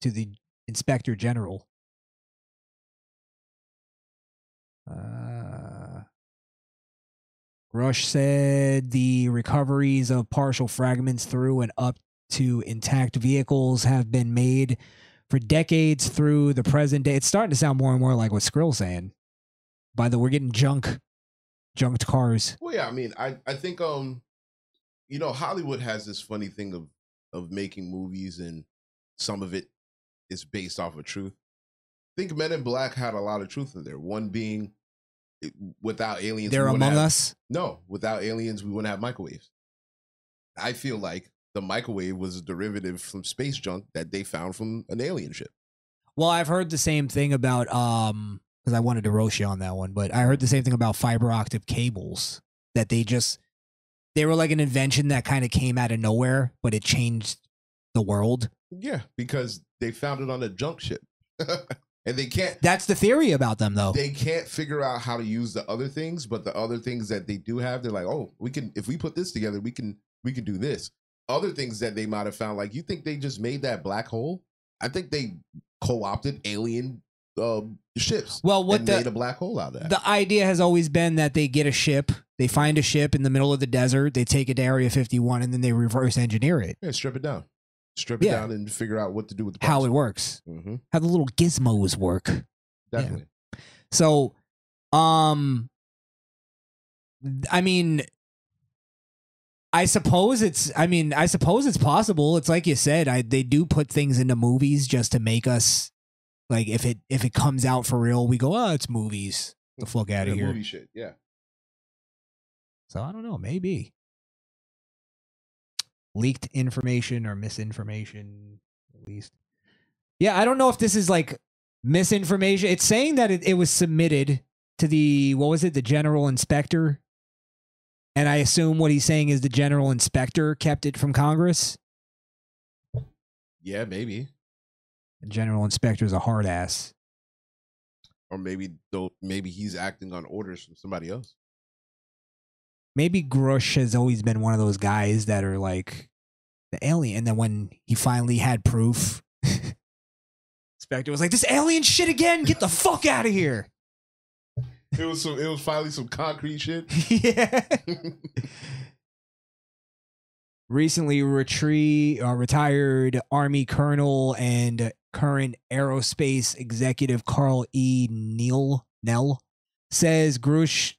Speaker 9: to the Inspector General. Uh, Rush said the recoveries of partial fragments through and up to intact vehicles have been made for decades through the present day. It's starting to sound more and more like what Skrill's saying. By the we're getting junk, junked cars.
Speaker 10: Well, yeah, I mean, I I think um, you know, Hollywood has this funny thing of of making movies, and some of it is based off of truth. I think Men in Black had a lot of truth in there. One being, it- without aliens, we
Speaker 9: They're
Speaker 10: wouldn't
Speaker 9: among
Speaker 10: have-
Speaker 9: us?
Speaker 10: No, without aliens, we wouldn't have microwaves. I feel like the microwave was a derivative from space junk that they found from an alien ship.
Speaker 9: Well, I've heard the same thing about um because I wanted to roast you on that one, but I heard the same thing about fiber optic cables that they just they were like an invention that kind of came out of nowhere, but it changed the world.
Speaker 10: Yeah, because they found it on a junk ship, and they can't
Speaker 9: That's the theory about them, though.
Speaker 10: They can't figure out how to use the other things, but the other things that they do have, they're like, oh, we can if we put this together, we can we can do this. Other things that they might have found, like you think they just made that black hole? I think they co-opted alien um, ships.
Speaker 9: Well, what
Speaker 10: and
Speaker 9: the-
Speaker 10: made a black hole out of that?
Speaker 9: The idea has always been that they get a ship, they find a ship in the middle of the desert, they take it to Area 51, and then they reverse engineer it.
Speaker 10: yeah, strip it down, strip it
Speaker 9: Yeah.
Speaker 10: down, and figure out what to do with the
Speaker 9: How it works,
Speaker 10: Mhm.
Speaker 9: how the little gizmos work.
Speaker 10: Definitely.
Speaker 9: So, um, I mean, I suppose it's. I mean, I suppose it's possible. It's like you said. I they do put things into movies just to make us like if it if it comes out for real, we go, oh, it's movies. Get The fuck out
Speaker 10: The
Speaker 9: of here.
Speaker 10: movie shit. Yeah,
Speaker 9: So I don't know. Maybe leaked information or misinformation, at least. Yeah, I don't know if this is like misinformation. It's saying that it, it was submitted to the what was it, the general inspector, and I assume what he's saying is the general inspector kept it from Congress.
Speaker 10: yeah, maybe,
Speaker 9: The general inspector is a hard ass.
Speaker 10: or maybe though, maybe he's acting on orders from somebody else.
Speaker 9: Maybe Grush has always been one of those guys that are like the alien, and then when he finally had proof. Spectre was like, "This alien shit again! Get the fuck out of here!"
Speaker 10: It was some. It was finally some concrete shit.
Speaker 9: yeah. recently retrie- uh, retired Army Colonel and current aerospace executive Carl E. Neal Nell says Grush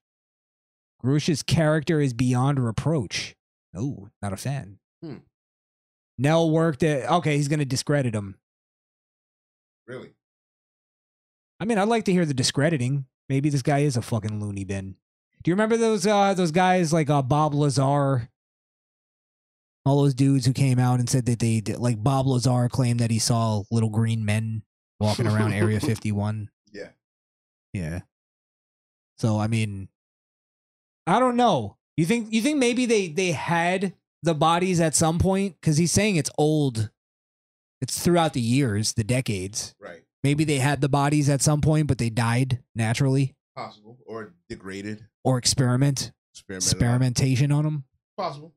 Speaker 9: Grush's character is beyond reproach. Oh, not a fan.
Speaker 10: Hmm.
Speaker 9: Nell worked at okay. He's going to discredit him.
Speaker 10: Really?
Speaker 9: I mean, I'd like to hear the discrediting. Maybe this guy is a fucking loony bin. Do you remember those uh, those guys like uh, Bob Lazar? All those dudes who came out and said that they did, like Bob Lazar claimed that he saw little green men walking around Area 51.
Speaker 10: Yeah.
Speaker 9: Yeah. So I mean, I don't know. You think you think maybe they they had the bodies at some point because he's saying it's old. It's throughout the years, the decades.
Speaker 10: Right.
Speaker 9: Maybe they had the bodies at some point, but they died naturally
Speaker 10: Possible or degraded.
Speaker 9: or experiment
Speaker 10: Experimented on.
Speaker 9: experimentation on them.
Speaker 10: Possible.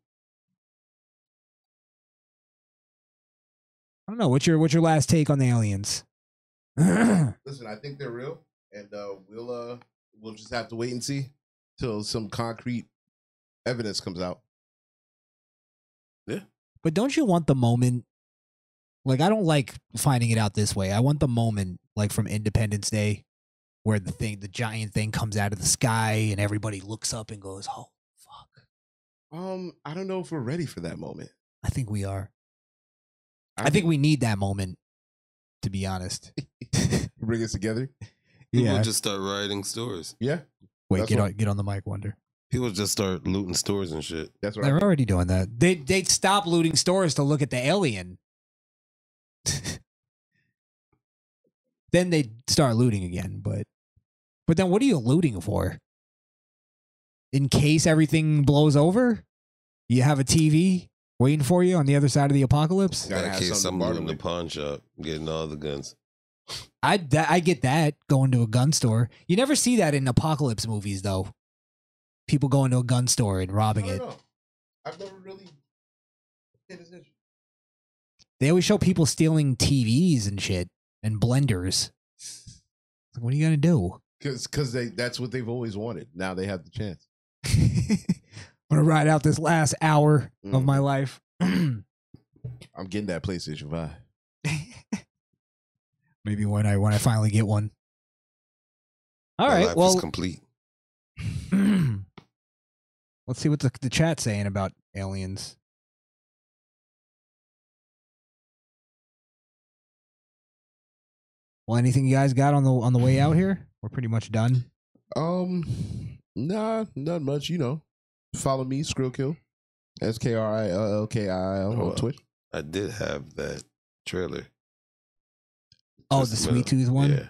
Speaker 9: I don't know. What's your what's your last take on the aliens?
Speaker 10: Listen, I think they're real, and uh, we'll uh, we'll just have to wait and see till some concrete evidence comes out.
Speaker 9: But don't you want the moment? Like, I don't like finding it out this way. I want the moment, like from Independence Day, where the thing, the giant thing comes out of the sky and everybody looks up and goes, oh,
Speaker 10: Um, I don't know if we're ready for that moment.
Speaker 9: I think we are. I, think, we need that moment, to be honest.
Speaker 10: Bring us together.
Speaker 5: People
Speaker 9: Yeah.
Speaker 5: just start rioting stores.
Speaker 10: Yeah.
Speaker 9: Wait,
Speaker 5: That's
Speaker 9: get
Speaker 5: what-
Speaker 9: on, get on the mic, Wonder.
Speaker 5: People just start looting stores and shit.
Speaker 10: That's
Speaker 9: They're already doing that. They they'd stop looting stores to look at the alien. then they would start looting again, but but then what are you looting for? In case everything blows over, you have a TV waiting for you on the other side of the apocalypse.
Speaker 5: In case I'm looting the pawn shop, getting all the guns.
Speaker 9: I that, I get that going to a gun store. You never see that in apocalypse movies though. People going to a gun store and robbing it.
Speaker 10: I've never really paid attention.
Speaker 9: They always show people stealing TVs and shit and blenders. Like, what are you gonna do?
Speaker 10: Cause, cause they that's what they've always wanted. Now they have the chance.
Speaker 9: I'm gonna ride out this last hour of my life.
Speaker 10: I'm getting that PlayStation Five.
Speaker 9: Maybe when I when I finally get one. All
Speaker 5: My
Speaker 9: right,
Speaker 5: life is
Speaker 9: well,
Speaker 5: complete.
Speaker 9: let's see what the, the chat's saying about aliens. Well, anything you guys got on the on the way out here? We're pretty much done.
Speaker 10: Um, nah, not much. You know, follow me, Skrill Kill, S K R I L L K I L
Speaker 5: Oh,
Speaker 10: on Twitch.
Speaker 5: I did have that trailer.
Speaker 9: Oh,
Speaker 5: Just
Speaker 9: the
Speaker 5: a minute.
Speaker 9: sweet tooth one.
Speaker 5: Yeah.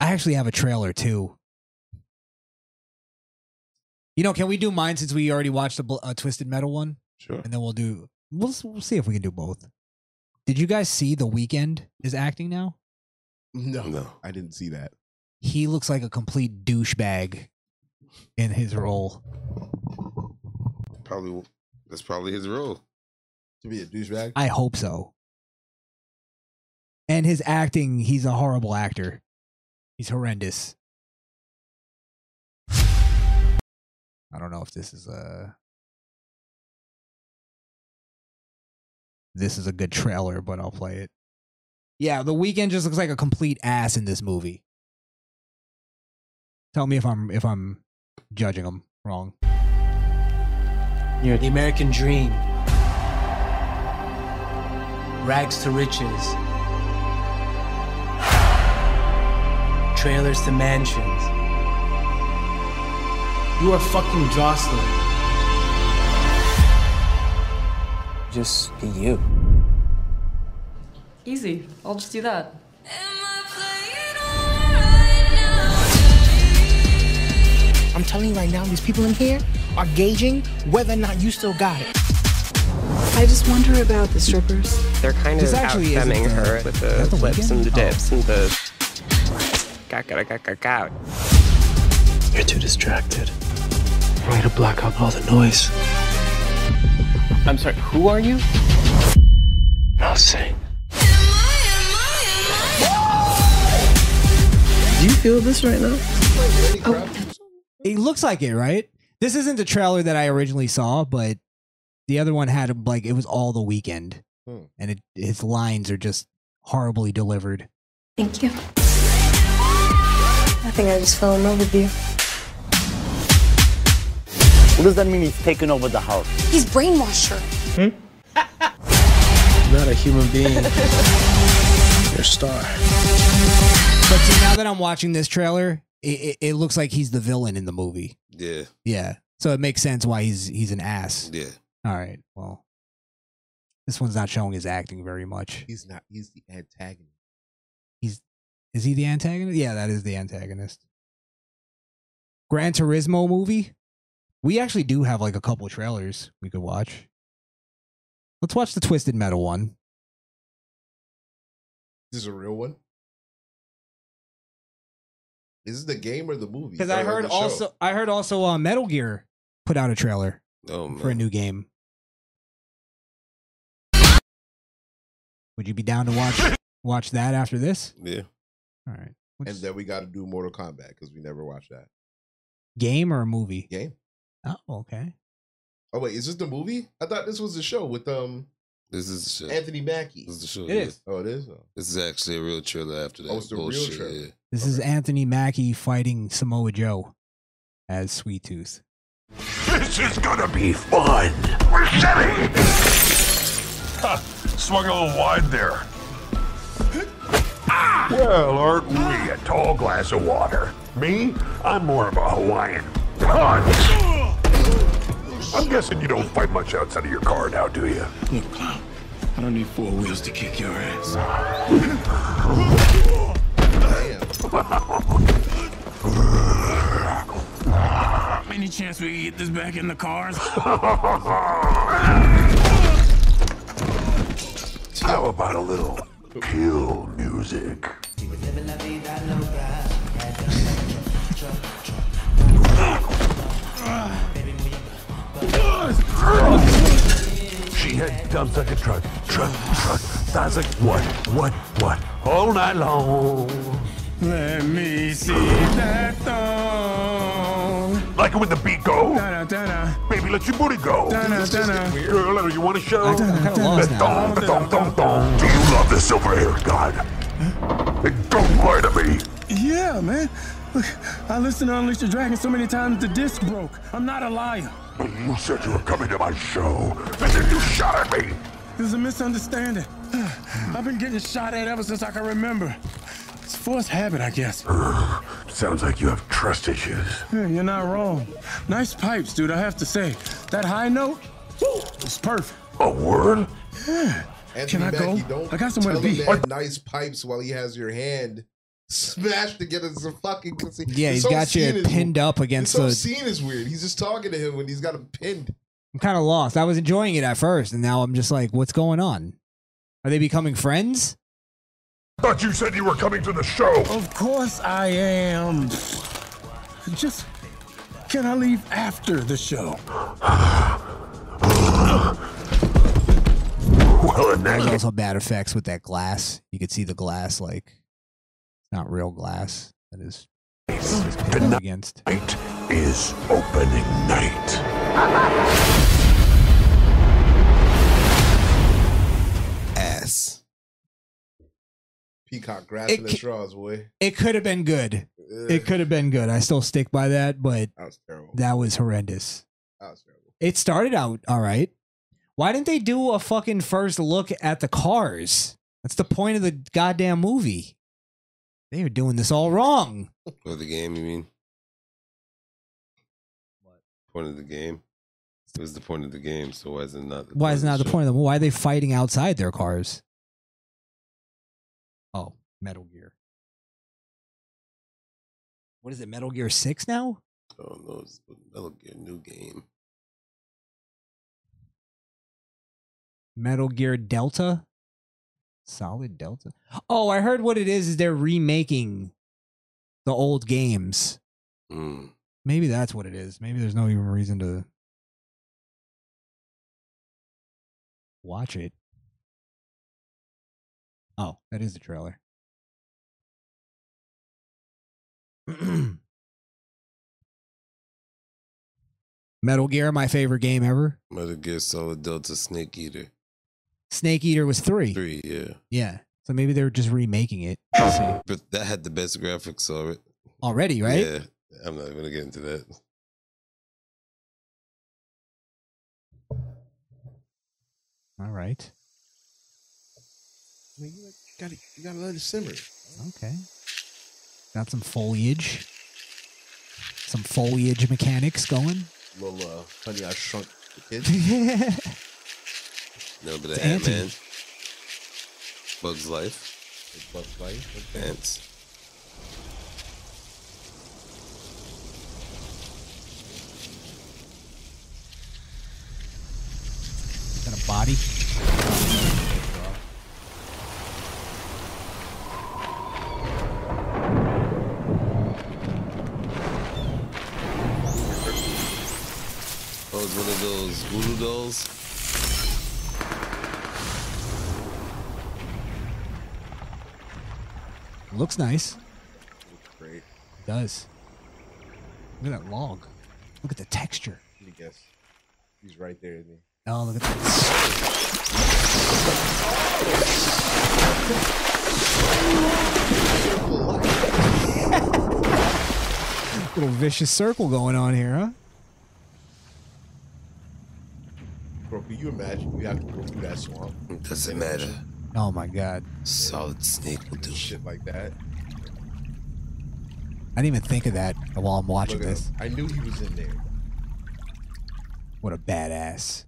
Speaker 9: I actually have a trailer too. You know, can we do mine since we already watched a, bl- a Twisted Metal one?
Speaker 5: Sure.
Speaker 9: And then we'll do. We'll, s- we'll see if we can do both. Did you guys see The Weekend is acting now?
Speaker 10: No, no, I didn't see that.
Speaker 9: He looks like a complete douchebag in his role.
Speaker 5: Probably that's probably his role.
Speaker 10: To be a douchebag.
Speaker 9: I hope so. And his acting, he's a horrible actor. He's horrendous. I don't know if this is a this is a good trailer, but I'll play it. Yeah, the weekend just looks like a complete ass in this movie. Tell me if I'm if I'm judging him wrong.
Speaker 15: You're the American dream. Rags to riches. Trailers to mansions. You are fucking Jocelyn. Just be you.
Speaker 20: Easy. I'll just do that.
Speaker 21: I'm telling you right now, these people in here are gauging whether or not you still got it.
Speaker 22: I just wonder about the strippers.
Speaker 23: They're kind
Speaker 21: This
Speaker 23: of
Speaker 21: actually isn't
Speaker 23: outfemming
Speaker 21: the-
Speaker 23: her with the,
Speaker 21: that the
Speaker 23: lips and
Speaker 21: weekend?
Speaker 23: the
Speaker 21: Oh.
Speaker 23: dips and the. Got, got, got, got, got.
Speaker 15: You're too distracted. Way to block out all the noise.
Speaker 23: I'm sorry, who are you?
Speaker 15: I'll sing.
Speaker 9: Do you feel this right now? It looks like it, right? This isn't the trailer that I originally saw, but the other one had like it was all the weekend,
Speaker 10: Hmm.
Speaker 9: and it, his lines are just horribly delivered.
Speaker 22: Thank you. I think I just fell in love with you.
Speaker 24: What does that mean he's taken over the house?
Speaker 22: He's brainwashed her.
Speaker 15: Not a human being. You're a star.
Speaker 9: But see, now that I'm watching this trailer, it, it, it looks like he's the villain in the movie.
Speaker 5: Yeah.
Speaker 9: Yeah, so it makes sense why he's he's an ass.
Speaker 5: Yeah.
Speaker 9: All right, well, this one's not showing his acting very much.
Speaker 10: He's not. He's the antagonist.
Speaker 9: He's is he the antagonist? Yeah, that is the antagonist. Gran Turismo movie. We actually do have like a couple trailers we could watch. Let's watch the Twisted Metal one.
Speaker 10: This is a real one. Is this the game or the movie?
Speaker 9: Because I
Speaker 10: Or
Speaker 9: heard
Speaker 10: the show?
Speaker 9: also I heard also uh, Metal Gear put out a trailer
Speaker 5: Oh,
Speaker 9: for a new game. Would you be down to watch watch that after this?
Speaker 5: Yeah.
Speaker 9: All right.
Speaker 10: And then we got to do Mortal Kombat because we never watched that.
Speaker 9: Game or a movie?
Speaker 10: Game.
Speaker 9: Oh, okay.
Speaker 10: Oh wait, is this the movie? I thought this was the show with um
Speaker 5: This is the shit.
Speaker 10: Anthony Mackie.
Speaker 5: This is the show.
Speaker 10: It
Speaker 5: yeah.
Speaker 10: is. Oh, it is. Oh.
Speaker 5: This is actually a real trailer after that.
Speaker 10: Oh, it's the real
Speaker 5: bullshit,
Speaker 10: trailer.
Speaker 5: yeah.
Speaker 9: This is Anthony Mackie fighting Samoa Joe as Sweet Tooth.
Speaker 8: This is gonna be fun. We're setting. Ha, swung a little wide there. Ah! Well, aren't we a tall glass of water? Me? I'm more of a Hawaiian. Punch! I'm guessing you don't fight much outside of your car now, do you?
Speaker 15: Look, clown. I don't need four wheels to kick your ass.
Speaker 8: Any chance we can get this back in the cars? How about a little kill music? She had dumps like a truck, truck, truck, thighs like what, what, what, all night long. Let me see that thong. Like it when the beat go. Baby, let your booty go. Girl, you want to show? The thong, the thong, thong, thong. Do you love this silver-haired god? Don't lie to me.
Speaker 15: Yeah, man. Look, I listened to Unleash the Dragon so many times the disc broke. I'm not a liar.
Speaker 8: But you said you were coming to my show, and then you shot at me.
Speaker 15: There's a misunderstanding. I've been getting shot at ever since I can remember. It's a forced habit, I guess.
Speaker 8: Sounds like you have trust issues.
Speaker 15: Yeah, you're not wrong. Nice pipes, dude, I have to say. That high note, woo, it's perfect.
Speaker 8: A word?
Speaker 15: Yeah. Can
Speaker 10: Anthony
Speaker 15: I
Speaker 10: Mackie,
Speaker 15: go?
Speaker 10: don't
Speaker 15: I got somewhere to
Speaker 10: tell
Speaker 15: be.
Speaker 10: him that nice pipes while he has your hand smashed together as a fucking.
Speaker 9: Yeah,
Speaker 10: This
Speaker 9: he's
Speaker 10: whole
Speaker 9: got you
Speaker 10: scene is-
Speaker 9: pinned up against
Speaker 10: This whole
Speaker 9: the-
Speaker 10: scene is weird. He's just talking to him when he's got him pinned.
Speaker 9: I'm kind of lost. I was enjoying it at first, and now I'm just like, what's going on? Are they becoming friends?
Speaker 8: Thought you said you were coming to the show.
Speaker 15: Of course I am. Just can I leave after the show?
Speaker 8: Well, in
Speaker 9: There's
Speaker 8: that case,
Speaker 9: also bad effects with that glass. You could see the glass, like, it's not real glass. That is it's pinned up against.
Speaker 8: night is opening night.
Speaker 5: Ass.
Speaker 10: Peacock grasping
Speaker 9: It
Speaker 10: at
Speaker 9: ca-
Speaker 10: straws, boy.
Speaker 9: It could have been good. It could have been good. I still stick by that, but
Speaker 10: That was terrible.
Speaker 9: that was horrendous.
Speaker 10: That was terrible.
Speaker 9: It started out all right. Why didn't they do a fucking first look at the cars? That's the point of the goddamn movie. They are doing this all wrong.
Speaker 5: Or the game, you mean? What? Point of the game? It was the point of the game, so why is it not the
Speaker 9: Why is not the
Speaker 5: show?
Speaker 9: point of them? Why are they fighting outside their cars? Oh, Metal Gear. What is it, Metal Gear 6 now?
Speaker 5: Oh no, it's Metal Gear new game.
Speaker 9: Metal Gear Delta? Solid Delta? Oh, I heard what it is is they're remaking the old games.
Speaker 5: Mm.
Speaker 9: Maybe that's what it is. Maybe there's no even reason to watch it. Oh, that is the trailer. Metal Gear, my favorite game ever.
Speaker 5: Metal Gear Solid Delta Snake Eater.
Speaker 9: Snake Eater was three.
Speaker 5: Three, yeah.
Speaker 9: Yeah. So maybe they were just remaking it
Speaker 5: But that had the best graphics of it.
Speaker 9: already, right?
Speaker 5: Yeah. I'm not gonna get into that.
Speaker 9: All right.
Speaker 10: I mean, you like- you gotta, you gotta let it simmer.
Speaker 9: Okay. Got some foliage. Some foliage mechanics going.
Speaker 10: Little uh, honey, I shrunk the
Speaker 9: kids.
Speaker 5: No, but
Speaker 9: It's
Speaker 5: the Ant
Speaker 9: anti.
Speaker 5: Man. Bugs Life.
Speaker 10: Bugs Life.
Speaker 5: Ants.
Speaker 9: Got a body.
Speaker 5: Oh, it's one of those voodoo dolls.
Speaker 9: Looks nice.
Speaker 10: Great.
Speaker 9: It does. Look at that log. Look at the texture.
Speaker 10: Let me guess. He's right there, isn't he?
Speaker 9: Oh, look at that. Little vicious circle going on here, huh?
Speaker 10: Bro, can you imagine you have to go through that swamp?
Speaker 5: Doesn't matter.
Speaker 9: Oh my god.
Speaker 5: Solid snake will do
Speaker 10: shit like that.
Speaker 9: I didn't even think of that while I'm watching
Speaker 10: Look at
Speaker 9: this.
Speaker 10: him. I knew he was in there.
Speaker 9: What a badass.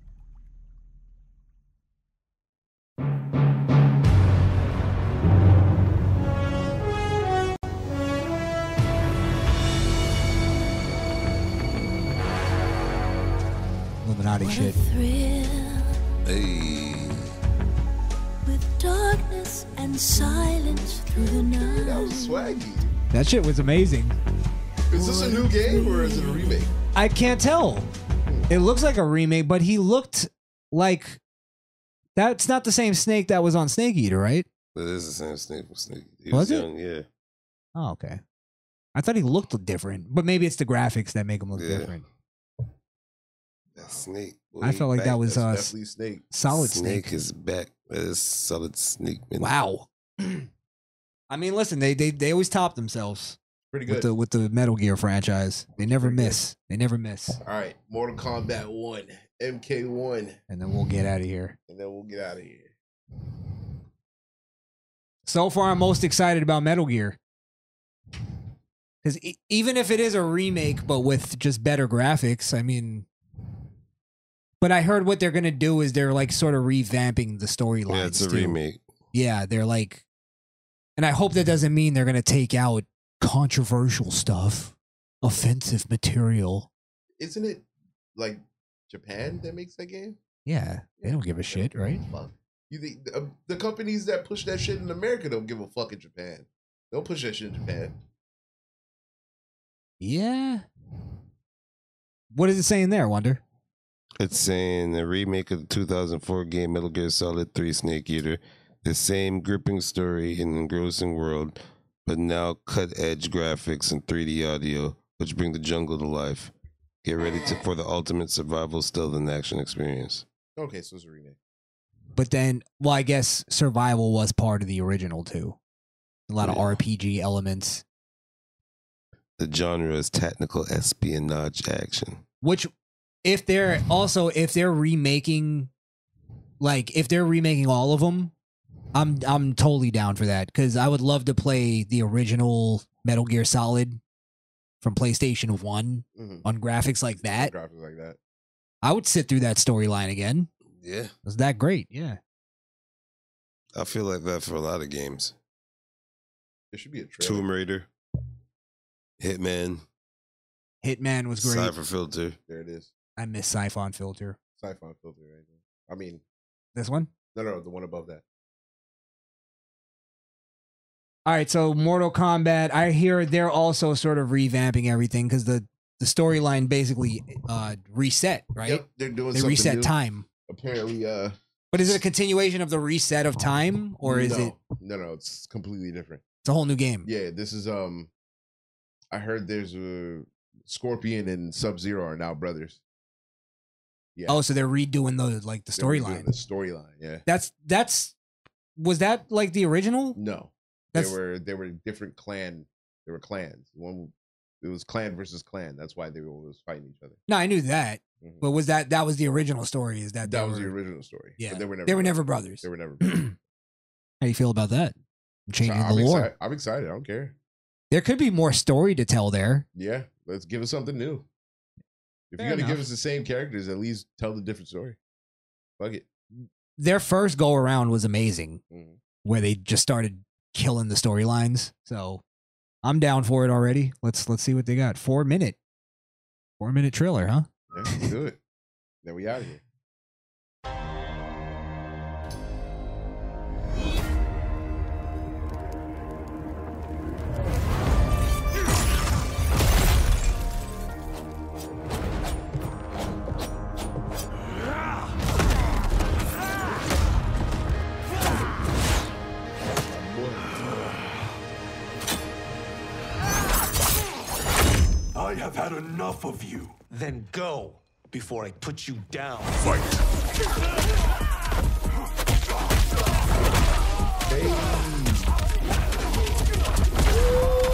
Speaker 9: Illuminati shit.
Speaker 5: Hey.
Speaker 1: With darkness and silence through the night. That was
Speaker 10: swaggy.
Speaker 9: That shit was amazing.
Speaker 10: Is this a new game or is it a remake?
Speaker 9: I can't tell. It looks like a remake, but he looked like that's not the same snake that was on Snake Eater, right?
Speaker 5: That is the same snake from Snake. He
Speaker 9: Was
Speaker 5: was,
Speaker 9: it?
Speaker 5: young, yeah.
Speaker 9: Oh, okay. I thought he looked different, but maybe it's the graphics that make him look
Speaker 5: Yeah.
Speaker 9: different.
Speaker 5: That snake.
Speaker 9: I felt like
Speaker 5: back.
Speaker 9: that was,
Speaker 5: That's
Speaker 9: uh,
Speaker 5: definitely
Speaker 9: Solid
Speaker 5: snake. is back. That is solid snake. man.
Speaker 9: Wow. I mean, listen, they they, they always top themselves.
Speaker 10: Pretty
Speaker 9: With
Speaker 10: good.
Speaker 9: the with the Metal Gear franchise. They never miss. They never miss.
Speaker 10: All right, Mortal Kombat 1, MK1,
Speaker 9: And then we'll get out of here.
Speaker 10: and then we'll get out of here.
Speaker 9: So far, I'm most excited about Metal Gear. Because even if it is a remake, but with just better graphics, I mean. But I heard what they're going to do is they're like sort of revamping the storylines.
Speaker 5: Yeah, it's a
Speaker 9: too.
Speaker 5: remake.
Speaker 9: Yeah, they're like. And I hope that doesn't mean they're going to take out controversial stuff, offensive material.
Speaker 10: Isn't it like Japan that makes that game?
Speaker 9: Yeah, they don't give a shit, right?
Speaker 10: Fuck. You think the, uh, the companies that push that shit in America don't give a fuck in Japan? Don't push that shit in Japan.
Speaker 9: Yeah. What is it saying there, Wonder?
Speaker 5: It's saying a remake of the 2004 game Metal Gear Solid 3 Snake Eater. The same gripping story and engrossing world, but now cut edge graphics and 3D audio, which bring the jungle to life. Get ready to, for the ultimate survival stealth and action experience.
Speaker 10: Okay, so it's a remake.
Speaker 9: But then, well, I guess survival was part of the original too. A lot of RPG elements,
Speaker 5: The genre is technical espionage action.
Speaker 9: which, if they're also if they're remaking, like if they're remaking all of them, I'm I'm totally down for that because I would love to play the original Metal Gear Solid from PlayStation One
Speaker 10: Mhm.
Speaker 9: on graphics like that.
Speaker 10: Graphics like that.
Speaker 9: I would sit through that storyline again.
Speaker 5: Yeah.
Speaker 9: Was that great? Yeah.
Speaker 5: I feel like that for a lot of games.
Speaker 10: There should be a trailer.
Speaker 5: Tomb Raider, Hitman,
Speaker 9: Hitman was great.
Speaker 5: Cypher Filter.
Speaker 10: There it is.
Speaker 9: I miss Siphon Filter.
Speaker 10: Siphon filter right there. I mean,
Speaker 9: This one.
Speaker 10: no, no, the one above that.
Speaker 9: All right, so Mortal Kombat. I hear they're also sort of revamping everything because the the storyline basically uh, reset, right?
Speaker 10: Yep, they're doing
Speaker 9: They
Speaker 10: something
Speaker 9: reset
Speaker 10: new.
Speaker 9: time.
Speaker 10: Apparently, uh,
Speaker 9: But is it a continuation of the reset of time, or is
Speaker 10: no.
Speaker 9: it
Speaker 10: No, no, it's completely different.
Speaker 9: it's a whole new game?
Speaker 10: Yeah, this is um I heard there's a Scorpion and Sub Zero are now brothers. Yeah.
Speaker 9: Oh, so they're redoing the like the
Speaker 10: They're redoing The
Speaker 9: storyline.
Speaker 10: storyline, yeah.
Speaker 9: That's that's was that like the original?
Speaker 10: No.
Speaker 9: That's
Speaker 10: They were they were different clan they were clans. One it was clan versus clan. That's why they were always fighting each other.
Speaker 9: no, I knew that,
Speaker 10: Mhm.
Speaker 9: but was that that was the original story? Is that
Speaker 10: That,
Speaker 9: they
Speaker 10: was the
Speaker 9: were-
Speaker 10: original story. but
Speaker 9: Yeah,
Speaker 10: they were never
Speaker 9: they were never brothers.
Speaker 10: They were never brothers.
Speaker 9: How do you feel about that?
Speaker 10: So
Speaker 9: Changing
Speaker 10: I'm,
Speaker 9: the lore.
Speaker 10: excited. I'm excited. I don't care.
Speaker 9: There could be more story to tell there.
Speaker 10: Yeah, let's give us something new. If
Speaker 9: Fair
Speaker 10: you're gonna give
Speaker 9: enough.
Speaker 10: us the same characters, at least tell the different story. Fuck it.
Speaker 9: Mm. Their first go around was amazing.
Speaker 10: Mhm.
Speaker 9: where they just started killing the storylines. So I'm down for it already. Let's let's see what they got. Four minute, four minute trailer, huh?
Speaker 10: Yeah, do it. Then we out of here.
Speaker 2: had enough of you. Then go before I put you down.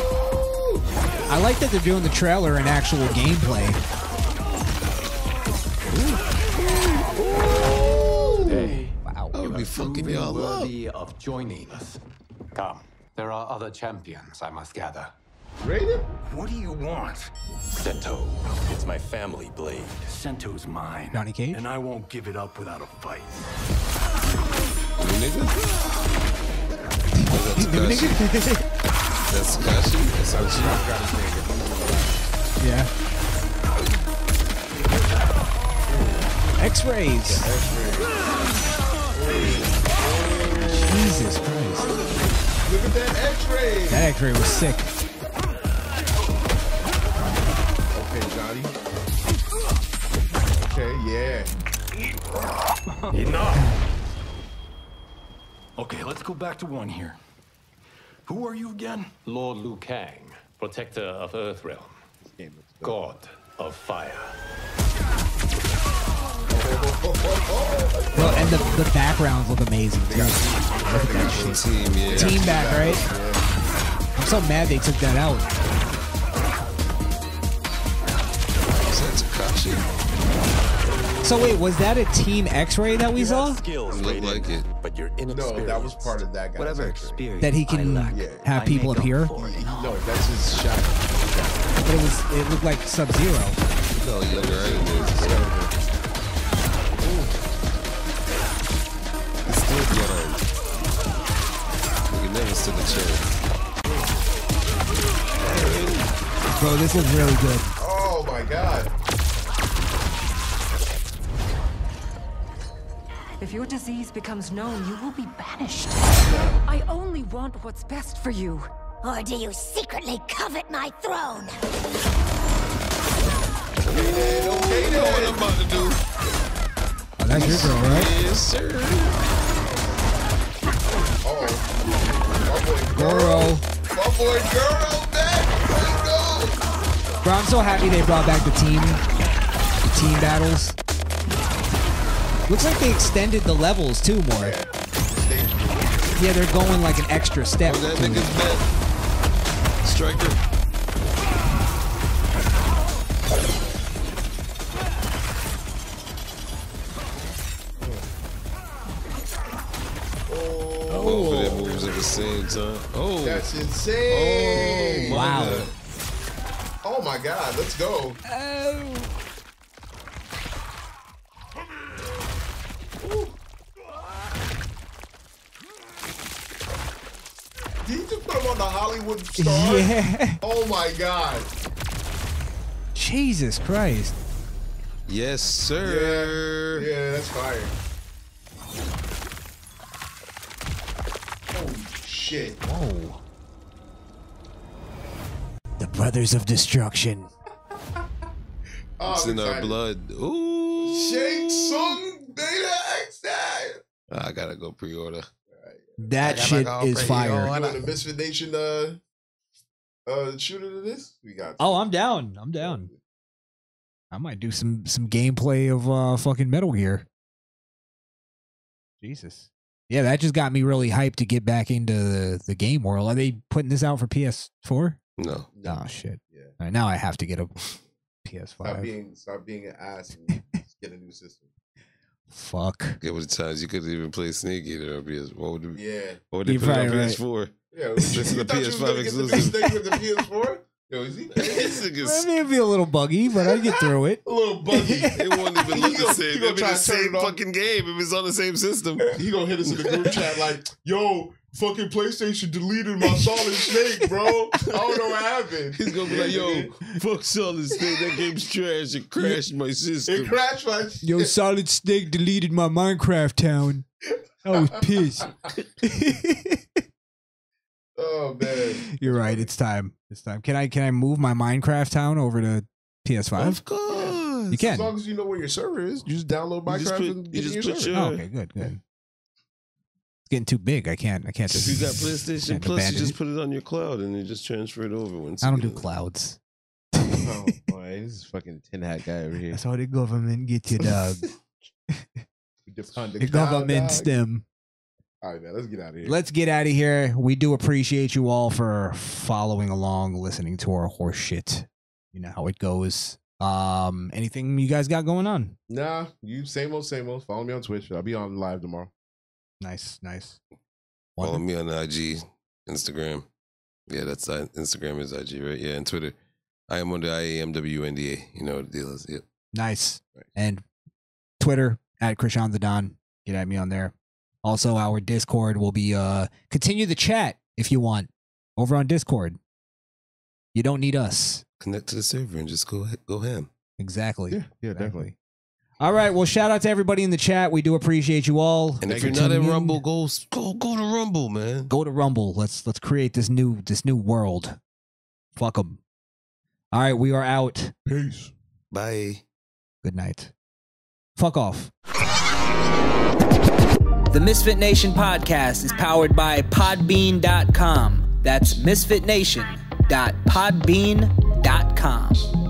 Speaker 9: I like that they're doing the trailer and actual gameplay.
Speaker 2: Hey,
Speaker 9: wow.
Speaker 2: I would be
Speaker 3: fucking
Speaker 9: y'all
Speaker 2: worthy of joining us. Come, there are other champions I must gather.
Speaker 10: Raiden?
Speaker 2: What do you want? Sento. It's my family blade. Sento's mine.
Speaker 9: Johnny Cage?
Speaker 2: And I won't give it up without a fight.
Speaker 5: That's Kashi. That's how she got his
Speaker 9: Yeah. X-rays. Jesus Christ.
Speaker 10: Look at that X-ray.
Speaker 9: That X-ray was sick.
Speaker 10: Okay, Johnny. Okay, yeah.
Speaker 2: Enough. Okay, let's go back to one here. Who are you again? Lord Liu Kang, protector of Earthrealm, god of fire.
Speaker 9: Well, and the, the backgrounds look amazing too. Look at that shit.
Speaker 5: Team, yeah.
Speaker 9: Team back, right? I'm so mad they took that out. So wait, was that a team X-ray that we saw?
Speaker 2: Skills,
Speaker 5: Look like it.
Speaker 2: but you're
Speaker 10: No, that was part of that guy.
Speaker 2: Whatever experience
Speaker 9: That he can have people appear?
Speaker 10: No, that's his shot.
Speaker 9: But it was it looked like Sub Zero.
Speaker 5: No, younger anyways. It's still young. We can never still a chance.
Speaker 9: Bro, this looks really good.
Speaker 10: Oh my god.
Speaker 6: If your disease becomes known, you will be banished. I only want what's best for you.
Speaker 1: Or do you secretly covet my throne?
Speaker 5: You know what I'm about to do?
Speaker 9: Oh, that's your girl, right?
Speaker 5: Yes, sir.
Speaker 9: Goro.
Speaker 5: My boy girl back.
Speaker 9: Bro, I'm so happy they brought back the team, the team battles. Looks like they extended the levels too more. Yeah, they're going like an extra step.
Speaker 5: That
Speaker 9: to-
Speaker 5: nigga's back. Striker. Both of their moves at the same time. Oh.
Speaker 10: That's insane.
Speaker 5: Oh, my Wow. God.
Speaker 10: Oh my god, let's go. Oh. Did you just put him on the Hollywood star?
Speaker 9: Yeah.
Speaker 10: Oh my god.
Speaker 9: Jesus Christ.
Speaker 5: Yes, sir.
Speaker 10: Yeah, that's fire. Oh shit.
Speaker 9: Whoa. The Brothers of Destruction.
Speaker 10: Oh,
Speaker 5: It's in our
Speaker 10: excited.
Speaker 5: blood. Ooh.
Speaker 10: Shake some beta X that.
Speaker 5: I gotta go pre-order.
Speaker 9: That
Speaker 5: I
Speaker 9: shit
Speaker 5: gotta go
Speaker 9: is fire.
Speaker 10: You want a Misfit Nation uh uh shooter to this? We got
Speaker 9: Oh, I'm down. I'm down. I might do some some gameplay of uh fucking Metal Gear. Jesus. Yeah, that just got me really hyped to get back into the, the game world. Are they putting this out for PS4?
Speaker 5: No.
Speaker 9: Oh shit. Yeah. now I have to get a
Speaker 10: stop
Speaker 9: PS5.
Speaker 10: being stop being an ass and just get a new system.
Speaker 9: Fuck.
Speaker 5: It was times you couldn't even play Snake Eater on PS. What would it,
Speaker 10: Yeah.
Speaker 5: What would they
Speaker 9: You're
Speaker 5: put it on
Speaker 9: probably right.
Speaker 5: PS4?
Speaker 10: Yeah,
Speaker 5: this is
Speaker 10: you
Speaker 5: a
Speaker 10: thought you was
Speaker 5: PS5
Speaker 10: gonna get the
Speaker 5: exclusive.
Speaker 10: mistake with the PS4? Yo, is he
Speaker 5: This
Speaker 9: I
Speaker 5: nigga's
Speaker 9: mean, it'd be a little buggy, but I get through it.
Speaker 10: a little buggy?
Speaker 5: it won't even look the same.
Speaker 10: he
Speaker 5: It'll
Speaker 10: gonna
Speaker 5: be
Speaker 10: try to
Speaker 5: the
Speaker 10: turn
Speaker 5: same
Speaker 10: it off.
Speaker 5: fucking game if it's on the same system.
Speaker 10: He gonna hit us in the group chat like, "Yo, fucking PlayStation deleted my Solid Snake, bro. I don't know what happened.
Speaker 5: He's gonna be like, yo, fuck Solid Snake. That game's trash. It crashed my system.
Speaker 10: It crashed my
Speaker 9: Yo, Solid Snake deleted my Minecraft town. I was pissed.
Speaker 10: Oh man,
Speaker 9: You're right. It's time. It's time. Can I can I move my Minecraft town over to PS5?
Speaker 10: Of course.
Speaker 9: You can.
Speaker 10: As long as you know where your server is, you just download
Speaker 5: You
Speaker 10: Minecraft
Speaker 5: just put-
Speaker 10: and
Speaker 5: you
Speaker 10: get
Speaker 5: just
Speaker 10: in your
Speaker 5: put
Speaker 10: server.
Speaker 5: your-
Speaker 9: Oh, okay, good, good. It's getting too big. I can't. I can't
Speaker 5: If
Speaker 9: just.
Speaker 5: you got
Speaker 9: can't
Speaker 5: PlayStation Plus,
Speaker 9: abandon
Speaker 5: you just
Speaker 9: it.
Speaker 5: put it on your cloud and you just transfer it over. Once
Speaker 9: I
Speaker 5: you
Speaker 9: don't
Speaker 5: get
Speaker 9: do
Speaker 5: it.
Speaker 9: clouds.
Speaker 10: Oh boy, this is fucking tin hat guy over here.
Speaker 9: That's how the government get you, dog.
Speaker 10: Defund
Speaker 9: the government
Speaker 10: dog.
Speaker 9: stem.
Speaker 10: All right, man, let's get out of here.
Speaker 9: Let's get out of here. We do appreciate you all for following along, listening to our horse shit. You know how it goes. Um, anything you guys got going on?
Speaker 10: Nah, you same old, same old. Follow me on Twitch. I'll be on live tomorrow.
Speaker 9: Nice, nice.
Speaker 5: Follow me on IG, Instagram. Yeah, that's I- Instagram is IG, right? Yeah, and Twitter. I am under IAMWNDA. You know what the deal is. Yep.
Speaker 9: Nice. And Twitter at Krishan the Don. Get at me on there. Also, our Discord will be uh continue the chat if you want over on Discord. You don't need us.
Speaker 5: Connect to the server and just go go ham.
Speaker 9: Exactly. Yeah,
Speaker 10: yeah
Speaker 9: definitely. All right. Well, shout out to everybody in the chat. We do appreciate you all.
Speaker 5: And if you're not at Rumble, go go go to Rumble, man.
Speaker 9: Go to Rumble. Let's let's create this new this new world. Fuck 'em. All right, we are out.
Speaker 10: Peace.
Speaker 5: Bye.
Speaker 9: Good night. Fuck off.
Speaker 4: The Misfit Nation podcast is powered by Podbean.com. That's misfitnation.podbean.com.